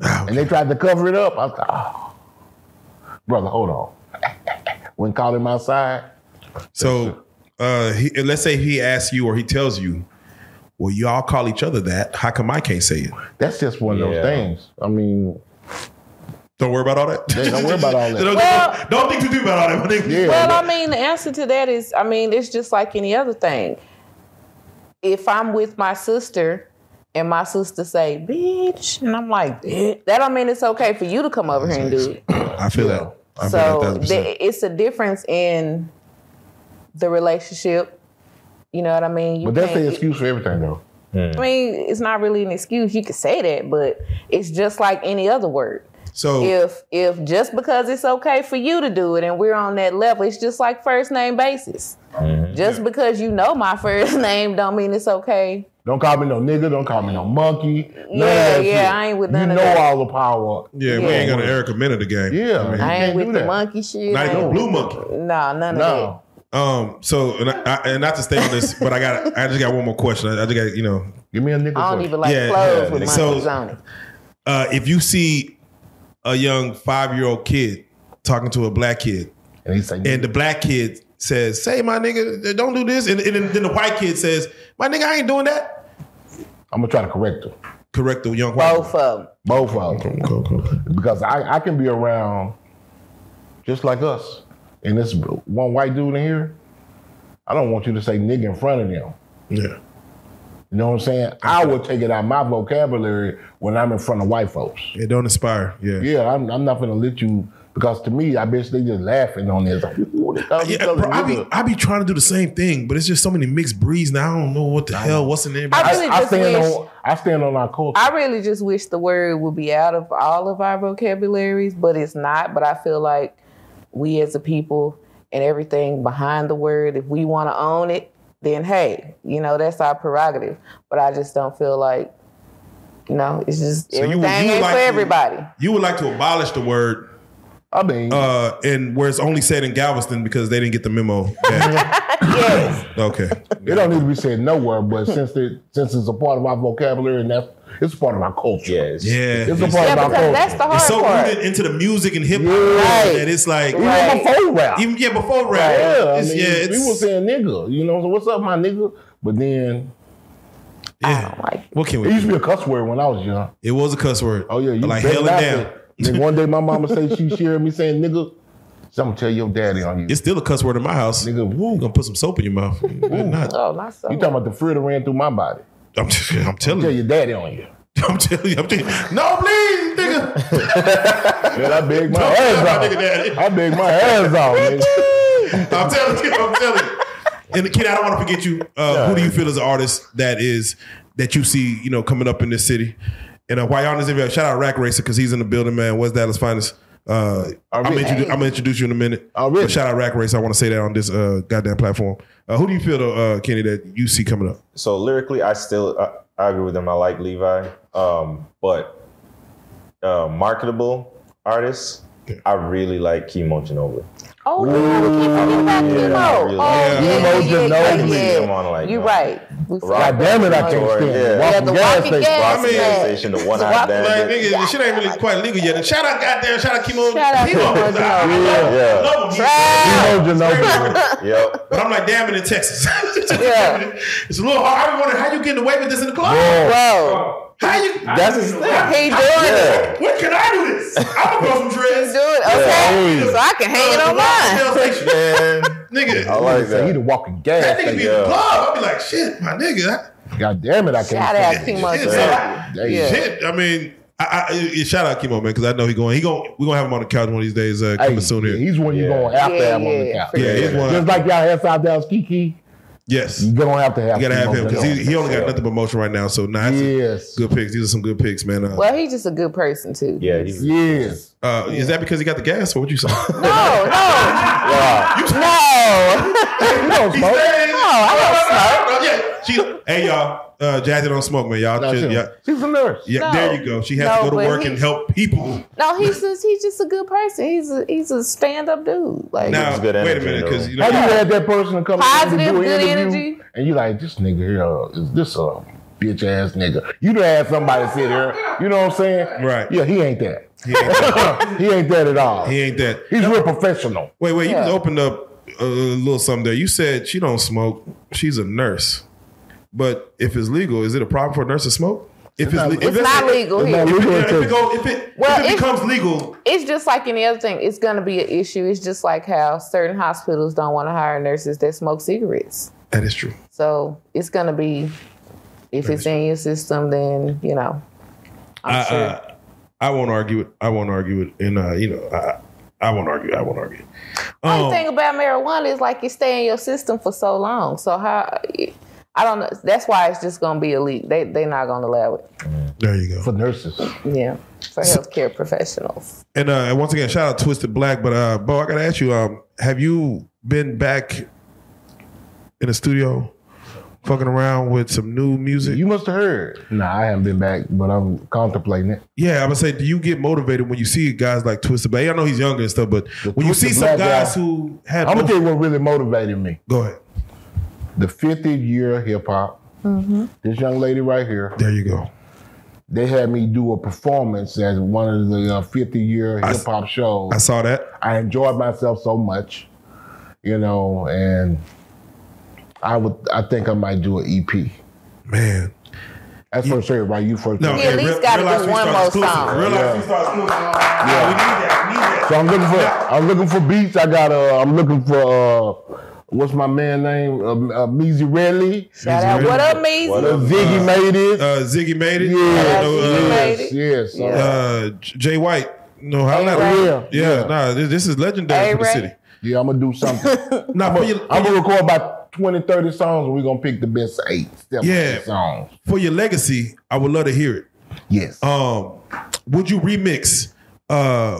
Speaker 5: Ah,
Speaker 1: and they tried to cover it up, I was like, oh, brother, hold on. when called him outside,
Speaker 5: So uh, he, and let's say he asks you or he tells you, well, y'all call each other that. How come I can't say it?
Speaker 1: that's just one of
Speaker 6: Yeah.
Speaker 1: those things. I mean,
Speaker 5: Don't worry about all that.
Speaker 1: don't worry about all that.
Speaker 5: don't,
Speaker 2: Well-
Speaker 5: don't think too deep about all that. my nigga.
Speaker 1: yeah.
Speaker 2: Well, I mean, the answer to that is, I mean, it's just like any other thing. If I'm with my sister and my sister say, bitch, and I'm like, "Eh," that don't mean it's okay for you to come over here and do it.
Speaker 5: I feel that. I feel that
Speaker 2: So
Speaker 5: 1000%.
Speaker 2: th- it's a difference in the relationship. You know what I mean? You
Speaker 1: but that's
Speaker 2: can't-
Speaker 1: the excuse for everything, though.
Speaker 2: I mean, it's not really an excuse. You could say that, but it's just like any other word.
Speaker 5: so
Speaker 2: If if just because it's okay for you to do it and we're on that level, it's just like first name basis.
Speaker 5: Mm-hmm.
Speaker 2: Just because you know my first name don't mean it's okay.
Speaker 1: Don't call me no nigga. Don't call me no monkey. None of
Speaker 2: Yeah,
Speaker 1: that
Speaker 2: yeah,
Speaker 1: shit.
Speaker 2: I ain't with
Speaker 1: you
Speaker 2: none of
Speaker 1: know
Speaker 2: that.
Speaker 1: all the power.
Speaker 5: yeah, we
Speaker 2: yeah.
Speaker 5: ain't gonna Eric a minute again.
Speaker 1: Yeah,
Speaker 5: I mean,
Speaker 1: You
Speaker 2: I ain't
Speaker 1: can't
Speaker 2: with
Speaker 1: do
Speaker 2: the
Speaker 1: that.
Speaker 2: monkey shit.
Speaker 5: not
Speaker 2: I
Speaker 5: even
Speaker 2: ain't-
Speaker 5: Blue Monkey.
Speaker 2: Nah, none of
Speaker 1: No,
Speaker 5: Um. So and, I, I- and not to stay on this, but I got I just got one more question. I, I just got you know
Speaker 1: give me a nigga.
Speaker 2: that. I don't
Speaker 1: voice.
Speaker 2: even like
Speaker 5: Yeah,
Speaker 2: clothes
Speaker 5: yeah,
Speaker 2: with
Speaker 5: so-
Speaker 2: monkeys on it.
Speaker 5: uh, if you see a young five year old kid talking to a black kid,
Speaker 1: And he say,
Speaker 5: and the black kid says, "Say my nigga, don't do this," and, and then the white kid says, "My nigga, I ain't doing that."
Speaker 1: I'm gonna try to correct her.
Speaker 5: correct the young white
Speaker 2: Both of them.
Speaker 1: Both of them.
Speaker 5: Go, go, go.
Speaker 1: Because I, I can be around just like us. And this one white dude in here, I don't want you to say nigga in front of them.
Speaker 5: Yeah.
Speaker 1: You know what I'm saying? I would take it out my vocabulary when I'm in front of white folks.
Speaker 5: It don't inspire. Yeah.
Speaker 1: Yeah, I'm, I'm not gonna let you because to me, I bet they just laughing on this. Like, "Ooh, they call each
Speaker 5: Yeah,
Speaker 1: other
Speaker 5: bro, I be
Speaker 1: nigga."
Speaker 5: I be trying to do the same thing, but it's just so many mixed breeds now. I don't know what the hell what's in there.
Speaker 2: I
Speaker 1: I,
Speaker 2: really
Speaker 1: I
Speaker 2: just
Speaker 1: stand
Speaker 2: wish.
Speaker 1: on I stand on our culture.
Speaker 2: I really just wish the word would be out of all of our vocabularies, but it's not. But I feel like we as a people and everything behind the word, if we want to own it, then hey, you know, that's our prerogative. But I just don't feel like, you know, it's just
Speaker 5: So you would-
Speaker 2: everything
Speaker 5: you would
Speaker 2: ain't
Speaker 5: like
Speaker 2: for
Speaker 5: to-
Speaker 2: everybody.
Speaker 5: you would like to abolish the word
Speaker 1: I mean,
Speaker 5: uh, and where it's only said in Galveston because they didn't get the memo. that-
Speaker 2: yes.
Speaker 5: okay.
Speaker 1: it don't need to be said nowhere, but since it since it's a part of our vocabulary and that's it's a part of our culture.
Speaker 6: Yeah, it's,
Speaker 5: Yeah.
Speaker 1: It's a
Speaker 5: It's-
Speaker 1: part
Speaker 2: Yeah,
Speaker 1: of our
Speaker 2: because
Speaker 1: culture.
Speaker 2: that's the hard
Speaker 5: it's so
Speaker 2: part.
Speaker 5: rooted into the music and hip hop
Speaker 1: Yeah.
Speaker 5: that it's like
Speaker 1: even
Speaker 2: Right.
Speaker 1: before rap.
Speaker 5: even yeah before rap.
Speaker 1: yeah, I
Speaker 5: it's,
Speaker 1: mean,
Speaker 5: yeah, it's,
Speaker 1: people saying nigga. You know, so what's up, my nigga? But then
Speaker 5: yeah.
Speaker 2: I don't like it.
Speaker 5: What can
Speaker 1: it
Speaker 5: we?
Speaker 1: used to be a cuss word when I was young.
Speaker 5: It was a cuss word.
Speaker 1: Oh yeah, you
Speaker 5: like
Speaker 1: better
Speaker 5: hell
Speaker 1: not
Speaker 5: and
Speaker 1: say-
Speaker 5: down.
Speaker 1: Then one day my mama say she shared me saying nigga. So I'm gonna tell your daddy on you.
Speaker 5: It's still a cuss word in my house.
Speaker 1: nigga,
Speaker 5: I'm
Speaker 1: woo.
Speaker 5: gonna put some soap in your mouth. Better not.
Speaker 2: Oh, not so.
Speaker 1: You talking about the fear that ran through my body.
Speaker 5: I'm, just, I'm telling
Speaker 1: Tell
Speaker 5: you.
Speaker 1: your daddy on you.
Speaker 5: I'm telling you. I'm telling you. No, please, nigga.
Speaker 1: Man, I beg my
Speaker 5: Don't tell my
Speaker 1: ass
Speaker 5: nigga
Speaker 1: off.
Speaker 5: daddy.
Speaker 1: I beg my ass off, nigga.
Speaker 5: I'm telling you. I'm telling you. And kid, I don't want to forget you. Uh, Who do you feel is an artist that is that you see, you know, coming up in this city? And uh, why y'all is shout out Rack Racer because he's in the building, man. West Dallas finest. Uh, I'm, gonna introdu- I'm gonna introduce you in a minute.
Speaker 6: Oh,
Speaker 1: Already.
Speaker 5: But shout out Rack Racer. I want to say that on this uh, goddamn platform. Uh, who do you feel, though, uh, Kenny, that you see coming up?
Speaker 6: so lyrically, I still I, I agree with them. I like Levi, um, but uh, marketable artists, I really like Kimo Genova.
Speaker 2: Oh, we keep forgetting about
Speaker 6: Yeah,
Speaker 2: Nemo.
Speaker 6: I
Speaker 2: Oh,
Speaker 6: really
Speaker 2: yeah,
Speaker 6: like
Speaker 1: Nemo
Speaker 2: yeah, yeah, yeah,
Speaker 1: Ginobili.
Speaker 2: Oh, yeah.
Speaker 6: Come on, like, uh,
Speaker 2: You're
Speaker 6: no.
Speaker 2: right. We
Speaker 1: God
Speaker 2: forgot
Speaker 1: damn it, I
Speaker 2: about
Speaker 1: can't
Speaker 6: Or,
Speaker 1: stand
Speaker 6: yeah.
Speaker 1: it.
Speaker 2: Yeah,
Speaker 1: Walking
Speaker 2: the
Speaker 1: gas
Speaker 2: walking
Speaker 1: station.
Speaker 2: gas
Speaker 6: Rock
Speaker 5: mean,
Speaker 6: Gas
Speaker 2: station.
Speaker 6: Station, the one
Speaker 2: So I-
Speaker 6: eyed
Speaker 5: Like,
Speaker 6: bandit.
Speaker 5: nigga, shit ain't really quite legal yet. And shout out, goddamn, shout out Kimo.
Speaker 2: Shout out
Speaker 5: Kimo. I-
Speaker 2: Kimo,
Speaker 5: I
Speaker 2: Kimo.
Speaker 5: love- I
Speaker 6: Yeah.
Speaker 5: love him.
Speaker 1: Kimo
Speaker 5: He's a great
Speaker 1: Ginobili.
Speaker 5: rapper.
Speaker 6: Yep.
Speaker 5: But I'm like, damn it, in Texas.
Speaker 2: Yeah.
Speaker 5: It's a little hard. I be wondering how you getting away with this in the club.
Speaker 2: Bro,
Speaker 5: How you?
Speaker 7: That's his thing.
Speaker 2: he doing it.
Speaker 5: When can I do this? I'm gonna grow some
Speaker 2: He's
Speaker 5: dreads.
Speaker 2: doing it. Okay,
Speaker 1: Yeah.
Speaker 2: so I can hang it
Speaker 5: Uh,
Speaker 2: on
Speaker 5: the
Speaker 2: mine.
Speaker 5: Rockdale Station.
Speaker 6: Man,
Speaker 5: Nigga,
Speaker 6: I like
Speaker 1: Say he the
Speaker 6: that.
Speaker 1: walking gas
Speaker 5: that nigga be
Speaker 1: station.
Speaker 5: in the
Speaker 6: Yeah.
Speaker 5: club. I'll be like, shit, my nigga. I-
Speaker 1: God damn it, I can't
Speaker 2: Shout out
Speaker 1: stand
Speaker 2: Kimo
Speaker 5: Shit,
Speaker 2: Ginobili.
Speaker 1: Damn.
Speaker 2: Yeah.
Speaker 5: Shit, I mean, I, I, I- shout out Kimo, man, because I know he going. He going. We gonna have him on the couch one of these days. Uh,
Speaker 1: Hey,
Speaker 5: coming soon here.
Speaker 1: he's one you're
Speaker 6: Yeah.
Speaker 1: gonna have to
Speaker 2: Yeah,
Speaker 1: have on the
Speaker 2: yeah,
Speaker 1: couch.
Speaker 2: for
Speaker 5: yeah, he's one.
Speaker 1: Just like y'all had South Dallas Kiki,
Speaker 5: yes,
Speaker 1: you're gonna have to have
Speaker 5: You gotta have
Speaker 1: Kimo
Speaker 5: him because
Speaker 1: Ginobili.
Speaker 5: he, he only got nothing but motion right now. So nah, that's
Speaker 1: Yes.
Speaker 5: good picks. These are some good picks, man. Uh,
Speaker 2: Well, he's just a good person too.
Speaker 6: Yeah, he's,
Speaker 1: Yes.
Speaker 5: uh, is that because he got the gas or what you saw?
Speaker 2: No, no, no,
Speaker 1: You don't
Speaker 5: He
Speaker 1: smoke.
Speaker 5: said-
Speaker 2: I
Speaker 5: Yeah, she- hey y'all, uh, Jazzy don't smoke, man. Y'all,
Speaker 1: No,
Speaker 5: chill-
Speaker 1: she don't.
Speaker 5: yeah,
Speaker 1: She's a nurse.
Speaker 5: yeah.
Speaker 2: No.
Speaker 5: There you go. She has
Speaker 2: No,
Speaker 5: to go to
Speaker 2: but
Speaker 5: work
Speaker 2: he-
Speaker 5: and help people.
Speaker 2: no. He's just he's just a good person. He's a, he's a stand up dude. Like
Speaker 5: Now,
Speaker 6: It's good
Speaker 5: wait a
Speaker 6: energy,
Speaker 5: minute,
Speaker 6: though.
Speaker 5: because you
Speaker 1: Have
Speaker 5: know,
Speaker 1: you had that person come in and
Speaker 2: Positive,
Speaker 1: do an
Speaker 2: good
Speaker 1: interview,
Speaker 2: energy.
Speaker 1: and you like this nigga here uh, is this a bitch ass nigga? You done had somebody sit here, you know what I'm saying?
Speaker 5: Right.
Speaker 1: Yeah, he ain't that.
Speaker 5: he ain't that.
Speaker 1: he ain't that at all.
Speaker 5: He ain't that.
Speaker 1: He's real professional.
Speaker 5: Wait, wait. You
Speaker 2: Yeah.
Speaker 5: just opened up a little something there. You said she don't smoke. She's a nurse, but if it's legal, is it a problem for a nurse to smoke? If it's,
Speaker 1: not-
Speaker 5: le- if
Speaker 2: it's not legal
Speaker 1: It's not
Speaker 2: here.
Speaker 1: legal
Speaker 5: Yeah, if it,
Speaker 1: until-
Speaker 5: go, if it,
Speaker 2: Well,
Speaker 5: if it
Speaker 2: if-
Speaker 5: becomes legal,
Speaker 2: It's just like any other thing. It's gonna be an issue. It's just like how certain hospitals don't want to hire nurses that smoke cigarettes.
Speaker 5: that is true.
Speaker 2: So it's gonna be if it's in your system, then you know. I'm
Speaker 5: I, uh,
Speaker 2: sure.
Speaker 5: I, I won't argue it. I won't argue it. And uh, you know, I, I won't argue. I won't argue.
Speaker 2: Only
Speaker 5: Um,
Speaker 2: thing about marijuana is like it stay in your system for so long. So how I don't know. That's why it's just gonna be elite. They they're not gonna allow it.
Speaker 5: there you go.
Speaker 1: for nurses.
Speaker 2: Yeah, for healthcare professionals.
Speaker 5: And uh, once again, shout out Twisted Black. But uh, Bo, I gotta ask you, um, have you been back in the studio, fucking around with some new music?
Speaker 1: You must have heard. Nah, I haven't been back, but I'm contemplating it.
Speaker 5: yeah, I'm gonna say, do you get motivated when you see guys like Twisted Black? I know he's younger and stuff, but when you
Speaker 1: Twisted
Speaker 5: see some
Speaker 1: Black
Speaker 5: guys
Speaker 1: guy-
Speaker 5: who have,
Speaker 1: I'm gonna tell you what really motivated me:
Speaker 5: go ahead.
Speaker 1: the 50th year of hip hop.
Speaker 2: Mm-hmm.
Speaker 1: This young lady right here,
Speaker 5: There you go.
Speaker 1: they had me do a performance at one of the uh, 50 year
Speaker 5: I s-
Speaker 1: hip hop shows.
Speaker 5: I saw that.
Speaker 1: I enjoyed myself so much, you know, and I would I think I might do an EP.
Speaker 5: Man.
Speaker 1: E That's first serve, right? You first.
Speaker 5: No,
Speaker 1: serve.
Speaker 2: Yeah, at
Speaker 5: hey,
Speaker 2: least
Speaker 5: Real-
Speaker 2: gotta
Speaker 5: Real Life
Speaker 2: do one
Speaker 5: Freestyle
Speaker 2: more
Speaker 5: exclusive.
Speaker 2: song.
Speaker 5: Real Life
Speaker 1: Yeah.
Speaker 5: Freestyle exclusive. We need that. We need that.
Speaker 1: So I'm looking for I'm looking for beats. I got uh I'm looking for uh what's my man name? Uh, uh Meezy Redley.
Speaker 2: Shout out. What up, Meezy?
Speaker 6: What
Speaker 1: Uh,
Speaker 6: up?
Speaker 1: Ziggy made it.
Speaker 5: Uh, Ziggy made it.
Speaker 1: yeah.
Speaker 5: I know,
Speaker 2: Ziggy
Speaker 5: uh,
Speaker 2: made
Speaker 1: yes,
Speaker 2: it.
Speaker 1: yes.
Speaker 2: Yeah.
Speaker 1: Uh,
Speaker 5: uh, J- Jay White. No, how
Speaker 2: Hey,
Speaker 5: that?
Speaker 2: Ray.
Speaker 5: Yeah,
Speaker 1: yeah.
Speaker 5: yeah, nah, this, this is legendary
Speaker 2: Hey,
Speaker 5: for the
Speaker 2: Ray.
Speaker 5: city.
Speaker 1: Yeah, I'm gonna do something.
Speaker 5: Nah, for your,
Speaker 1: I'm gonna record about 20, 30 songs and we're gonna pick the best eight seven
Speaker 5: Yeah.
Speaker 1: songs.
Speaker 5: for your legacy, I would love to hear it.
Speaker 1: Yes.
Speaker 5: Um, would you remix uh,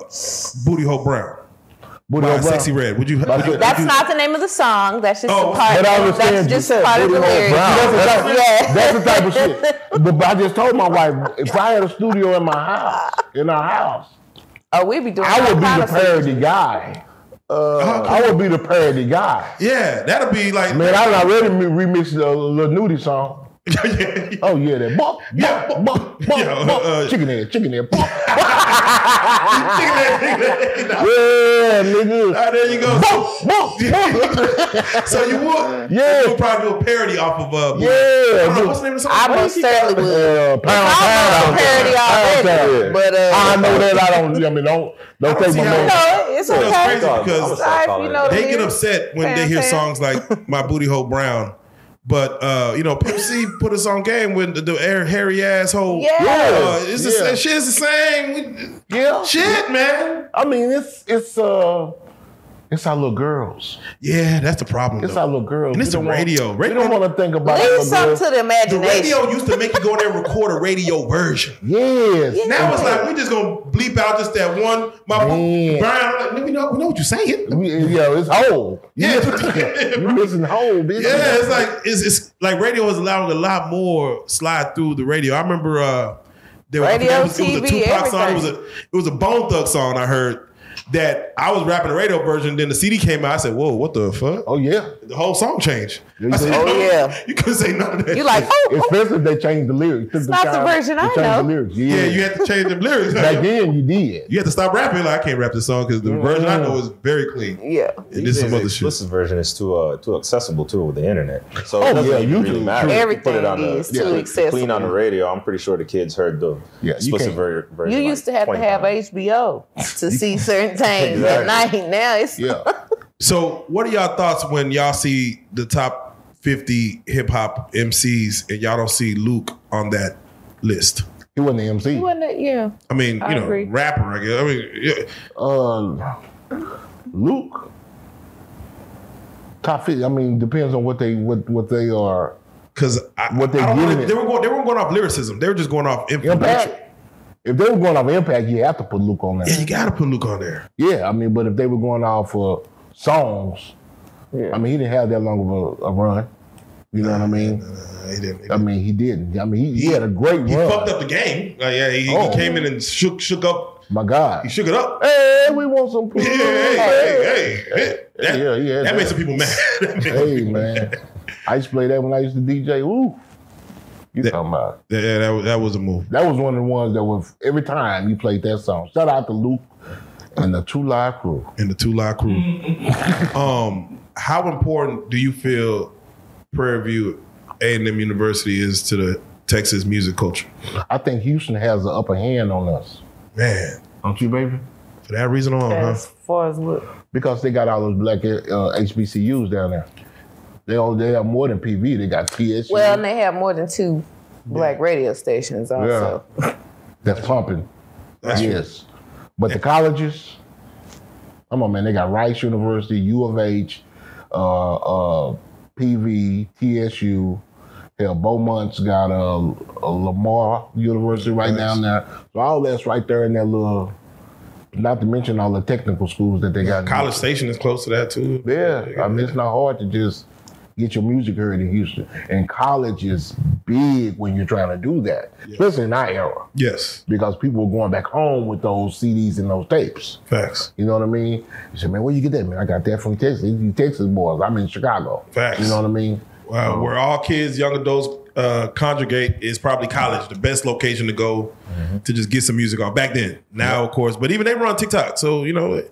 Speaker 5: Booty Hole Brown
Speaker 1: Booty
Speaker 5: by
Speaker 1: Hole Brown.
Speaker 5: Sexy Red? Would you? Would you
Speaker 2: That's not the name of the song. That's just
Speaker 5: Oh,
Speaker 2: a part.
Speaker 1: but I understand
Speaker 2: That's
Speaker 1: you
Speaker 2: just
Speaker 1: said
Speaker 2: part of
Speaker 1: Booty
Speaker 2: the
Speaker 1: Hole
Speaker 2: lyrics.
Speaker 1: Brown. That's the
Speaker 2: yeah.
Speaker 1: That's the type of shit. But, but I just told my wife, if I had a studio in my house, in our house,
Speaker 2: oh, we be doing.
Speaker 1: I
Speaker 2: all
Speaker 1: would be
Speaker 2: kind
Speaker 1: the
Speaker 2: of stuff.
Speaker 1: parody guy. Uh, I would be the parody guy.
Speaker 5: yeah, that'll be like.
Speaker 1: Man, I done already re- remixed the Lil Nudie song.
Speaker 5: yeah, yeah.
Speaker 1: Oh yeah, that bump,
Speaker 5: Yeah.
Speaker 1: bump, bump, bump,
Speaker 5: Yeah,
Speaker 1: bump.
Speaker 5: uh,
Speaker 1: chicken head, chicken head, bump. yeah, nigga.
Speaker 5: Ah, there you go.
Speaker 1: Bump, bump, bump.
Speaker 5: So you would,
Speaker 1: Yeah.
Speaker 5: you would probably do a parody off of uh, Booty
Speaker 1: Yeah,
Speaker 5: Hole. I don't know,
Speaker 1: dude.
Speaker 5: what's the name of the song?
Speaker 2: I
Speaker 5: Why
Speaker 2: most
Speaker 5: you keep-
Speaker 2: certainly would.
Speaker 1: Uh, pound,
Speaker 2: I
Speaker 1: pound,
Speaker 2: was a parody
Speaker 1: pound,
Speaker 2: already,
Speaker 1: pound.
Speaker 2: but, uh,
Speaker 1: I know that I don't. I mean, don't don't take
Speaker 5: see
Speaker 1: my
Speaker 5: how-
Speaker 1: man.
Speaker 2: No, it's
Speaker 5: That's
Speaker 2: okay.
Speaker 5: crazy because
Speaker 2: Sorry if you know
Speaker 5: they get
Speaker 2: lyrics.
Speaker 5: upset when they hear
Speaker 2: Fan, fan.
Speaker 5: songs like "My Booty Hole Brown," but uh, you know, Pimp C put us on game with the, the air hairy asshole.
Speaker 2: Yeah.
Speaker 5: uh, it's the
Speaker 1: Yeah.
Speaker 5: same shit. It's the same
Speaker 1: Yeah,
Speaker 5: shit, man.
Speaker 1: I mean, it's it's uh, it's our little girls.
Speaker 5: Yeah, that's the problem.
Speaker 1: It's
Speaker 5: though.
Speaker 1: our little girls.
Speaker 5: And it's
Speaker 1: We
Speaker 5: the
Speaker 1: don't want-
Speaker 5: radio.
Speaker 1: We don't want to think about
Speaker 2: Leave
Speaker 1: it.
Speaker 2: something to the
Speaker 5: the
Speaker 2: imagination.
Speaker 5: radio used to make you go there and record a radio version.
Speaker 1: Yes.
Speaker 5: Now it's like we just gonna bleep out just that one. My booty
Speaker 1: Man.
Speaker 5: Brown. Like, we know we know what you're saying.
Speaker 1: We, yo, it's whole. You
Speaker 5: Yeah.
Speaker 1: missing- you missing whole, bitch.
Speaker 5: Yeah, it's like it's, it's like radio is allowing a lot more slide through the radio. I remember uh there was, I
Speaker 2: Radio,
Speaker 5: forget, it was,
Speaker 2: TV,
Speaker 5: it was a Tupac song, it
Speaker 2: everything.
Speaker 5: was a it was a Bone Thug song I heard that I was rapping the radio version, then the CD came out. I said, "Whoa, what the fuck?"
Speaker 1: Oh yeah.
Speaker 5: The whole song changed.
Speaker 1: Yeah, you
Speaker 5: I said,
Speaker 1: said-
Speaker 2: Oh,
Speaker 5: "No,
Speaker 2: yeah.
Speaker 5: you couldn't say none of that."
Speaker 2: You like,
Speaker 5: shit."
Speaker 2: oh, oh,
Speaker 1: Especially if they changed the lyrics. Took
Speaker 2: not the
Speaker 1: time
Speaker 2: version
Speaker 1: to
Speaker 2: I
Speaker 1: change
Speaker 2: know.
Speaker 1: The lyrics. Yeah.
Speaker 5: yeah, you had to change the lyrics.
Speaker 1: Back then you did.
Speaker 5: you had to stop rapping. Like I can't rap this song because the version I know is very clean,
Speaker 2: yeah.
Speaker 5: and this is some
Speaker 6: the
Speaker 5: other shit.
Speaker 6: explicit version is too uh, too accessible too with the internet. So
Speaker 1: Oh,
Speaker 6: it doesn't
Speaker 1: yeah,
Speaker 6: even
Speaker 1: you
Speaker 6: really
Speaker 1: do.
Speaker 6: matter. If you
Speaker 2: Everything
Speaker 6: put it on the,
Speaker 2: is too
Speaker 6: if you
Speaker 2: accessible.
Speaker 6: Clean on the radio. I'm pretty sure the kids heard the
Speaker 1: Yeah, you
Speaker 6: explicit
Speaker 1: can't-
Speaker 6: ver- version.
Speaker 2: You
Speaker 6: like,
Speaker 2: used to have to
Speaker 6: 20
Speaker 2: have
Speaker 6: times.
Speaker 2: HBO to see certain things at night. Now it's
Speaker 1: Yeah.
Speaker 5: So, what are y'all thoughts when y'all see the top 50 hip hop MCs and y'all don't see Luke on that list?
Speaker 1: He wasn't the MC.
Speaker 2: Wasn't it? Yeah.
Speaker 5: I mean,
Speaker 2: I
Speaker 5: you know,
Speaker 2: agree.
Speaker 5: rapper, I guess. I mean, yeah.
Speaker 1: Uh, Luke. Top fifty. I mean, depends on what they what what they are.
Speaker 5: Cause I,
Speaker 1: What they
Speaker 5: I don't wanna-
Speaker 1: giving it.
Speaker 5: they were going, they weren't going off lyricism. They were just going off information.
Speaker 1: Impact. If they were going off impact, you have to put Luke on there.
Speaker 5: Yeah, you gotta put Luke on there.
Speaker 1: Yeah, I mean, but if they were going off for songs, I mean, he didn't have that long of a, a run. You know what I mean?
Speaker 5: Uh, he didn't. he
Speaker 1: I mean, he didn't. I mean, he, he had a great
Speaker 5: he
Speaker 1: run.
Speaker 5: fucked up the game. Like, yeah, he, he
Speaker 1: Oh.
Speaker 5: came in and shook, shook up,
Speaker 1: My God.
Speaker 5: he shook it up.
Speaker 2: Uh,
Speaker 1: Hey, we want some.
Speaker 5: Yeah, hey, hey, hey, hey. That,
Speaker 1: Yeah, yeah,
Speaker 5: that
Speaker 1: that-
Speaker 5: made some people mad.
Speaker 1: Hey, man. I used to play that when I used to DJ. Ooh. You
Speaker 5: That-
Speaker 1: talking about?
Speaker 5: yeah, that, was- that was a move.
Speaker 1: That was one of the ones that was every time you played that song. Shout out to Luke and the Two Live Crew.
Speaker 5: and the Two Live Crew. um, how important do you feel Prairie View A and M University is to the Texas music culture?
Speaker 1: I think Houston has an upper hand on us.
Speaker 5: Man,
Speaker 1: Don't you, baby?
Speaker 5: for that reason alone, huh?
Speaker 2: As far as what?
Speaker 1: Because they got all those black uh, HBCUs down there. They all they have more than PV. They got TSU.
Speaker 2: Well, and they have more than two black radio stations also.
Speaker 1: that's pumping.
Speaker 5: That's true.
Speaker 1: yes. But the colleges, come on, man, they got Rice University, U of H, uh, uh, PV, TSU. Hell, Beaumont's got uh, a Lamar University right
Speaker 5: Nice.
Speaker 1: down there. So all that's right there in that little. Not to mention all the technical schools that they got.
Speaker 5: College Station is close to that too.
Speaker 1: Yeah, I mean it's not hard to just get your music heard in Houston, and college is big when you're trying to do that, especially in our era
Speaker 5: yes,
Speaker 1: because people were going back home with those CDs and those tapes.
Speaker 5: facts,
Speaker 1: You know what I mean? You said, man, where you get that? Man, I got that from Texas. You Texas boys. I'm in Chicago.
Speaker 5: facts.
Speaker 1: You know what I mean?
Speaker 5: Wow, Uh, where all kids, young adults uh, congregate is probably college, the best location to go to just get some music on. Back then, now of course, but even they run TikTok, so you know,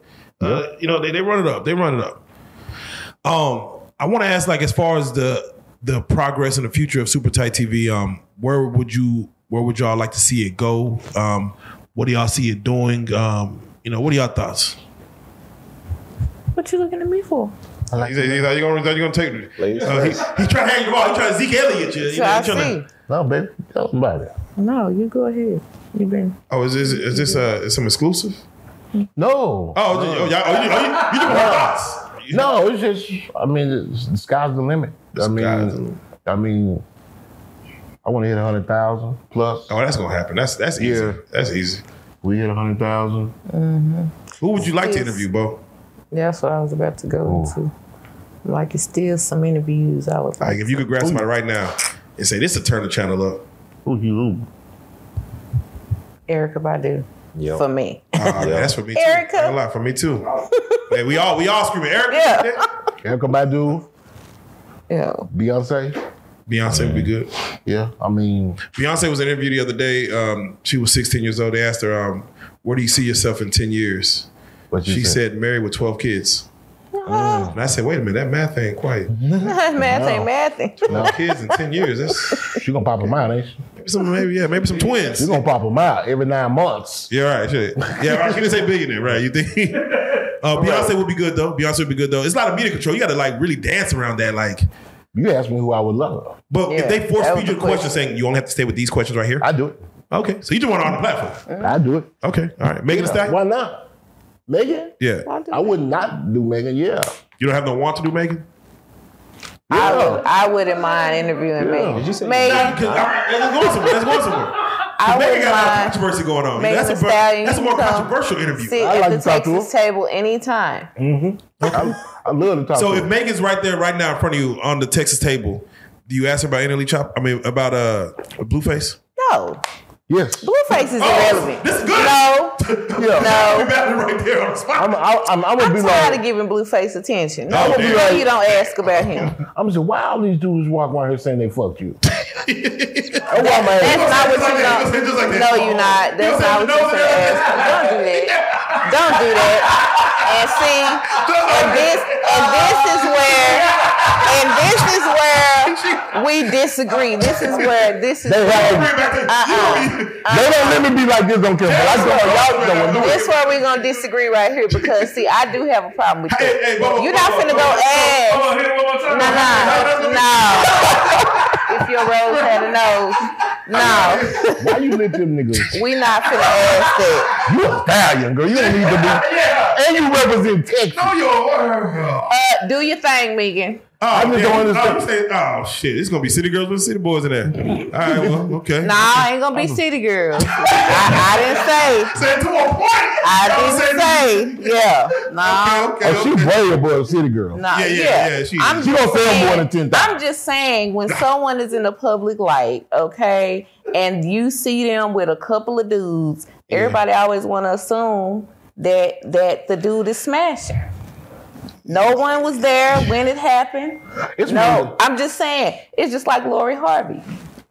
Speaker 5: uh, you know they, they run it up, they run it up. Um, I want to ask, like, as far as the the progress and the future of Super Tight TV, um, where would you where would y'all like to see it go? Um, what do y'all see it doing? Um, you know, what are y'all thoughts?
Speaker 2: What you looking at me for?
Speaker 5: He's, he's like, you gonna, you gonna take me.
Speaker 6: Ladies
Speaker 5: Uh, he, he trying to hang you ball. He trying to Zeke Elliott you. you
Speaker 2: So
Speaker 5: know,
Speaker 2: I
Speaker 5: he tryna-
Speaker 2: see.
Speaker 1: No, baby, tell somebody.
Speaker 2: No, you go ahead. You been
Speaker 5: Oh, is this is this uh is some exclusive?
Speaker 1: No,
Speaker 5: Oh, oh, y'all, oh, you, oh, you, you doing my thoughts? You-
Speaker 1: no, it's just. I mean, it's, the sky's the limit. I
Speaker 5: sky's the
Speaker 1: mean,
Speaker 5: limit.
Speaker 1: I mean, I want to hit a hundred thousand plus.
Speaker 5: Oh, that's gonna happen. That's that's easy.
Speaker 1: Yeah.
Speaker 5: That's easy.
Speaker 1: We hit a hundred thousand.
Speaker 5: Who would you like to
Speaker 2: Yes.
Speaker 5: interview, Bo?
Speaker 2: Yeah, that's what I was about to go into. Like it's still some interviews I would
Speaker 5: Like, if you could grab somebody right now and say, "This will turn the channel up."
Speaker 1: Who you?
Speaker 2: Erica Badu
Speaker 6: Yo.
Speaker 2: for me.
Speaker 5: Ah, man, that's for me too.
Speaker 2: Erica.
Speaker 5: Ain't gonna lie, for me too. hey, we all we all screaming Erica.
Speaker 2: Yeah.
Speaker 1: Erica Badu,
Speaker 2: yeah.
Speaker 1: Beyonce.
Speaker 5: Beyonce would be good.
Speaker 1: Yeah, I mean,
Speaker 5: Beyonce was in an interview the other day. Um, she was 16 years old. They asked her, um, "Where do you see yourself in 10 years?"
Speaker 1: what you
Speaker 5: She
Speaker 1: said.
Speaker 5: said, "Married with 12 kids." And I said, "Wait a minute, that math ain't quite
Speaker 2: math ain't math. ain't-
Speaker 5: 12 kids in 10 years. That's
Speaker 1: she gonna pop them out, ain't she?
Speaker 5: maybe some, maybe yeah, maybe some twins."
Speaker 1: She gonna pop them out every nine months.
Speaker 5: Yeah, right. Shit. Yeah, right. She didn't say billionaire, right? You think? Uh, Beyonce would be good though. Beyonce would be good though. It's a lot of media control. You got to like really dance around that. Like,
Speaker 1: You asked me who I would love.
Speaker 5: but if
Speaker 2: Yeah,
Speaker 5: they force
Speaker 2: that was
Speaker 5: feed you
Speaker 2: the
Speaker 5: the question
Speaker 2: question.
Speaker 5: saying you only have to stay with these questions right here,
Speaker 1: I do it.
Speaker 5: okay. So you just want her on the platform.
Speaker 1: I do it.
Speaker 5: Okay, all right. Megan Thee
Speaker 1: Yeah,
Speaker 5: Stallion.
Speaker 1: why not? Megan?
Speaker 5: Yeah,
Speaker 1: I would not do Megan. Yeah.
Speaker 5: you don't have no want to do Megan.
Speaker 2: I
Speaker 1: Yeah.
Speaker 2: would I wouldn't mind interviewing Megan.
Speaker 6: Did you say
Speaker 2: Megan,
Speaker 5: Nah, 'cause I- Let's go somewhere. Let's go somewhere. 'Cause
Speaker 2: I
Speaker 5: Megan
Speaker 2: wouldn't
Speaker 5: got a lot of
Speaker 2: mind
Speaker 5: controversy going on.
Speaker 2: Megan
Speaker 5: That's a
Speaker 2: Thee
Speaker 5: ver-
Speaker 2: Stallion,
Speaker 5: that's a more
Speaker 2: you come
Speaker 5: controversial interview.
Speaker 2: sit
Speaker 1: I
Speaker 2: at
Speaker 1: like
Speaker 2: the
Speaker 1: to talk to
Speaker 2: Texas table anytime.
Speaker 1: I, I love to talk
Speaker 5: So
Speaker 1: to
Speaker 5: if
Speaker 1: her.
Speaker 5: Megan's right there, right now in front of you on the Texas table, do you ask her about Annalie Chop? I mean, about uh, Blueface.
Speaker 2: No.
Speaker 1: Yes.
Speaker 2: Blueface is
Speaker 5: Oh,
Speaker 2: irrelevant.
Speaker 5: this is good.
Speaker 2: No.
Speaker 1: Yeah.
Speaker 2: No.
Speaker 5: Imagine right there on the spot.
Speaker 1: I'm, I, I'm, I'm gonna
Speaker 2: I'm
Speaker 1: be
Speaker 2: tired
Speaker 1: like,
Speaker 2: of giving Blueface attention. No,
Speaker 5: Oh,
Speaker 1: gonna be
Speaker 5: damn.
Speaker 1: like-
Speaker 2: you don't ask about him.
Speaker 1: I'm just why all these dudes walk around here saying they fucked you. I want my
Speaker 2: That's
Speaker 1: ass.
Speaker 2: not what you
Speaker 5: Just like that,
Speaker 2: know.
Speaker 5: just like that.
Speaker 2: No, you're not. That's not what you're
Speaker 5: No,
Speaker 2: supposed to ask. Don't do that. Don't do that. And see, and this, and this is where, and this is where we disagree. This is where this is.
Speaker 1: They
Speaker 2: Where,
Speaker 1: have-
Speaker 2: uh-uh.
Speaker 1: They don't let me be like this on camera. I go, y'all don't want
Speaker 2: This where we're gonna disagree right here because see, I do have a problem with
Speaker 5: Hey, hey,
Speaker 2: that.
Speaker 5: Bo,
Speaker 2: You're
Speaker 5: Bo,
Speaker 2: not
Speaker 5: Bo,
Speaker 2: finna
Speaker 5: Bo,
Speaker 2: go
Speaker 5: Bo,
Speaker 2: ask. No, no, no. If your rose had a nose, no,
Speaker 1: Why you let them niggas?
Speaker 2: we not finna ask that.
Speaker 1: You a stallion, girl. You don't need to be. And you represent Texas.
Speaker 5: Oh, yo.
Speaker 2: Uh, do your thing, Megan.
Speaker 5: Oh, I
Speaker 1: just
Speaker 5: just
Speaker 1: don't
Speaker 5: don't
Speaker 1: understand.
Speaker 5: Oh, shit. It's going to be city girls with city boys in there. All right, well, okay.
Speaker 2: Nah, ain't gonna be city girls. I, I didn't say.
Speaker 5: Say it to a point.
Speaker 2: I didn't say. Yeah, no,
Speaker 5: Okay, okay,
Speaker 1: Oh, she
Speaker 5: okay.
Speaker 1: brave above city girl.
Speaker 2: no.
Speaker 5: Yeah,
Speaker 2: Yeah,
Speaker 5: yeah, yeah, she-
Speaker 2: I'm
Speaker 1: She gonna sell more than ten
Speaker 2: I'm
Speaker 1: thousand.
Speaker 2: just saying, when someone is in the public light, okay, and you see them with a couple of dudes, everybody always want to assume that that the dude is smashing. No one was there when it happened.
Speaker 1: It's
Speaker 2: No, I'm just saying, it's just like Lori Harvey.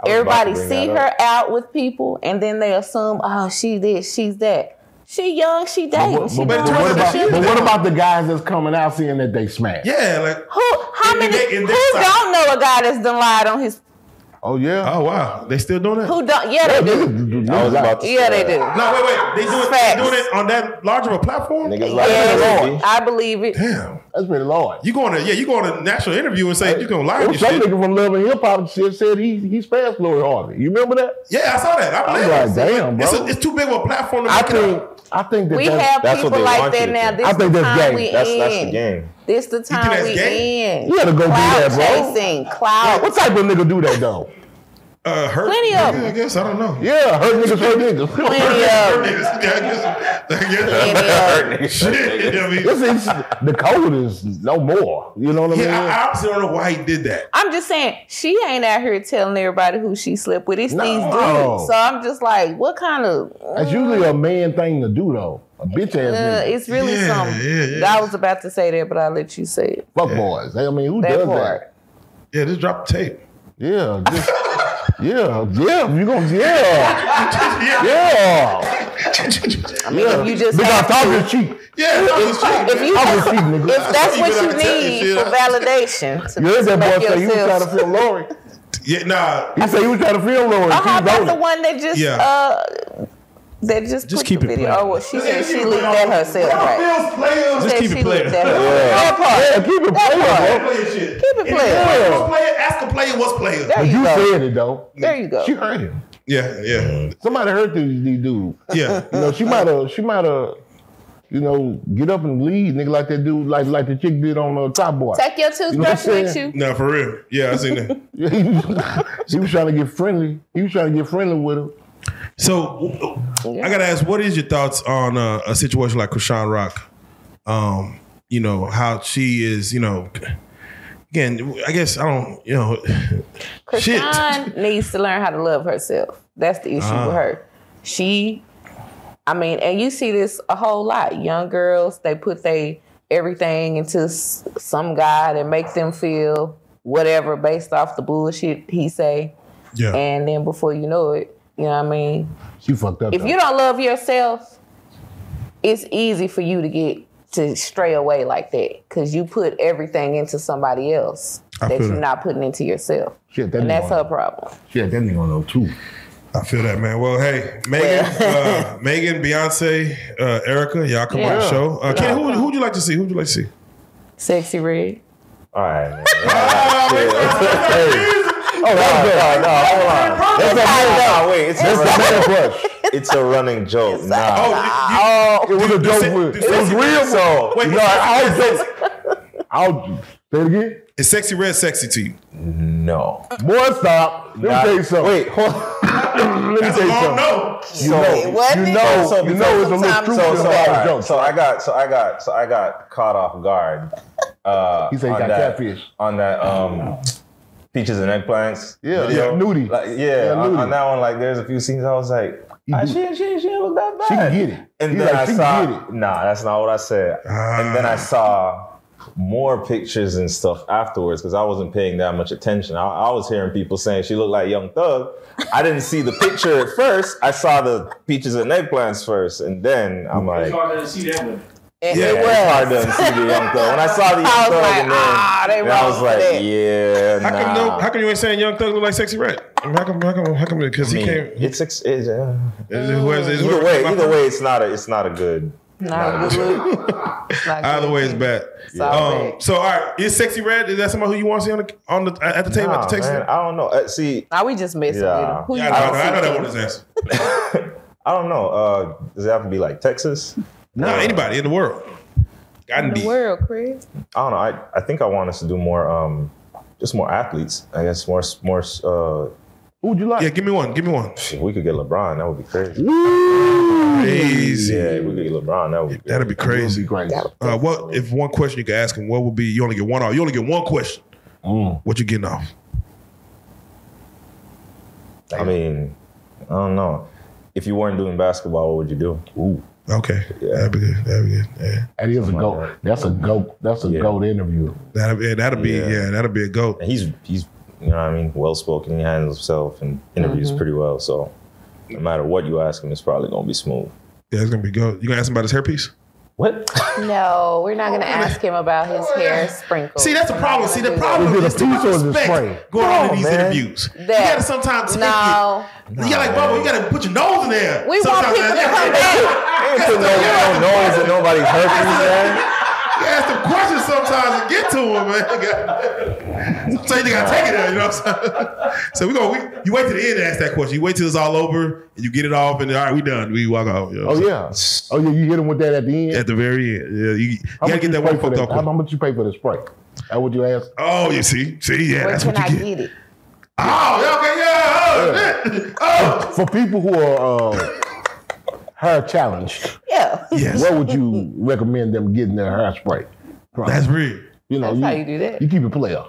Speaker 6: to
Speaker 2: Everybody
Speaker 6: bring
Speaker 2: see
Speaker 6: that
Speaker 2: her out with people, and then they assume, oh, she this, she's that. She young, she dating.
Speaker 1: But,
Speaker 2: she
Speaker 1: but,
Speaker 2: doing
Speaker 1: but what
Speaker 2: some
Speaker 1: about,
Speaker 2: shit.
Speaker 1: but what about the guys that's coming out seeing that they smash?
Speaker 5: Yeah, like,
Speaker 2: who? How
Speaker 5: in
Speaker 2: many?
Speaker 5: that- in
Speaker 2: Who
Speaker 5: that side.
Speaker 2: don't know a guy that's done lied on his?
Speaker 1: Oh yeah.
Speaker 5: oh, wow. They still doing that?
Speaker 2: Who don't? Yeah,
Speaker 1: Yeah,
Speaker 2: they do.
Speaker 1: niggas do- do-
Speaker 6: I was
Speaker 1: do-
Speaker 6: about to
Speaker 2: Yeah, they do.
Speaker 5: No, wait, wait. They doing, they
Speaker 2: Facts.
Speaker 5: doing it on that large of a platform?
Speaker 6: Niggas like
Speaker 2: Yes,
Speaker 6: that, B.
Speaker 2: I believe it.
Speaker 5: Damn.
Speaker 1: That's pretty large.
Speaker 5: You going to, yeah, you going to a national interview and say you going to lie
Speaker 1: It
Speaker 5: to
Speaker 1: was
Speaker 5: your
Speaker 1: some
Speaker 5: shit.
Speaker 1: nigga from Love and Hip Hop shit said he he spazzed Lori Harvey. You remember that?
Speaker 5: Yeah, I saw that. I believe
Speaker 1: like,
Speaker 5: it.
Speaker 1: damn,
Speaker 5: It's,
Speaker 1: bro.
Speaker 5: a- it's too big of a platform to
Speaker 1: I
Speaker 5: make it
Speaker 1: think
Speaker 5: up.
Speaker 1: I think that
Speaker 2: We
Speaker 1: that's,
Speaker 2: have
Speaker 6: that's what
Speaker 2: people
Speaker 6: they
Speaker 2: like
Speaker 6: want
Speaker 2: that
Speaker 6: you to
Speaker 2: now.
Speaker 6: do.
Speaker 2: This
Speaker 1: I
Speaker 2: is the
Speaker 1: think that's
Speaker 2: time
Speaker 1: game.
Speaker 2: we
Speaker 6: That's
Speaker 2: in.
Speaker 6: that's the game.
Speaker 2: This the
Speaker 5: think
Speaker 2: time
Speaker 5: that's
Speaker 2: we
Speaker 5: game?
Speaker 2: in.
Speaker 1: You gotta go do
Speaker 2: cloud
Speaker 1: that, bro.
Speaker 2: chasing, cloud.
Speaker 1: Uh, what type of nigga do that though?
Speaker 5: Uh, her,
Speaker 2: Plenty of
Speaker 5: I
Speaker 2: them.
Speaker 5: guess. I don't know.
Speaker 1: Yeah, hurt niggas, hurt niggas.
Speaker 5: Her
Speaker 2: Yeah.
Speaker 5: niggas. Yeah, I guess. I guess. Shit, I mean,
Speaker 1: This is the code is no more. You know what I mean?
Speaker 5: yeah, I, I honestly don't know why he did that.
Speaker 2: I'm just saying, she ain't out here telling everybody who she slept with. It's
Speaker 1: No.
Speaker 2: these dudes. So I'm just like, what kind of?
Speaker 1: That's usually a man thing to do though. A bitch ass
Speaker 2: Uh,
Speaker 1: nigga.
Speaker 2: it's really
Speaker 5: Yeah,
Speaker 2: something.
Speaker 5: yeah, yeah.
Speaker 2: I was about to say that, but I will let you say it.
Speaker 1: Fuck boys. I mean, who
Speaker 2: That
Speaker 1: does
Speaker 2: part.
Speaker 5: Yeah, just drop the tape.
Speaker 1: that? Yeah. Just, yeah. Yeah. You gonna yeah.
Speaker 5: yeah.
Speaker 1: Yeah.
Speaker 2: I mean, if you just
Speaker 1: Because
Speaker 2: have
Speaker 1: talk
Speaker 2: to-
Speaker 1: is cheap.
Speaker 5: Yeah, I was cheap.
Speaker 2: if you
Speaker 1: Talk is cheap, nigga.
Speaker 2: if that's
Speaker 5: You
Speaker 2: what
Speaker 5: better
Speaker 2: you
Speaker 5: tell your
Speaker 2: need
Speaker 5: shit.
Speaker 2: for validation to
Speaker 1: You heard that
Speaker 2: respect
Speaker 1: boy say he was trying
Speaker 2: yourself.
Speaker 1: to feel Lori.
Speaker 5: Yeah, nah.
Speaker 1: He said he was trying to feel Lori.
Speaker 2: Oh, how
Speaker 1: She
Speaker 2: about
Speaker 1: was
Speaker 2: the one that just
Speaker 5: Yeah.
Speaker 2: uh that just,
Speaker 8: Just
Speaker 2: put
Speaker 8: keep
Speaker 2: the
Speaker 8: it
Speaker 2: video?
Speaker 8: plain.
Speaker 2: Oh, well, she said she leaked that herself, right?
Speaker 5: Bills players.
Speaker 8: Just
Speaker 2: Said
Speaker 8: keep it
Speaker 2: she leaked
Speaker 8: plain.
Speaker 2: that herself. That part.
Speaker 1: Yeah, keep it
Speaker 2: That
Speaker 1: playing,
Speaker 2: part.
Speaker 1: bro.
Speaker 5: player shit.
Speaker 2: Keep it
Speaker 5: If
Speaker 2: player.
Speaker 5: you was player, ask a player what's player.
Speaker 2: There
Speaker 1: But
Speaker 2: you
Speaker 1: you
Speaker 2: go.
Speaker 1: said it though.
Speaker 2: There you go.
Speaker 1: She heard him.
Speaker 5: Yeah, yeah,
Speaker 1: Somebody heard these these dudes.
Speaker 5: yeah.
Speaker 1: You know, she might have, she might have, you know, get up and leave, nigga, like that dude, like like the chick did on uh, Top Boy.
Speaker 2: Take your
Speaker 1: what I'm
Speaker 2: toothbrush
Speaker 1: saying?
Speaker 2: with you.
Speaker 5: Nah, for real. Yeah, I seen that.
Speaker 1: he was trying to get friendly. He was trying to get friendly with her.
Speaker 5: So I gotta ask, what is your thoughts on uh, a situation like Krishan Rock? Um, you know how she is. You know, again, I guess I don't. You know, Shit.
Speaker 2: Krishan needs to learn how to love herself. That's the issue
Speaker 5: Uh-huh.
Speaker 2: with her. She, I mean, and you see this a whole lot. Young girls, they put they everything into s- some guy that makes them feel whatever based off the bullshit he say,
Speaker 5: yeah,
Speaker 2: and then before you know it, you know what I mean.
Speaker 1: She fucked up.
Speaker 2: If
Speaker 1: though.
Speaker 2: you don't love yourself, it's easy for you to get to stray away like that because you put everything into somebody else
Speaker 5: I
Speaker 2: that
Speaker 5: feel
Speaker 2: you're
Speaker 5: that.
Speaker 2: not putting into yourself.
Speaker 1: Shit, that
Speaker 2: And that's
Speaker 1: nigga on-
Speaker 2: her problem.
Speaker 1: Shit, that nigga on though too.
Speaker 5: I feel that, man. Well, hey, Megan, uh, Megan, Beyonce, uh, Erica, y'all come on the
Speaker 2: Yeah.
Speaker 5: show. Uh, Kenny, who who'd you like to see? Who'd you like to see?
Speaker 2: Sexy red.
Speaker 6: All right, man.
Speaker 1: Oh, that was
Speaker 9: That's not nah, wait. It's a
Speaker 1: that
Speaker 9: running,
Speaker 1: man crush.
Speaker 9: it's a running joke. Nah.
Speaker 1: Oh, it was a joke. with-
Speaker 5: the
Speaker 2: Oh,
Speaker 1: It was
Speaker 5: sexy-
Speaker 1: real though.
Speaker 5: Wait,
Speaker 1: no, I was joke. I'll say it again.
Speaker 5: Is sexy red sexy to you?
Speaker 6: No.
Speaker 1: Boy, stop. Let me tell you something. Wait, hold Let me tell you
Speaker 5: Oh
Speaker 1: something.
Speaker 5: no!
Speaker 1: You know,
Speaker 2: what?
Speaker 1: you know,
Speaker 6: So
Speaker 1: you know it's a little
Speaker 2: sometimes-
Speaker 1: truth
Speaker 6: So,
Speaker 1: to
Speaker 6: so,
Speaker 1: a lot of
Speaker 6: all right.
Speaker 1: jokes.
Speaker 6: so I got so I got so I got caught off guard. Uh,
Speaker 1: He said he
Speaker 6: on
Speaker 1: got
Speaker 6: that,
Speaker 1: catfish.
Speaker 6: on that um, peaches and eggplants.
Speaker 1: Yeah,
Speaker 6: video.
Speaker 1: yeah, nudie.
Speaker 6: Like, yeah,
Speaker 1: Yeah,
Speaker 6: on,
Speaker 1: nudie.
Speaker 6: on that one, like there's a few scenes I was like, ah,
Speaker 1: do.
Speaker 6: she she she look that bad.
Speaker 1: She can get it.
Speaker 6: And
Speaker 1: He's
Speaker 6: then
Speaker 1: like,
Speaker 6: I
Speaker 1: she
Speaker 6: saw,
Speaker 1: can get it.
Speaker 6: nah, that's not what I said. and then I saw more pictures and stuff afterwards because I wasn't paying that much attention. I, I was hearing people saying she looked like Young Thug. I didn't see the picture at first. I saw the peaches and eggplants first, and then I'm like, yeah,
Speaker 4: harder to see that one.
Speaker 2: And it was.
Speaker 6: it's hard to see the Young Thug. When I saw the Young
Speaker 2: I was
Speaker 6: Thug,
Speaker 2: like,
Speaker 6: and then,
Speaker 2: "Ah, they
Speaker 6: then I
Speaker 2: wrong
Speaker 6: was
Speaker 2: for
Speaker 6: like,
Speaker 2: that."
Speaker 6: yeah,
Speaker 5: How come no?
Speaker 6: nah.
Speaker 5: How come you ain't saying Young Thug look like sexy red? How come? How come? How come? Because
Speaker 6: I
Speaker 5: he
Speaker 6: mean,
Speaker 5: came.
Speaker 6: it's, ex- it's uh,
Speaker 5: Is it- whoever- is
Speaker 6: either
Speaker 5: whoever
Speaker 6: way,
Speaker 5: came out
Speaker 6: either way, it's not a, it's not a good.
Speaker 2: Not a good look. Not
Speaker 5: Either
Speaker 2: good.
Speaker 5: way, it's bad.
Speaker 2: Sorry.
Speaker 5: Um, so all right, is sexy red? Is that somebody who you want to see on the on the at the table
Speaker 6: Nah,
Speaker 5: at the text?
Speaker 6: man, I don't know. Uh, see,
Speaker 2: Now we just messing
Speaker 6: Yeah.
Speaker 2: with him. Who
Speaker 5: Yeah, I
Speaker 2: you
Speaker 5: know, I
Speaker 2: gonna
Speaker 5: know, I know
Speaker 2: see?
Speaker 5: that one is ass.
Speaker 6: I don't know. Uh, does it have to be like Texas?
Speaker 5: No, anybody in the world. I
Speaker 2: in
Speaker 5: can be.
Speaker 2: the world, Chris?
Speaker 6: I don't know. I, I think I want us to do more, um, just more athletes. I guess more more. Uh,
Speaker 1: Who'd you like?
Speaker 5: Yeah, give me one. Give me one.
Speaker 6: if we could get LeBron, that would be crazy.
Speaker 5: Crazy.
Speaker 6: Yeah, if we could get LeBron. That would be.
Speaker 5: That'd be
Speaker 1: It'd
Speaker 5: crazy.
Speaker 1: be great.
Speaker 5: Uh, what if one question you could ask him? What would be? You only get one off. You only get one question.
Speaker 1: Mm.
Speaker 5: What you getting off?
Speaker 6: I mean, I don't know. If you weren't doing basketball, what would you do?
Speaker 1: Ooh,
Speaker 5: Okay, that'd be good. That'd be good. Yeah,
Speaker 1: that is a goat.
Speaker 6: God.
Speaker 1: That's a goat. That's a
Speaker 6: Yeah.
Speaker 1: goat interview.
Speaker 5: that'd be. That'd be. Yeah,
Speaker 6: Yeah.
Speaker 5: that'd be a goat.
Speaker 6: And he's he's you know what I mean well spoken. He handles himself and interviews pretty well. So no matter what you ask him, it's probably gonna be smooth.
Speaker 5: Yeah, it's gonna be goat. You gonna ask him about his hairpiece?
Speaker 6: What?
Speaker 2: No, we're not gonna ask him about his hair sprinkles.
Speaker 5: Oh, See, that's the
Speaker 2: We're not
Speaker 5: problem. See, the
Speaker 2: gonna do that.
Speaker 5: problem
Speaker 1: Is it a
Speaker 5: is the
Speaker 1: piece or is it spray?
Speaker 5: disrespect going on in these
Speaker 6: man.
Speaker 5: interviews. you
Speaker 2: That-
Speaker 5: gotta sometimes take it.
Speaker 2: No,
Speaker 5: You gotta like, Bubba, you gotta put your nose in there.
Speaker 2: we
Speaker 5: sometimes,
Speaker 2: want people to
Speaker 5: man.
Speaker 2: come back.
Speaker 9: I ain't putting no, no noise in nobody's herpes, man.
Speaker 5: You ask them questions sometimes and get to them, man. so you gotta take it there, you know what I'm saying? So we go, we, you wait till the end to ask that question. You wait till it's all over and you get it off and all right, we done. We walk out. You know what
Speaker 1: Oh
Speaker 5: I'm
Speaker 1: yeah. Oh yeah. You hit him with that at the end.
Speaker 5: saying? At the very end. Yeah, you, you
Speaker 1: How
Speaker 5: gotta
Speaker 1: much
Speaker 5: get
Speaker 1: you
Speaker 5: that
Speaker 1: pay
Speaker 5: one
Speaker 1: for
Speaker 5: fucked
Speaker 1: that?
Speaker 5: up.
Speaker 1: How, how
Speaker 5: with.
Speaker 1: much you pay for the spray? That would you ask?
Speaker 5: Oh, you see? See, yeah,
Speaker 2: Where
Speaker 5: that's
Speaker 2: can
Speaker 5: what
Speaker 2: I
Speaker 5: you get.
Speaker 2: get it?
Speaker 5: Oh, yeah, okay, yeah. Oh, shit. Oh.
Speaker 1: For people who are uh, hair challenged,
Speaker 2: Yeah,
Speaker 5: Yes.
Speaker 1: what would you recommend them getting their hair spray? from?
Speaker 5: that's real.
Speaker 1: you know
Speaker 2: that's
Speaker 1: you,
Speaker 2: how you do that.
Speaker 1: you keep it player.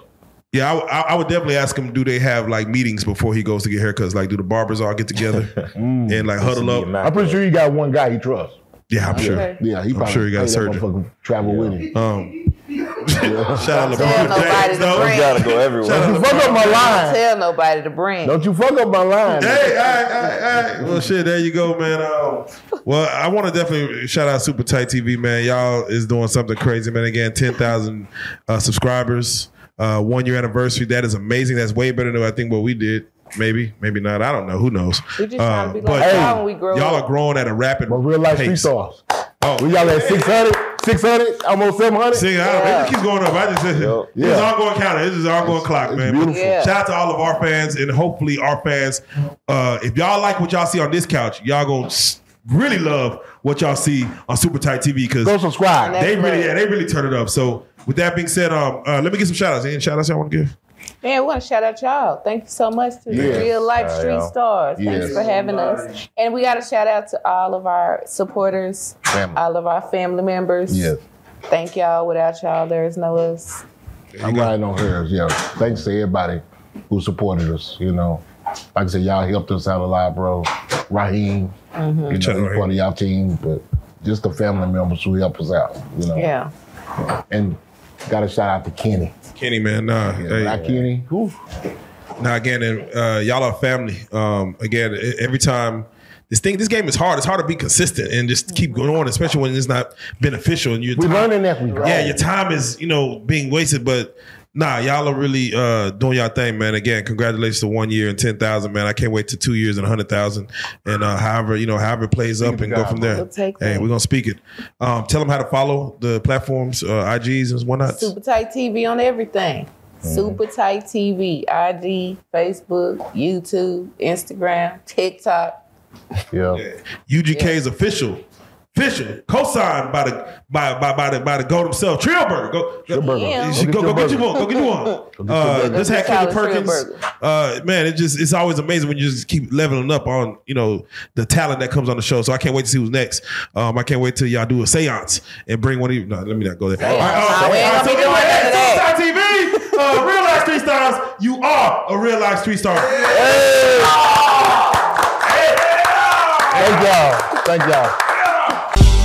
Speaker 5: Yeah, I, w- I- I would definitely ask him. Do they have like meetings before he goes to get haircuts? Like, do the barbers all get together and like huddle up?
Speaker 1: I'm pretty sure you got one guy he trusts.
Speaker 5: Yeah, I'm sure.
Speaker 2: Okay.
Speaker 1: Yeah, he probably
Speaker 5: sure he got a
Speaker 1: paid that
Speaker 5: surgeon.
Speaker 1: motherfucker to Travel with him.
Speaker 5: Um, Shout out LeBron
Speaker 2: tell nobody
Speaker 5: James,
Speaker 2: to
Speaker 5: though.
Speaker 2: bring-
Speaker 7: You gotta go
Speaker 5: Shout
Speaker 7: everywhere.
Speaker 5: out
Speaker 1: Fuck up my line.
Speaker 2: Tell nobody to bring.
Speaker 1: Don't you fuck up my line.
Speaker 5: Hey, all right, all right, all right. Well, shit, there you go, man. Um, well, I want to definitely shout out Super Tight TV, man. Y'all is doing something crazy, man. Again, 10,000 uh, subscribers, uh, one year anniversary. That is amazing. That's way better than I think what we did. Maybe, maybe not. I don't know. Who knows? Um,
Speaker 2: We just trying to be like
Speaker 5: but
Speaker 2: y'all when we grow
Speaker 5: y'all
Speaker 2: up.
Speaker 5: are growing at a rapid
Speaker 1: But real life street
Speaker 5: pace.
Speaker 1: stars.
Speaker 5: Oh,
Speaker 1: We y'all at 600, 600, almost 700.
Speaker 5: See, I don't,
Speaker 2: Yeah.
Speaker 5: it just keeps going up. I just,
Speaker 1: Yeah.
Speaker 5: it's all going counter. This is all going clock, man. But
Speaker 1: beautiful.
Speaker 2: Yeah.
Speaker 5: Shout out to all of our fans, and hopefully our fans, uh, if y'all like what y'all see on this couch, y'all gonna s- really love what y'all see on Super Tight TV because
Speaker 1: Go subscribe.
Speaker 2: Next
Speaker 5: they really,
Speaker 2: month.
Speaker 5: yeah, they really turn it up. So with that being said, um, uh, let me get some shout outs. Any shout outs y'all want to give?
Speaker 2: Man, we want to shout out y'all. Thank you so much to
Speaker 1: Yes.
Speaker 2: the Real Life
Speaker 6: Shout
Speaker 2: Street
Speaker 6: out.
Speaker 2: Stars.
Speaker 1: Yes.
Speaker 2: Thanks for having us. And we got to shout out to all of our supporters,
Speaker 1: Family.
Speaker 2: all of our family members.
Speaker 1: Yes.
Speaker 2: Thank y'all. Without y'all, there is no us.
Speaker 1: I'm riding on hers. Yeah. Thanks to everybody who supported us. You know, like I said, y'all helped us out a lot, bro. Raheem,
Speaker 2: Mm-hmm.
Speaker 1: you
Speaker 5: Shout out
Speaker 1: know, he's
Speaker 5: Raheem.
Speaker 1: part of y'all team, but just the family members who help us out. You know,
Speaker 2: Yeah.
Speaker 1: and got to shout out to Kenny.
Speaker 5: Kenny, man, nah, hey.
Speaker 1: Black Kenny. Whew.
Speaker 5: Now again, and, uh, y'all are family. Um, again, e- every time this thing, this game is hard. It's hard to be consistent and just keep going on, especially when it's not beneficial. And you're
Speaker 1: We learning as we go.
Speaker 5: yeah, your time is you know being wasted, but. Nah, y'all are really uh, doing y'all thing, man. Again, congratulations to one year and ten thousand, man. I can't wait to two years and hundred thousand, and uh, however you know however it plays up and go from there.
Speaker 2: We'll take
Speaker 5: hey,
Speaker 2: that.
Speaker 5: we're gonna speak it. Um, tell them how to follow the platforms, uh, IGs and whatnot.
Speaker 2: Super Tight TV on everything.
Speaker 1: Mm-hmm.
Speaker 2: Super Tight TV, IG, Facebook, YouTube, Instagram, TikTok.
Speaker 1: Yeah.
Speaker 5: UGK's official, official, co-signed by the by by by the by the goat himself, Trillberg. Go, go,
Speaker 1: Trillberger.
Speaker 2: Yeah.
Speaker 5: you should
Speaker 1: Go
Speaker 5: go,
Speaker 1: get
Speaker 5: go
Speaker 1: your
Speaker 5: get you one. Go get you one. Uh,
Speaker 1: burger.
Speaker 5: this had
Speaker 2: Go get
Speaker 5: Kenny
Speaker 2: Tyler
Speaker 5: Perkins.
Speaker 2: Trillberger.
Speaker 5: Uh, man, it just it's always amazing when you just keep leveling up on you know the talent that comes on the show. So I can't wait to see who's next. Um, I can't wait till y'all do a seance and bring one of you. No, let me not go there. All right, uh, all right,
Speaker 2: Nah, we ain't
Speaker 5: all right,
Speaker 2: gonna
Speaker 5: so
Speaker 2: be doing
Speaker 5: anyway,
Speaker 2: none of that.
Speaker 5: Superstar TV, uh, real life street stars. You are a real life street star.
Speaker 1: Thank y'all. Thank y'all.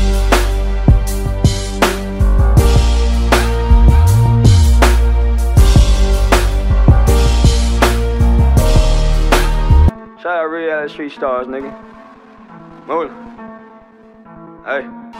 Speaker 10: Shout out real out street stars, nigga. Move. Hey.